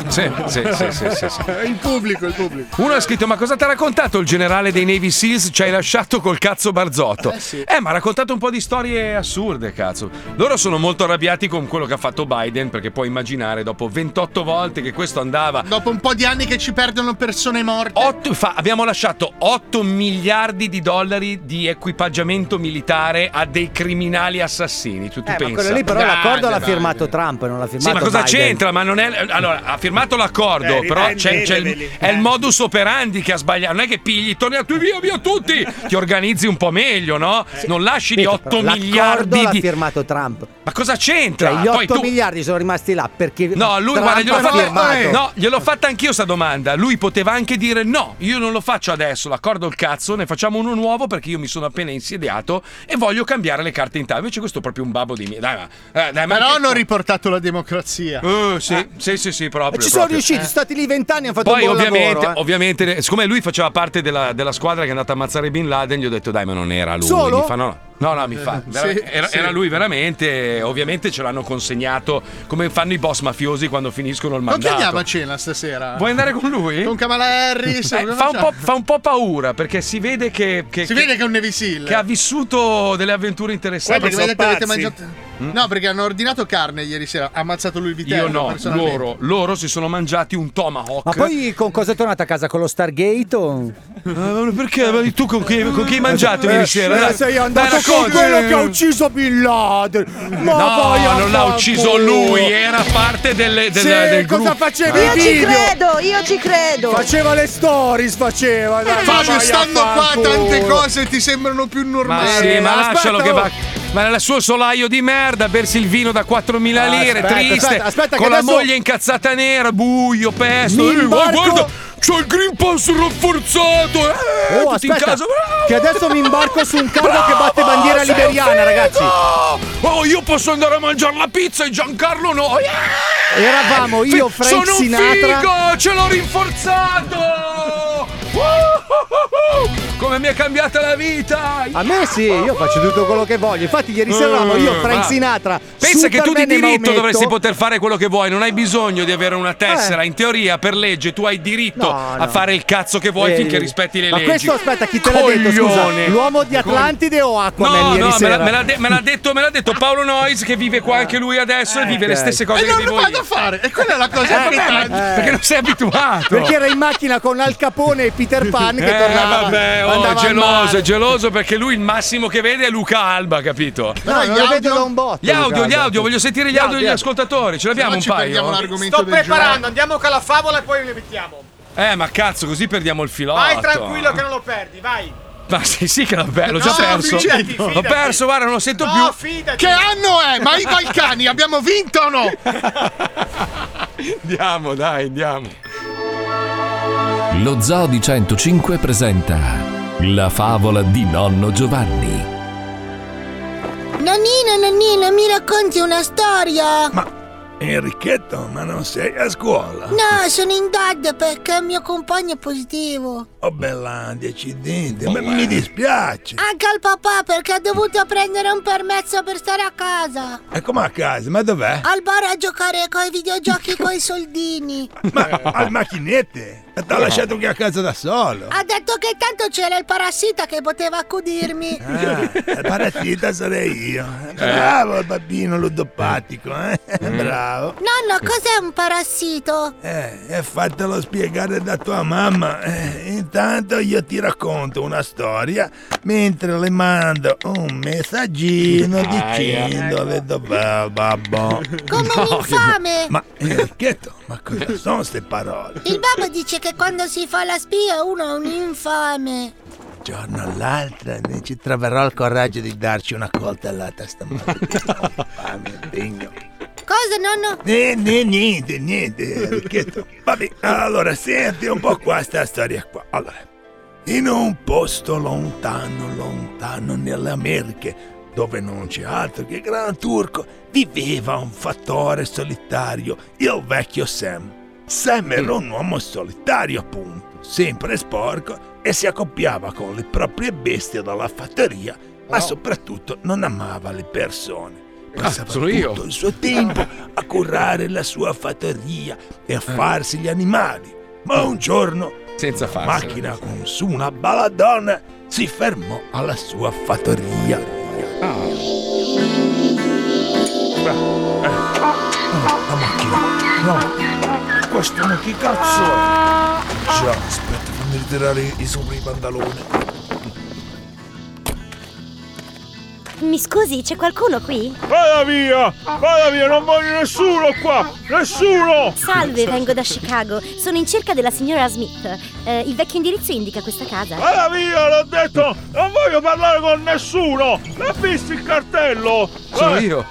S2: Sì, sì, sì, sì, sì, sì.
S5: Il pubblico, il pubblico.
S2: Uno ha scritto: Ma cosa ti ha raccontato il generale dei Navy Seals? Ci hai lasciato col cazzo Barzotto. Eh, ma ha raccontato un po' di storie assurde, cazzo. Loro sono molto arrabbiati con quello che ha fatto Biden, perché puoi immaginare, dopo 28 volte che questo andava.
S5: Dopo un po' di anni che ci perdono persone morte.
S2: Otto- fa- abbiamo lasciato 8 miliardi di dollari di equipaggiamento militare a dei criminali assassini. Tu, tu
S12: Eh, ma
S2: pensa.
S12: quello lì però l'accordo l'ha
S2: Dai, dai.
S12: firmato Trump, non l'ha firmato
S2: Sì, ma cosa
S12: Biden.
S2: c'entra? Ma non è. Allora, ha firmato l'accordo,
S12: Eh,
S2: però c'è, c'è il,
S12: riprendeteli.
S2: è il modus operandi che ha sbagliato. Non è che pigli, torni a tu, via, via tutti. Ti organizzi un po' meglio, no? Non lasci gli
S12: Capito?
S2: 8
S12: Però
S2: miliardi
S12: L'accordo l'ha
S2: di.
S12: firmato Trump.
S2: Ma cosa c'entra?
S12: Cioè, gli 8
S2: Poi tu-
S12: miliardi sono rimasti là perché.
S2: No, lui
S12: Trump
S2: guarda, gliel'ho
S12: ha
S2: fatta,
S12: firmato.
S2: no, gliel'ho fatta anch'io sta domanda. Lui poteva anche dire no, io non lo faccio adesso, l'accordo guardo il cazzo, ne facciamo uno nuovo perché io mi sono appena insediato e voglio cambiare le carte in tavola. Invece questo è proprio un babbo di mia. Dai, ma, eh, dai, ma
S5: Però
S2: che-
S5: hanno riportato la democrazia.
S2: Eh, sì, sì, sì, sì, proprio.
S3: Ci
S2: proprio.
S3: sono
S2: Eh.
S3: riusciti, sono stati lì vent'anni, hanno fatto
S2: Poi
S3: un buon
S2: ovviamente,
S3: lavoro. eh.
S2: ovviamente, siccome lui faceva parte della, della squadra che è andata a ammazzare Bin Laden, gli ho detto dai ma non era lui.
S3: Solo?
S2: Mi fa, no, no, no, no, mi fa.
S3: Eh,
S2: vera-
S3: sì,
S2: era,
S3: sì.
S2: era lui veramente, ovviamente ce l'hanno consegnato come fanno i boss mafiosi quando finiscono il
S5: Non
S2: mandato.
S5: chiamiamo a cena stasera. Eh,
S2: Vuoi andare con lui?
S5: Con Kamala Harris?
S2: Eh,
S5: Come
S2: fa, un
S5: facciamo?
S2: po', fa un po' paura perché si vede che, che-
S5: Si vede che è un nevisil.
S2: che ha vissuto delle avventure
S5: Sai
S2: interessanti.
S5: perché mi avete- avete mangiato- No, perché hanno ordinato carne ieri sera. Ha ammazzato lui il vitello.
S2: Mm? Io no,
S5: personalmente.
S2: loro, loro si sono mangiati un tomahawk.
S12: Ma poi con cosa è tornata a casa? Con lo Stargate? o-
S2: Eh, perché? Ma tu con chi, con chi hai mangiato
S12: Eh,
S2: ieri sera?
S12: eh,
S2: Dai,
S12: sei
S2: dai,
S12: andato con
S2: racconti.
S12: quello che ha ucciso Bin Laden. Ma vai a
S2: no, non l'ha
S12: fanculo.
S2: ucciso lui, era parte delle, del,
S12: Sì,
S2: del
S12: cosa
S2: gruppo.
S12: facevi?
S7: Io ci
S12: Video.
S7: credo, io ci credo.
S12: Faceva le stories, faceva. dai, vai
S5: Fabio,
S12: a
S5: stando qua
S12: fanculo.
S5: tante cose ti sembrano più
S2: Ma
S5: normali.
S2: sì, ma lascialo
S5: Aspetta,
S2: che
S5: oh.
S2: va. Ma nel suo solaio di merda, a bersi il vino da 4.000
S5: Ah,
S2: lire,
S5: aspetta,
S2: triste,
S5: aspetta, aspetta,
S2: con
S5: che
S2: la
S5: adesso-
S2: moglie incazzata nera, buio, pesto.
S12: Mi
S2: Eh, guarda,
S12: imbarco-
S2: guarda, c'ho il Green Pass rafforzato. Eh,
S12: Oh,
S2: tutti in
S12: aspetta,
S2: casa. Bravo,
S12: che adesso mi imbarco su un carro che batte
S2: bravo,
S12: bandiera
S2: sei
S12: liberiana,
S2: figo!
S12: ragazzi.
S2: Oh, io posso andare a mangiare la pizza e Giancarlo no. Eh,
S12: Eravamo io,
S2: fi-
S12: Frank
S2: Sono un
S12: Sinatra.
S2: figo, ce l'ho rinforzato. Uh, Come mi è cambiata la vita!
S12: A me sì, io faccio tutto quello che voglio. Infatti, ieri sera eravamo io,
S2: Eh,
S12: Frank
S2: va.
S12: Sinatra.
S2: Pensa che tu
S12: Superman
S2: di
S12: e
S2: diritto
S12: Maometto.
S2: dovresti poter fare quello che vuoi, non hai bisogno di avere una tessera. In teoria, per legge, tu hai diritto
S12: Eh. No,
S2: a
S12: no.
S2: fare il cazzo che vuoi
S12: Eh,
S2: finché
S12: eh.
S2: rispetti le
S12: Ma
S2: leggi.
S12: questo aspetta, chi te l'ha detto? Scusa,
S2: Coglione.
S12: l'uomo di Atlantide o Aquaman
S2: No,
S12: ieri
S2: no, me
S12: sera?
S2: l'ha, me l'ha de- me l'ha detto, me l'ha detto Paolo Noyes che vive qua anche lui adesso e vive le
S12: Eh, ok.
S2: stesse
S5: E
S2: cose che
S5: non lo
S2: vivo
S5: vado a
S2: io.
S5: fare. E quella è la
S2: Eh,
S5: cosa
S2: vabbè, ma-
S5: importante.
S2: Perché non sei abituato.
S12: Perché era in macchina con Al Capone e Peter Pan che
S2: Eh,
S12: tornava.
S2: vabbè,
S12: andava
S2: oh,
S12: al
S2: geloso,
S12: mare.
S2: è geloso perché lui il massimo che vede è Luca Alba, capito?
S12: No, non lo vedo da un botto.
S2: Gli audio,
S12: Luca,
S2: gli
S12: guarda.
S2: audio, voglio sentire gli
S12: Gli
S2: audio degli
S12: audio.
S2: ascoltatori. Ce l'abbiamo
S12: no
S2: un
S12: ci
S2: paio?
S12: perdiamo
S5: l'argomento
S15: Sto
S5: del
S15: preparando, andiamo con la favola e poi le mettiamo.
S2: Eh, ma cazzo, così perdiamo il filotto.
S15: Vai tranquillo che non lo perdi, vai.
S2: Ma sì, sì che l'ho, per- l'ho
S15: No,
S2: già perso.
S15: fidati, fidati.
S2: L'ho perso, guarda, non lo sento
S15: No,
S2: più.
S15: fidati.
S5: Che anno è? Ma i Balcani abbiamo vinto o no?
S2: Andiamo, dai, andiamo.
S1: Lo Zoo di 105 presenta La favola di nonno Giovanni.
S10: Nonnino, nonnino, mi racconti una storia?
S22: Enrichetto, ma non sei a scuola?
S10: No, sono in dad perché il mio compagno è positivo.
S22: Oh bella, decidente, ma mi dispiace.
S10: Anche al papà perché ha dovuto prendere un permesso per stare a casa.
S22: E come a casa, ma dov'è?
S10: Al bar a giocare coi videogiochi coi soldini.
S22: Ma al macchinette? E
S2: Eh.
S22: T'ho lasciato qui a casa da solo. eh.
S10: Ha detto che tanto c'era il parassita che poteva accudirmi.
S2: Eh?
S22: Ah, il parassita sarei io. Bravo il bambino ludopatico, eh?
S2: Mm.
S22: Bravo.
S10: Nonno, cos'è un parassito?
S22: Eh, e fatelo spiegare da tua mamma. Eh, intanto io ti racconto una storia mentre le mando un messaggino
S10: Aia.
S22: dicendole dov'è il babbo.
S10: Come un No, che- infame.
S22: Ma Enrichetto, ma cosa sono queste parole?
S10: Il babbo dice che quando si fa la spia uno è un infame.
S22: giorno all'altro ne ci troverò il coraggio di darci una coltellata stamattina. Oh, papà, mi impegno.
S10: Cosa, nonno?
S22: Eh, né, niente, niente, Enrichetto. Vabbè, allora senti un po' qua sta storia qua. Allora, in un posto lontano, lontano nelle Americhe, dove non c'è altro che Gran Turco, viveva un fattore solitario, il vecchio Sam. Sam era un uomo solitario, appunto, sempre sporco e si accoppiava con le proprie bestie dalla fattoria,
S2: Oh.
S22: ma soprattutto non amava le persone. Passava
S2: Ah, sono io.
S22: tutto il suo tempo a curare la sua fattoria
S2: Eh.
S22: e a farsi gli animali. Ma un giorno
S2: Senza
S22: la
S2: farsela.
S22: macchina con su una baladonna si fermò alla sua fattoria.
S2: Ah.
S22: eh. La macchina, no, questo ma che cazzo è? Già, aspetta, fammi ritirare i sopra i pantaloni.
S13: Mi scusi, c'è qualcuno qui?
S23: Vada via! Vada via, non voglio nessuno qua! Nessuno!
S13: Salve, vengo da Chicago. Sono in cerca della signora Smith. Eh, il vecchio indirizzo indica questa casa.
S23: Vada via, l'ho detto! Non voglio parlare con nessuno! L'ha visto il cartello?
S22: Sono
S23: Eh.
S22: io.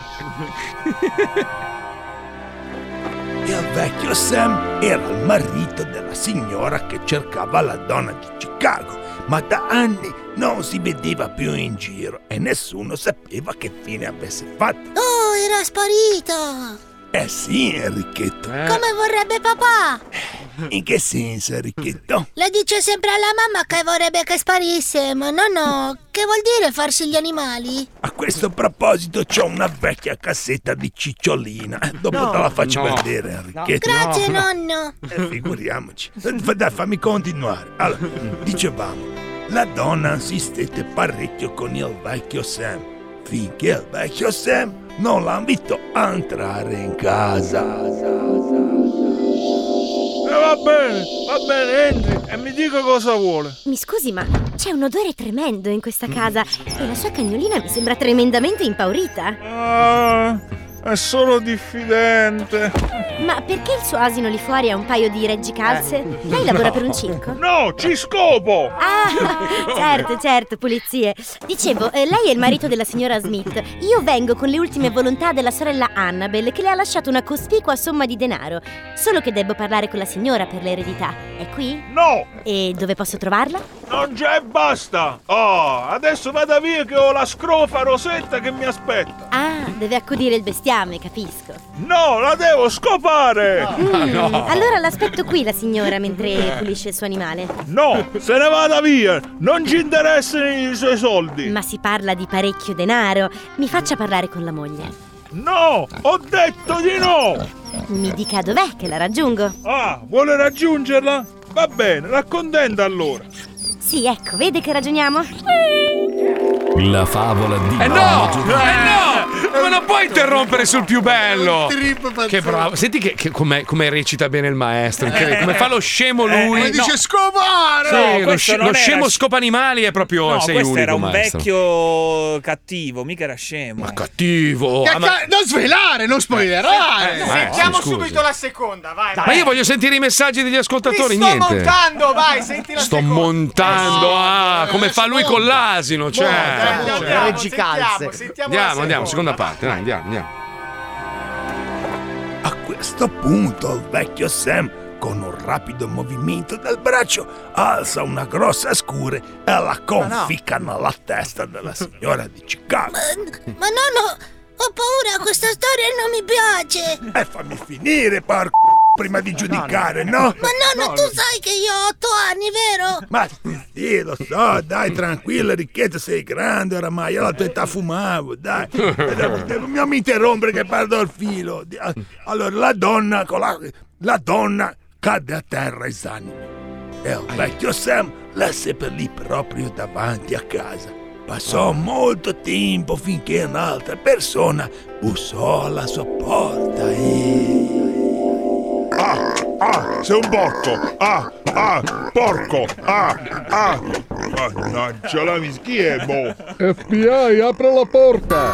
S22: Il vecchio Sam era il marito della signora che cercava la donna di Chicago, ma da anni non si vedeva più in giro e nessuno sapeva che fine avesse fatto.
S10: Oh, era sparito!
S22: Eh sì, Enrichetto.
S10: Come vorrebbe papà!
S22: In che senso, Enrichetto?
S10: Le dice sempre alla mamma che vorrebbe che sparisse, ma no, no, che vuol dire farsi gli animali?
S22: A questo proposito c'ho una vecchia cassetta di cicciolina. Dopo
S10: No.
S22: te la faccio
S10: No.
S22: vedere, Enrichetto.
S10: Grazie, nonno!
S22: Eh, figuriamoci. F- Dai, fammi continuare. Allora, dicevamo, la donna insistette parecchio con il vecchio Sam, finché il vecchio Sam non la invitò a entrare in casa.
S4: E eh, va bene, va bene, entri e mi dica cosa vuole.
S13: Mi scusi, ma c'è un odore tremendo in questa
S4: Mm.
S13: casa e la sua cagnolina mi sembra tremendamente impaurita.
S4: Ah, è solo diffidente.
S13: Ma perché il suo asino lì fuori ha un paio di reggicalze? Lei lavora
S4: No.
S13: per un circo?
S4: Eh. No, ci scopo!
S13: Ah, certo, certo, pulizie. Dicevo, eh, lei è il marito della signora Smith. Io vengo con le ultime volontà della sorella Annabel che le ha lasciato una cospicua somma di denaro. Solo che debbo parlare con la signora per l'eredità. È qui?
S4: No!
S13: E dove posso trovarla?
S4: Non c'è e basta! Oh, adesso vada via che ho la scrofa Rosetta che mi aspetta!
S13: Ah, deve accudire il bestiame, capisco.
S4: No, la devo scopare!
S2: Ah,
S13: Mm, Allora l'aspetto qui la signora mentre pulisce il suo animale.
S4: No, se ne vada via! Non ci interessano i suoi soldi!
S13: Ma si parla di parecchio denaro. Mi faccia parlare con la moglie.
S4: No, ho detto di no!
S13: Mi dica dov'è che la raggiungo.
S4: Ah, vuole raggiungerla? Va bene, raccontenta allora!
S13: Sì, ecco, vede che ragioniamo?
S24: La favola di
S25: Eh no!
S24: Mauro Giovanni.
S25: Eh no! Ma non puoi interrompere sul più bello!
S2: Che bravo, senti che, che- come, come recita bene il
S4: Eh.
S2: maestro, incredibile. come fa lo scemo
S26: Eh,
S2: lui.
S26: come dice
S2: scopare!
S26: No,
S2: lo,
S26: questo
S2: sce-
S26: non
S2: lo
S26: era-
S2: scemo scopa animali è proprio
S14: No,
S2: sei
S14: questo
S2: unico,
S14: era un
S2: maestro.
S14: vecchio cattivo, mica era scemo. Ma
S2: cattivo! ah, ma-
S26: Non svelare, non spoilerare!
S2: Eh,
S15: Sentiamo
S2: scusi.
S15: subito la seconda, vai.
S2: Ma io voglio sentire i messaggi degli ascoltatori,
S15: Ti sto
S2: niente.
S15: montando, vai, senti la
S2: Sto
S15: seconda.
S2: montando, ah, come fa lui con l'asino, cioè.
S15: Andiamo,
S2: Cioè.
S15: andiamo,
S2: Reggi-
S15: sentiamo, sentiamo. la
S2: Andiamo, andiamo, seconda parte, dai, andiamo, andiamo.
S22: A questo punto il vecchio Sam, con un rapido movimento del braccio, alza una grossa scure e la conficca nella testa della signora di Chicago.
S10: Ma nonno, ho paura, questa storia non mi piace!
S22: E fammi finire, porco, prima di giudicare, no?
S10: Ma nonno, tu sai che io ho otto anni, vero?
S22: Ma sì, lo so, dai, tranquillo, Ricchetto, sei grande oramai, io alla tua età fumavo, dai. Non mi interrompere che perdo il filo. Allora, la donna, con la, la donna cadde a terra esanime. E il vecchio Sam la seppellì proprio davanti a casa. Passò molto tempo finché un'altra persona bussò alla sua porta e...
S4: Ah, ah, sei un porco! Ah, ah, porco! Ah, ah! Mannaggia la mischia, boh! Eh,
S5: FBI, apra la porta!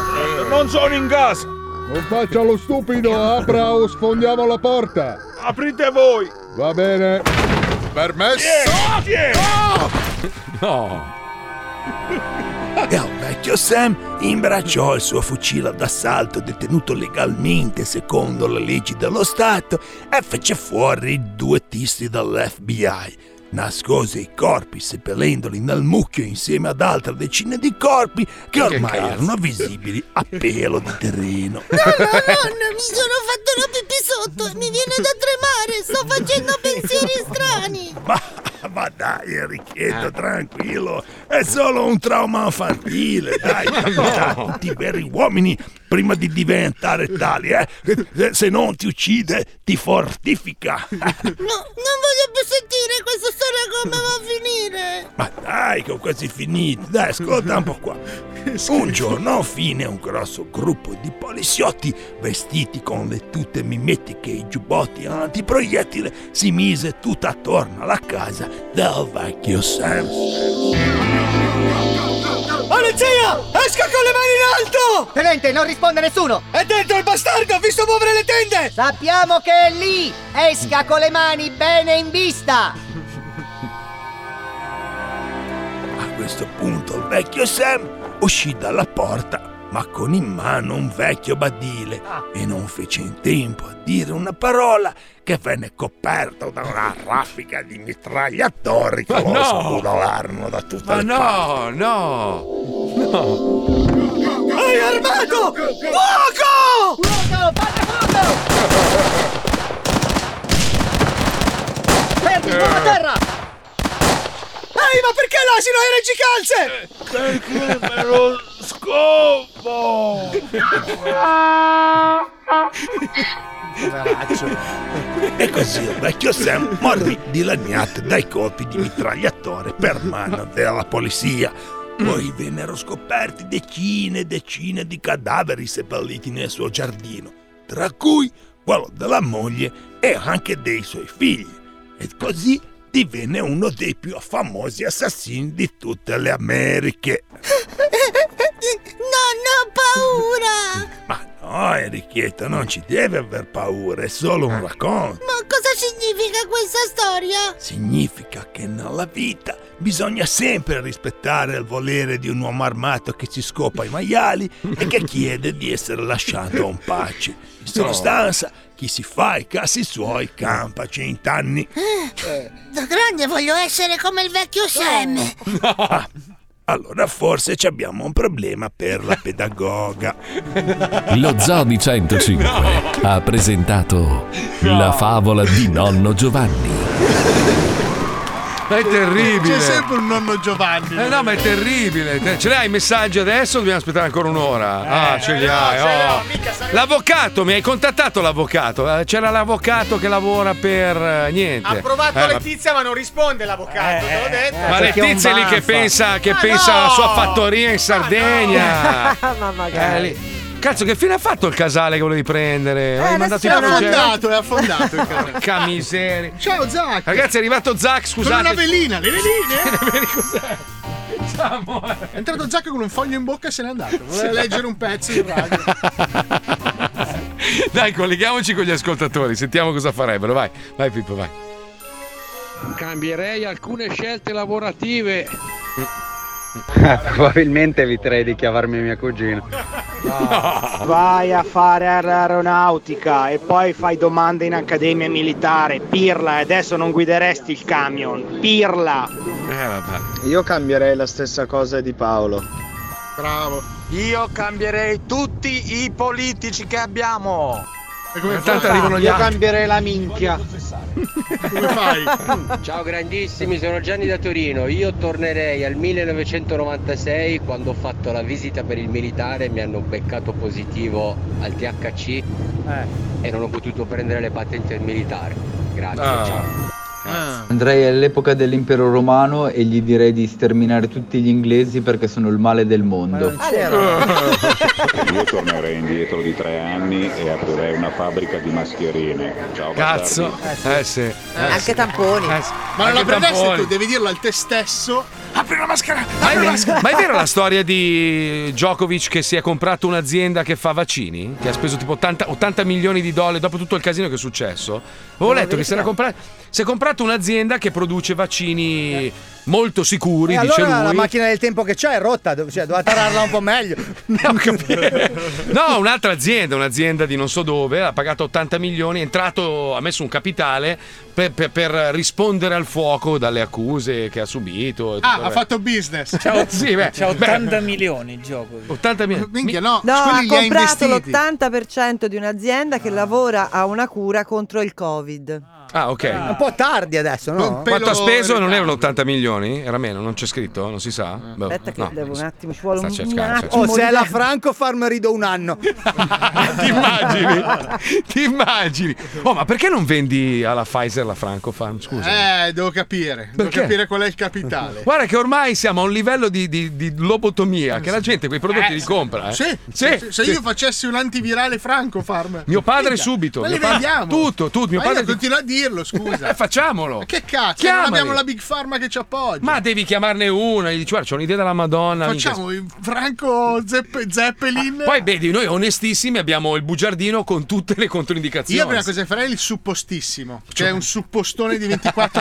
S4: Non sono in casa!
S5: Non faccia lo stupido, apra o sfondiamo la porta!
S4: Aprite voi!
S5: Va bene! Permesso!
S4: Chi è?
S22: No! E il vecchio Sam imbracciò il suo fucile d'assalto detenuto legalmente secondo le leggi dello Stato e fece fuori i due tizi dell'FBI. Nascose i corpi seppellendoli nel mucchio insieme ad altre decine di corpi che ormai
S2: cazzo.
S22: erano visibili a pelo di terreno.
S10: Nonno, mi sono fatto una pipì sotto e mi viene da tremare, sto facendo pensieri strani!
S22: Ma dai, Enrichetto, tranquillo, è solo un trauma infantile. Dai, capita a tutti i veri uomini prima di diventare tali, eh. Se- Se non ti uccide, ti fortifica.
S10: Non voglio più sentire questa storia come va a finire!
S22: Ma dai, che ho quasi finito. Dai, ascolta un po' qua. Un giorno fine un grosso gruppo di poliziotti vestiti con le tute mimetiche e i giubbotti antiproiettile si mise tutta attorno alla casa del vecchio Sam.
S17: Polizia! Esca con le mani in alto! Tenente, non risponde nessuno! È dentro il bastardo! Ho visto muovere le tende! Sappiamo che è lì! Esca con le mani bene in vista!
S22: A questo punto il vecchio Sam uscì dalla porta ma con in mano un vecchio badile
S2: Ah.
S22: e non fece in tempo a dire una parola che venne coperto da una raffica di mitragliatori che
S2: Ma
S22: lo
S2: no!
S22: spudolarono da tutte
S2: Ma
S22: le
S2: no, no, no.
S4: Hai armato! Fuoco! Fuoco! Fate fuoco!
S17: Fermi, buona a terra!
S4: Ehi, ma perché l'asino era in gicalze? Perché me lo scopo!
S22: E così il vecchio Sam morì dilaniato dai colpi di mitragliatore per mano della polizia. Poi vennero scoperti decine e decine di cadaveri seppelliti nel suo giardino, tra cui quello della moglie e anche dei suoi figli. E così divenne uno dei più famosi assassini di tutte le Americhe.
S10: Non ho paura!
S22: No, Enrichetto, non ci deve aver paura, è solo un racconto.
S10: Ma cosa significa questa storia?
S22: Significa che nella vita bisogna sempre rispettare il volere di un uomo armato che ci scopa i maiali e che chiede di essere lasciato in pace. In sostanza, chi si fa i casi suoi campa cent'anni.
S10: Eh, Da grande voglio essere come il vecchio Sam.
S22: Ah, allora forse ci abbiamo un problema per la pedagoga.
S1: Lo Zoo di 105 ha presentato la favola di nonno Giovanni.
S2: È terribile.
S5: C'è sempre un nonno Giovanni.
S2: Eh no, ma è terribile. Te- Ce l'hai i messaggi adesso? o Dobbiamo aspettare ancora un'ora. ah, ce li hai. oh. l'avvocato, mi hai contattato l'avvocato. Eh, C'era l'avvocato che lavora per eh, niente.
S27: Ha provato
S2: Eh, ma- Eh,
S27: Letizia, ma non risponde l'avvocato, te l'ho detto.
S2: Ma Letizia è lì che pensa, che
S27: Ma
S2: pensa alla
S27: no!
S2: sua fattoria in Sardegna.
S7: Ma
S2: Eh,
S7: magari.
S2: lì. Cazzo, che fine ha fatto il casale che volevi prendere? L'hai
S5: L'ha
S2: mandato in Algeria?
S5: affondato, è affondato. il cane.
S2: Porca miseria.
S5: Ciao Zac!
S2: Ragazzi, è arrivato Zac,
S5: Con
S2: scusate.
S5: una velina, le veline?
S2: cos'è?
S5: È entrato Zac con un foglio in bocca e se n'è andato. Voleva leggere un pezzo di radio.
S2: Dai, colleghiamoci con gli ascoltatori, sentiamo cosa farebbero. Vai, vai Pippo, vai.
S28: Cambierei alcune scelte lavorative.
S3: Probabilmente eviterei di chiamarmi mia cugina.
S15: Vai a fare aeronautica e poi fai domande in accademia militare. Pirla, e adesso non guideresti il camion. Pirla.
S12: Eh,
S3: Io cambierei la stessa cosa di Paolo.
S5: Bravo.
S15: Io cambierei tutti i politici che abbiamo.
S5: E
S3: come Intanto fai? arrivano gli
S15: Io
S3: altri.
S15: cambierei la minchia.
S5: come fai?
S3: Ciao grandissimi, sono Gianni da Torino. Io tornerei al 1996 quando ho fatto la visita per il militare e mi hanno beccato positivo al THC
S2: Eh.
S3: e non ho potuto prendere le patenti al militare. Grazie,
S2: Ah.
S3: ciao.
S14: Andrei all'epoca dell'impero romano e gli direi di sterminare tutti gli inglesi perché sono il male del mondo.
S19: Io tornerei indietro di tre anni e aprirei una fabbrica di mascherine. Ciao,
S2: Cazzo.
S19: bastardi.
S2: Eh sì. Eh,
S7: Anche tamponi.
S5: Ma non la
S2: Anche
S5: prendesti
S2: tamponi.
S5: tu, devi dirlo al te stesso. Apri la maschera!
S2: Ma
S5: apri la
S2: è,
S5: maschera!
S2: ma è vera la storia di Djokovic che si è comprato un'azienda che fa vaccini? Che ha speso tipo 80, 80 milioni di dollari dopo tutto il casino che è successo? Avevo letto che si era comprato. Si è comprato un'azienda che produce vaccini molto sicuri,
S29: E
S2: dice
S29: Eh, allora la
S2: lui.
S29: macchina del tempo che c'ha è rotta, dov- cioè doveva tararla un po' meglio.
S2: No, un'altra azienda, un'azienda di non so dove, ha pagato 80 milioni, è entrato, ha messo un capitale per, per- per rispondere al fuoco dalle accuse che ha subito. e tutto il
S5: Ah, ha
S2: resto.
S5: fatto business.
S2: Ciao, sì, beh,
S30: C'ha
S2: beh.
S30: 80 milioni il gioco.
S2: 80 milioni.
S5: Minchia, no,
S7: No, ha
S5: quelli li ha
S7: comprato
S5: investiti. Ah.
S7: l'80% di un'azienda che lavora a una cura contro il Covid.
S2: Ah, ok.
S29: Un po' tardi adesso, no?
S2: Quanto ha speso? Non erano 80 milioni? Era meno, non c'è scritto? Non si sa? Boh,
S7: Ah, Aspetta che
S2: no.
S7: devo un attimo, ci vuole
S2: Sta
S7: un, un
S2: cercando, sta
S7: attimo.
S29: Oh, se è la
S7: di-
S29: Franco farm rido un anno.
S2: Ti immagini? Ti immagini? Oh, ma perché non vendi alla Pfizer la Francofarm? Scusa.
S5: Eh, devo capire. Devo
S2: Perché?
S5: capire qual è il capitale.
S2: Guarda che ormai siamo a un livello di, di- di lobotomia, che la gente quei prodotti
S5: Eh,
S2: li
S5: sì.
S2: compra. eh.
S5: Sì,
S2: sì,
S5: se- se
S2: sì.
S5: io facessi un antivirale Franco Farm.
S2: Mio padre subito.
S5: Ma
S2: mio
S5: li
S2: padre-
S5: vendiamo.
S2: Tutto, tutto. Mio
S5: Ma
S2: padre
S5: io continuo a dirlo, scusa.
S2: Eh, facciamolo.
S5: Che cazzo?
S2: Chiamali.
S5: Non abbiamo la Big Pharma che ci appoggia.
S2: Ma devi chiamarne uno, gli dici guarda, c'ho un'idea della Madonna. minchia, Ah,
S5: Facciamo il Franco Zeppe- Zeppelin.
S2: Poi vedi, noi onestissimi abbiamo il bugiardino con tutte le controindicazioni.
S5: Io prima cosa farei il suppostissimo, cioè un suppostone di 24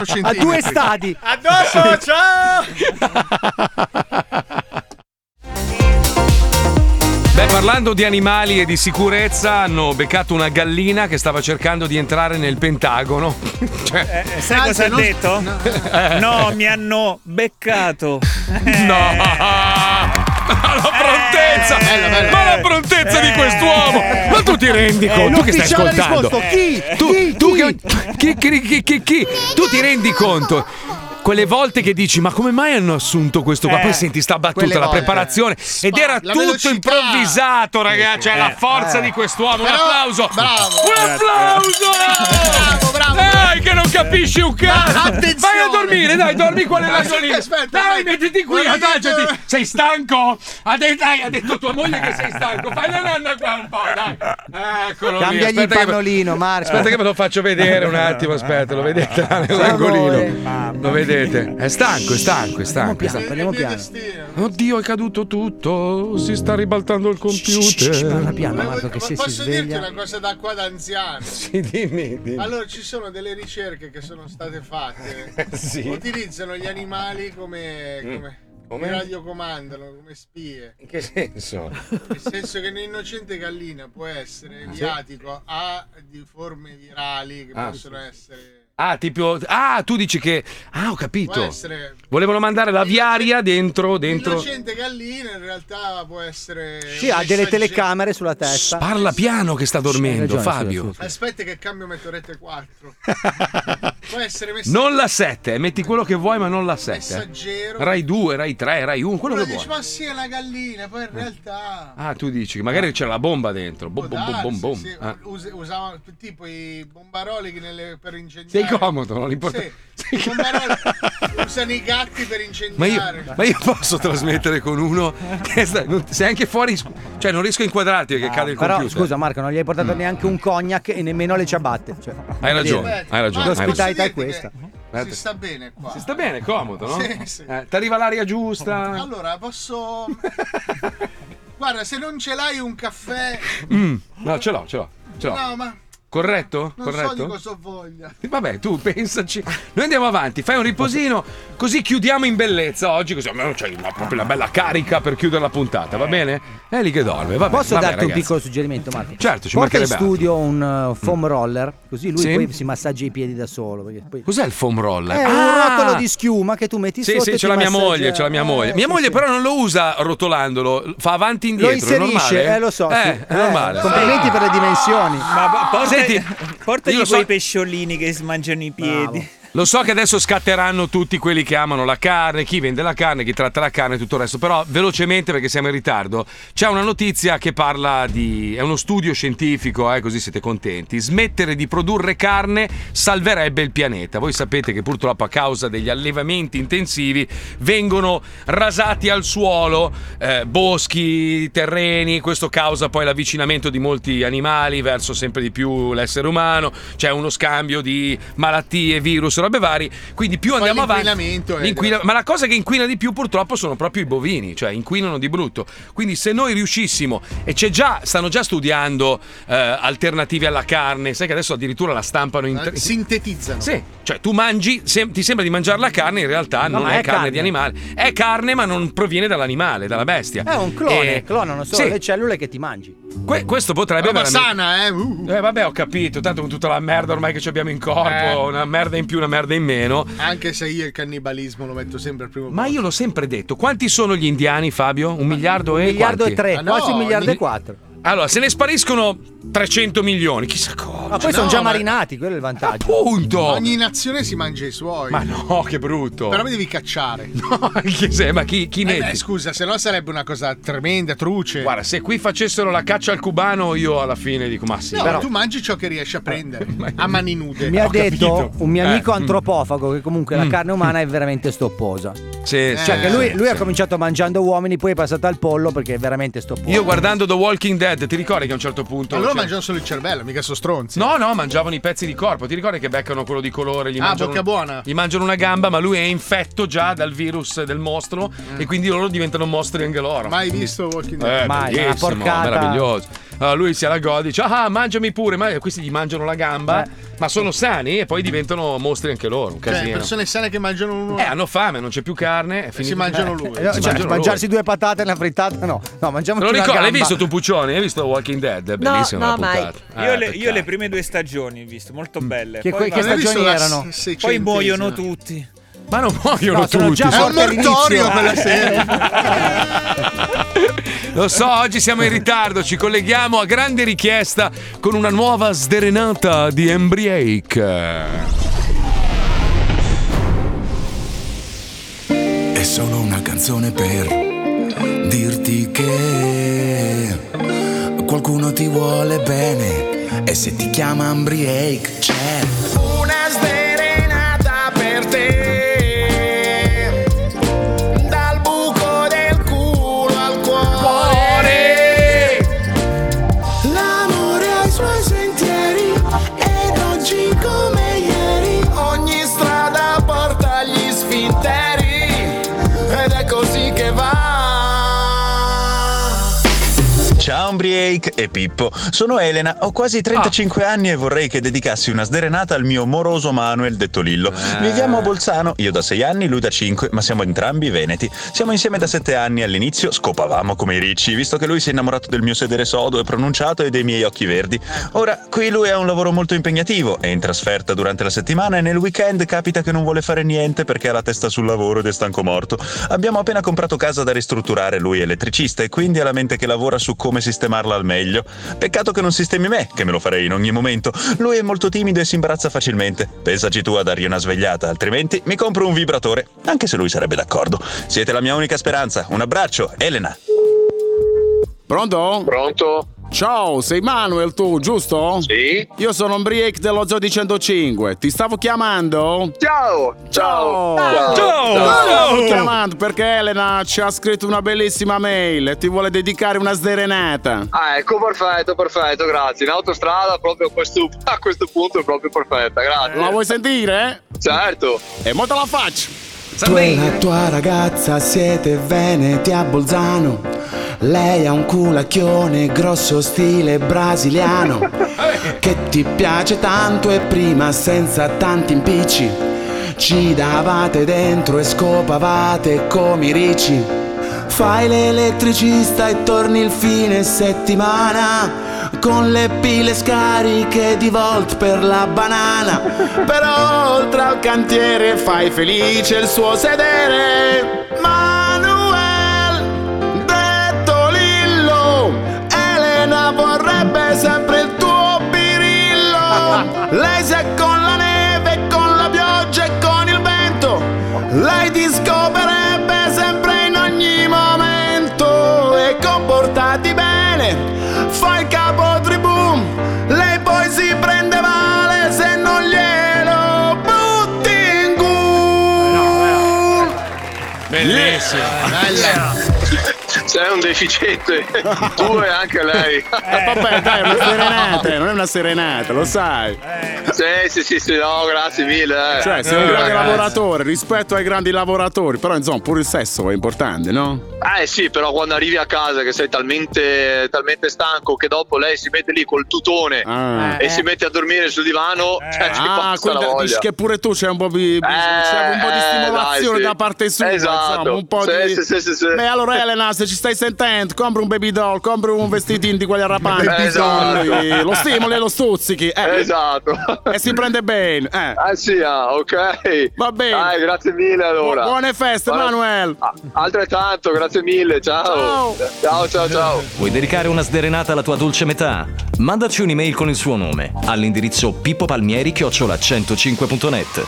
S2: A
S5: centimetri.
S2: due stadi.
S5: A
S2: dopo,
S5: ciao!
S2: Beh, parlando di animali e di sicurezza, hanno beccato una gallina che stava cercando di entrare nel Pentagono. cioè,
S14: Eh, sai cosa ha detto? No. mi hanno beccato. Eh.
S2: No! La prontezza! ma la prontezza
S4: Eh.
S2: di
S5: Eh.
S2: quest'uomo! Ma tu ti rendi conto? Tu che stai
S31: l'ufficiale ha
S2: ascoltando? Eh.
S31: risposto, chi?
S2: Tu, tu che- chi, chi- chi- chi- chi? Tu ti rendi conto? Quelle volte che dici, ma come mai hanno assunto questo? Ma
S4: Eh,
S2: poi senti sta
S4: quelle
S2: battuta, la
S4: volte.
S2: preparazione. Ed era
S4: la
S2: tutto
S4: velocità.
S2: improvvisato, ragazzi. Cioè,
S4: Eh,
S2: la forza
S4: eh.
S2: di quest'uomo. Un
S4: Però-
S2: applauso!
S4: bravo.
S2: Un applauso! Bravo, bravo! Dai, che non capisci un cazzo!
S4: Ma attenzione.
S2: Vai a dormire, dai, dormi qua nella
S4: Aspetta,
S2: solina!
S4: aspetta,
S2: Dai,
S4: aspetta.
S2: mettiti qui,
S4: Non ho detto-
S2: adagiati! Sei stanco? Ha de- dai, ha detto tua moglie che sei stanco. Fai la nanna qua un po', dai. Eccolo lì,
S3: Cambiagli il
S2: aspetta che- Eh,
S3: pannolino, Marco.
S2: Ah, Aspetta che ve lo faccio vedere un attimo, aspetta, lo vedete là nell'angolino. Lo vedete? È stanco, è stanco, è stanco. è stanco.
S3: Andiamo piano.
S2: Oddio, è caduto tutto. Si sta ribaltando il computer.
S3: parla piano, Marco, che se si
S5: Posso dirti
S3: sveglia.
S5: una cosa da qua da anziano?
S2: Sì, dimmi, dimmi.
S5: Allora, ci sono delle ricerche che sono state fatte.
S2: Sì. Mm.
S5: Utilizzano gli animali come, come,
S2: Come?
S5: come radiocomandano, come spie.
S2: In che senso?
S5: Nel senso che un'innocente gallina può essere
S2: Ah, Sì.
S5: viatico a di forme virali che
S2: Ah.
S5: possono essere.
S2: Ah, tipo. Ah, tu dici che. Ah, ho
S5: Può
S2: capito.
S5: essere-
S2: Volevano mandare la viaria dentro. dentro...
S5: L'innocente gallina in realtà può essere.
S3: Sì, ha delle telecamere sulla testa.
S2: Parla piano che sta dormendo,
S3: Hai ragione,
S2: Fabio.
S5: Aspetta, che cambio metto rete 4. può essere messa
S2: Non la 7, metti quello che vuoi, ma non la 7.
S5: Messaggero.
S2: Rai 2, Rai 3, Rai 1, quello che
S5: dici,
S2: vuoi.
S5: ma sì, è una gallina, poi in realtà.
S2: Ah, tu dici che magari c'è la bomba dentro. Bom, bom, bom, bom,
S5: Darsi,
S2: bom.
S5: Oh, sì,
S2: Ah.
S5: us- usavano tipo i bombaroli che nelle- per incendiare.
S2: Sei comodo, non importa.
S5: Sì, i bombaroli usano i gatti per
S2: Ma io,
S5: incendiare.
S2: ma io posso trasmettere con uno che sta- non- sei anche fuori, cioè non riesco a inquadrarti perché cade il
S3: Ah, Però
S2: computer.
S3: scusa Marco, non gli hai portato neanche un cognac e nemmeno le ciabatte. Cioè,
S2: hai ragione, hai
S3: dire,
S2: ragione. hai ragione.
S3: L'ospitalità è questa.
S5: Si sta bene qua.
S2: Si sta bene, comodo, no?
S5: Sì, sì.
S2: Eh, ti arriva l'aria giusta.
S5: Allora, posso. Guarda, se non ce l'hai un caffè.
S2: Mm, no, ce l'ho, ce l'ho, ce l'ho.
S5: No, ma
S2: Corretto?
S5: non so di
S2: Corretto?
S5: cosa ho voglia.
S2: Vabbè, tu pensaci. Noi andiamo avanti, fai un riposino, così chiudiamo in bellezza oggi, così almeno c'è una, proprio una bella carica per chiudere la puntata, va bene? È lì che dorme, va bene.
S3: Posso
S2: vabbè,
S3: darti un
S2: ragazzi.
S3: piccolo suggerimento, Marco?
S2: Certo, ci
S3: Porta in
S2: mancherebbe altro. Mm.
S3: studio un eh, foam roller, così lui
S2: Sì.
S3: poi si massaggia i piedi da solo. perché poi-
S2: Cos'è il foam roller?
S3: È
S2: Ah!
S3: un rotolo di schiuma che tu metti
S2: Sì,
S3: sotto.
S2: sì,
S3: e
S2: c'è
S3: ti
S2: la mia
S3: massaggia.
S2: moglie, c'è la mia moglie.
S3: Eh,
S2: Mia
S3: sì,
S2: moglie
S3: sì.
S2: però non lo usa rotolandolo, fa avanti e
S3: Lo
S2: indietro, è
S3: inserisce,
S2: normale?
S3: eh, lo so.
S2: Eh,
S3: sì.
S2: è normale.
S3: Eh, Complimenti per le dimensioni. Ma
S14: Porta,
S2: Senti,
S14: portagli
S2: io lo
S14: quei
S2: so-
S14: pesciolini che si mangiano i piedi.
S2: Lo so che adesso scatteranno tutti quelli che amano la carne, chi vende la carne, chi tratta la carne e tutto il resto, però velocemente perché siamo in ritardo, c'è una notizia che parla di... è uno studio scientifico, eh, così siete contenti, smettere di produrre carne salverebbe il pianeta. Voi sapete che purtroppo a causa degli allevamenti intensivi vengono rasati al suolo eh, boschi, terreni, questo causa poi l'avvicinamento di molti animali verso sempre di più l'essere umano, c'è uno scambio di malattie, virus, robe vari, quindi più andiamo avanti...
S5: L'inquinamento è-
S2: L'inquina- ma la cosa che inquina di più purtroppo sono proprio i bovini, cioè inquinano di brutto. Quindi se noi riuscissimo, e c'è già, stanno già studiando eh, alternative alla carne, sai che adesso addirittura la stampano in... tre-
S5: Eh, Sintetizzano.
S2: Sì, cioè tu mangi, se- ti sembra di mangiare la carne, in realtà
S3: No,
S2: non
S3: ma
S2: è,
S3: è
S2: carne,
S3: carne.
S2: di animale. È carne ma non proviene dall'animale, dalla bestia.
S3: È un clone,
S2: E-
S3: clonano solo
S2: Eh. Sì,
S3: le cellule che ti mangi.
S2: que- questo potrebbe...
S3: Roba
S2: veramente-
S5: sana, eh?
S2: Eh, vabbè, ho capito, tanto con tutta la merda ormai che ci abbiamo in corpo,
S5: Eh.
S2: una merda in più, una merda in meno.
S5: Anche se io il cannibalismo lo metto sempre al primo
S2: Ma io l'ho sempre detto, quanti sono gli indiani, Fabio? Un miliardo e
S3: miliardo e
S2: quanti?
S5: Ah,
S3: tre, quasi un miliardo e
S2: Mil-
S3: quattro.
S2: Allora, se ne spariscono 300 milioni, chissà cosa.
S3: Ma Ah, poi
S5: No,
S3: sono già
S5: ma-
S3: marinati, quello è il vantaggio.
S2: Punto.
S5: Ogni nazione si mangia i suoi.
S2: Ma no, che brutto.
S5: Però mi devi cacciare.
S2: Che se- ma chi, chi
S5: Eh
S2: metti?
S5: beh, scusa, se no sarebbe una cosa tremenda, truce.
S2: Guarda, se qui facessero la caccia al cubano, io alla fine dico: Ma sì,
S5: No,
S2: però-
S5: tu mangi ciò che riesci a prendere a mani nude.
S3: Mi ha detto un mio
S2: Eh,
S3: amico
S2: mm.
S3: antropofago che comunque la
S2: Mm.
S3: carne umana è veramente stopposa.
S2: Sì, sì,
S3: cioè che lui,
S2: sì,
S3: lui
S2: sì.
S3: ha cominciato mangiando uomini, poi è passato al pollo perché è veramente stopposo.
S2: Io guardando The Walking Dead, ti ricordi che a un certo punto.
S5: Allora
S2: c'era-
S5: mangiano solo il cervello, mica sono stronzi.
S2: No, no, mangiavano i pezzi di corpo. Ti ricordi che beccano quello di colore? Gli
S5: Ah,
S2: mangiano
S5: bocca buona.
S2: Gli mangiano una gamba, ma lui è infetto già dal virus del mostro. E quindi loro diventano mostri anche loro.
S5: Mai
S2: Quindi-
S5: visto Walking Dead?
S2: Eh,
S5: Mai,
S2: bellissimo,
S5: una porcata.
S2: meraviglioso. Allora lui se la gode, dice ah, mangiami pure, ma questi gli mangiano la gamba, ma sono sani e poi diventano mostri anche loro, un
S5: Cioè,
S2: casino.
S5: persone sane che mangiano uno.
S2: Eh, hanno fame, non c'è più carne, è finito.
S5: si mangiano lui.
S2: Eh,
S3: Eh, no,
S2: si
S3: cioè,
S2: mangiano
S3: mangiarsi
S2: loro.
S3: due patate e una frittata? No, no, mangiamo
S2: Te lo
S3: una
S2: ricordi? Hai
S3: gamba.
S2: visto tu Puccioni? Hai visto Walking Dead? È bellissima la puntata. Eh,
S14: io, le, io
S2: peccato. Mm.
S14: le prime due stagioni ho visto, molto belle.
S2: Che que-
S14: Poi
S2: che
S14: vanno-
S2: stagioni
S14: Poi
S2: erano?
S14: Poi
S2: seicentesima.
S14: muoiono tutti.
S2: Ma non muoiono
S14: No, sono
S2: tutti.
S14: già È un morti all'inizio. mortorio quella
S2: Lo so, oggi siamo in ritardo, ci colleghiamo a grande richiesta con una nuova sderenata di Embriake.
S8: È solo una canzone per dirti che qualcuno ti vuole bene e se ti chiama Ambriake c'è.
S4: Una sderenata per te. Dal buco del culo al cuore. L'amore ai suoi sentieri. Ed oggi come ieri. Ogni strada porta agli sfinteri. Ed è così che va.
S19: Ciao Umbriake e Pippo, sono Elena, ho quasi 35 anni e vorrei che dedicassi una sderenata al mio moroso Manuel detto Lillo. Viviamo a Bolzano, io da 6 anni, lui da 5, ma siamo entrambi veneti. Siamo insieme da 7 anni, all'inizio scopavamo come i ricci, visto che lui si è innamorato del mio sedere sodo e pronunciato e dei miei occhi verdi. Ora, qui lui ha un lavoro molto impegnativo, è in trasferta durante la settimana e nel weekend capita che non vuole fare niente perché ha la testa sul lavoro ed è stanco morto. Abbiamo appena comprato casa da ristrutturare, lui è elettricista e quindi ha la mente che lavora su come sistemarla al meglio. Peccato che non sistemi me, che me lo farei in ogni momento. Lui è molto timido e si imbarazza facilmente. Pensaci tu a dargli una svegliata, altrimenti mi compro un vibratore, anche se lui sarebbe d'accordo. Siete la mia unica speranza. Un abbraccio, Elena.
S12: Pronto? Pronto? Ciao, sei Manuel tu, giusto? Sì. Io sono Umbriake dello Zoo di 105. Ti stavo chiamando? Ciao! Ciao!
S4: Ciao. Ciao.
S12: Ti
S4: Ciao.
S12: stavo chiamando perché Elena ci ha scritto una bellissima mail e ti vuole dedicare una sderenata.
S32: Ah, ecco, perfetto, perfetto, grazie. In autostrada proprio a questo, a questo punto è proprio perfetta, grazie.
S12: La vuoi sentire?
S32: Certo.
S12: E mo te la faccio!
S32: Tu e la
S12: tua
S32: ragazza siete veneti a Bolzano. Lei ha un culacchione grosso stile brasiliano che ti piace tanto e prima senza tanti impicci ci davate dentro e scopavate come i ricci. Fai l'elettricista e torni il fine settimana con le pile scariche di volt per la banana.
S12: Però oltre al cantiere fai felice il suo sedere.
S4: Manuel detto Lillo Elena vorrebbe sempre il tuo pirillo Lei se con la neve, con la pioggia e con il vento Lei ti scoperebbe sempre in ogni momento E comportati bene, fai il capo tribù Lei poi si prende male se non glielo butti in culo
S32: Bellissimo. C'è Eh, un deficiente, tu e anche lei.
S12: Vabbè, dai, è una serenata, eh, non è una serenata, lo sai.
S32: Sì, sì, sì, sì, no, grazie mille. eh.
S12: Cioè, sei un
S32: Eh,
S12: grande
S32: ragazzi.
S12: lavoratore rispetto ai grandi lavoratori, però insomma, pure il sesso è importante, no?
S32: Eh sì, però quando arrivi a casa che sei talmente, talmente stanco che dopo lei si mette lì col tutone
S12: Ah.
S32: e si mette a dormire sul divano, cioè ci
S12: Ah,
S32: passa la
S12: quindi
S32: voglia.
S12: dici che pure tu c'è un po' di, c'è un po' di
S32: eh,
S12: stimolazione
S32: dai, sì.
S12: da parte sua,
S32: Esatto.
S12: insomma, un po'
S32: Sì,
S12: di...
S32: sì, sì, sì, sì.
S12: Beh, allora Elena, se ci stai sentendo, compra un baby doll, compra un vestitino di quelli arrapanti,
S32: Esatto.
S12: piccoli, lo stimoli e lo stuzzichi. Eh.
S32: Esatto.
S12: E si prende bene. Eh,
S32: sì, ah, ok.
S12: Va bene.
S32: Dai, grazie mille allora.
S12: Bu- buone feste, Manuel.
S32: Ah, altrettanto, grazie mille, ciao. Ciao, ciao, ciao.
S33: Vuoi dedicare una sderenata alla tua dolce metà? Mandaci un'email con il suo nome all'indirizzo pippopalmieri-105.net.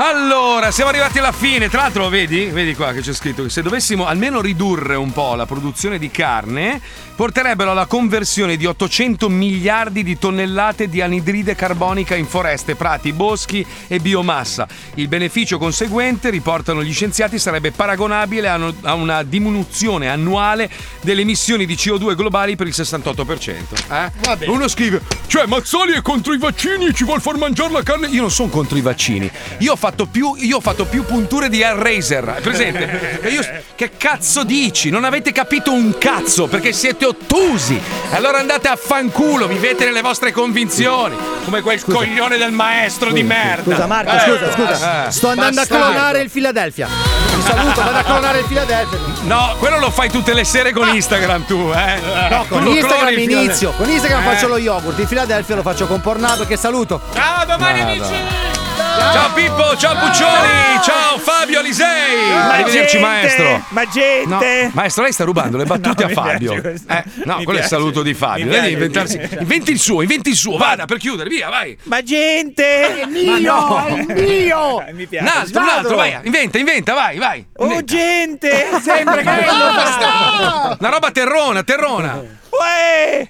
S2: Allora, siamo arrivati alla fine. Tra l'altro, vedi, vedi qua che c'è scritto che se dovessimo almeno ridurre un po' la produzione di carne, porterebbero alla conversione di 800 miliardi di tonnellate di anidride carbonica in foreste, prati, boschi e biomassa. Il beneficio conseguente, riportano gli scienziati, sarebbe paragonabile a no- a una diminuzione annuale delle emissioni di CO2 globali per il 68%. Eh?
S5: Vabbè.
S2: Uno scrive, cioè Mazzoli è contro i vaccini e ci vuol far mangiare la carne. Io non sono contro i vaccini. Io ho fatto fatto più, io ho fatto più punture di Hellraiser. Hai presente? E io- che cazzo dici? Non avete capito un cazzo perché siete ottusi. E Allora andate a fanculo, vivete nelle vostre convinzioni. Come quel coglione del maestro di merda.
S3: Scusa Marco,
S2: Eh,
S3: scusa, scusa.
S2: eh,
S3: Sto andando
S2: bastardo.
S3: a clonare il Philadelphia. Ti saluto, vado a clonare il Philadelphia.
S2: No, quello lo fai tutte le sere con Instagram tu, eh.
S3: No, con
S2: Tu lo
S3: Instagram
S2: cloni il filo-
S3: inizio, con Instagram
S2: Eh.
S3: faccio lo yogurt, il Philadelphia lo faccio con Pornhub che saluto.
S2: Ciao, domani amici! Ciao Pippo, ciao Puccioni, ciao Fabio Alisei.
S14: Ma
S2: Arrivederci
S14: gente,
S2: maestro.
S14: Ma gente!
S2: No, maestro, lei sta rubando le battute
S14: No,
S2: a
S14: mi
S2: Fabio.
S14: piace questo.
S2: Eh, no,
S14: Mi
S2: quello è il
S14: piace.
S2: saluto di Fabio.
S14: Mi
S2: Lei deve
S14: piace.
S2: inventarsi. Inventi il suo, inventi il suo. Vada per chiudere, via, vai.
S14: Ma gente! È
S2: mio, è il mio!
S14: Mi
S2: Un
S14: piace.
S2: altro, un altro, vai. Inventa, inventa, vai, vai.
S14: Oh gente!
S2: Una roba terrona, terrona.
S14: Uè!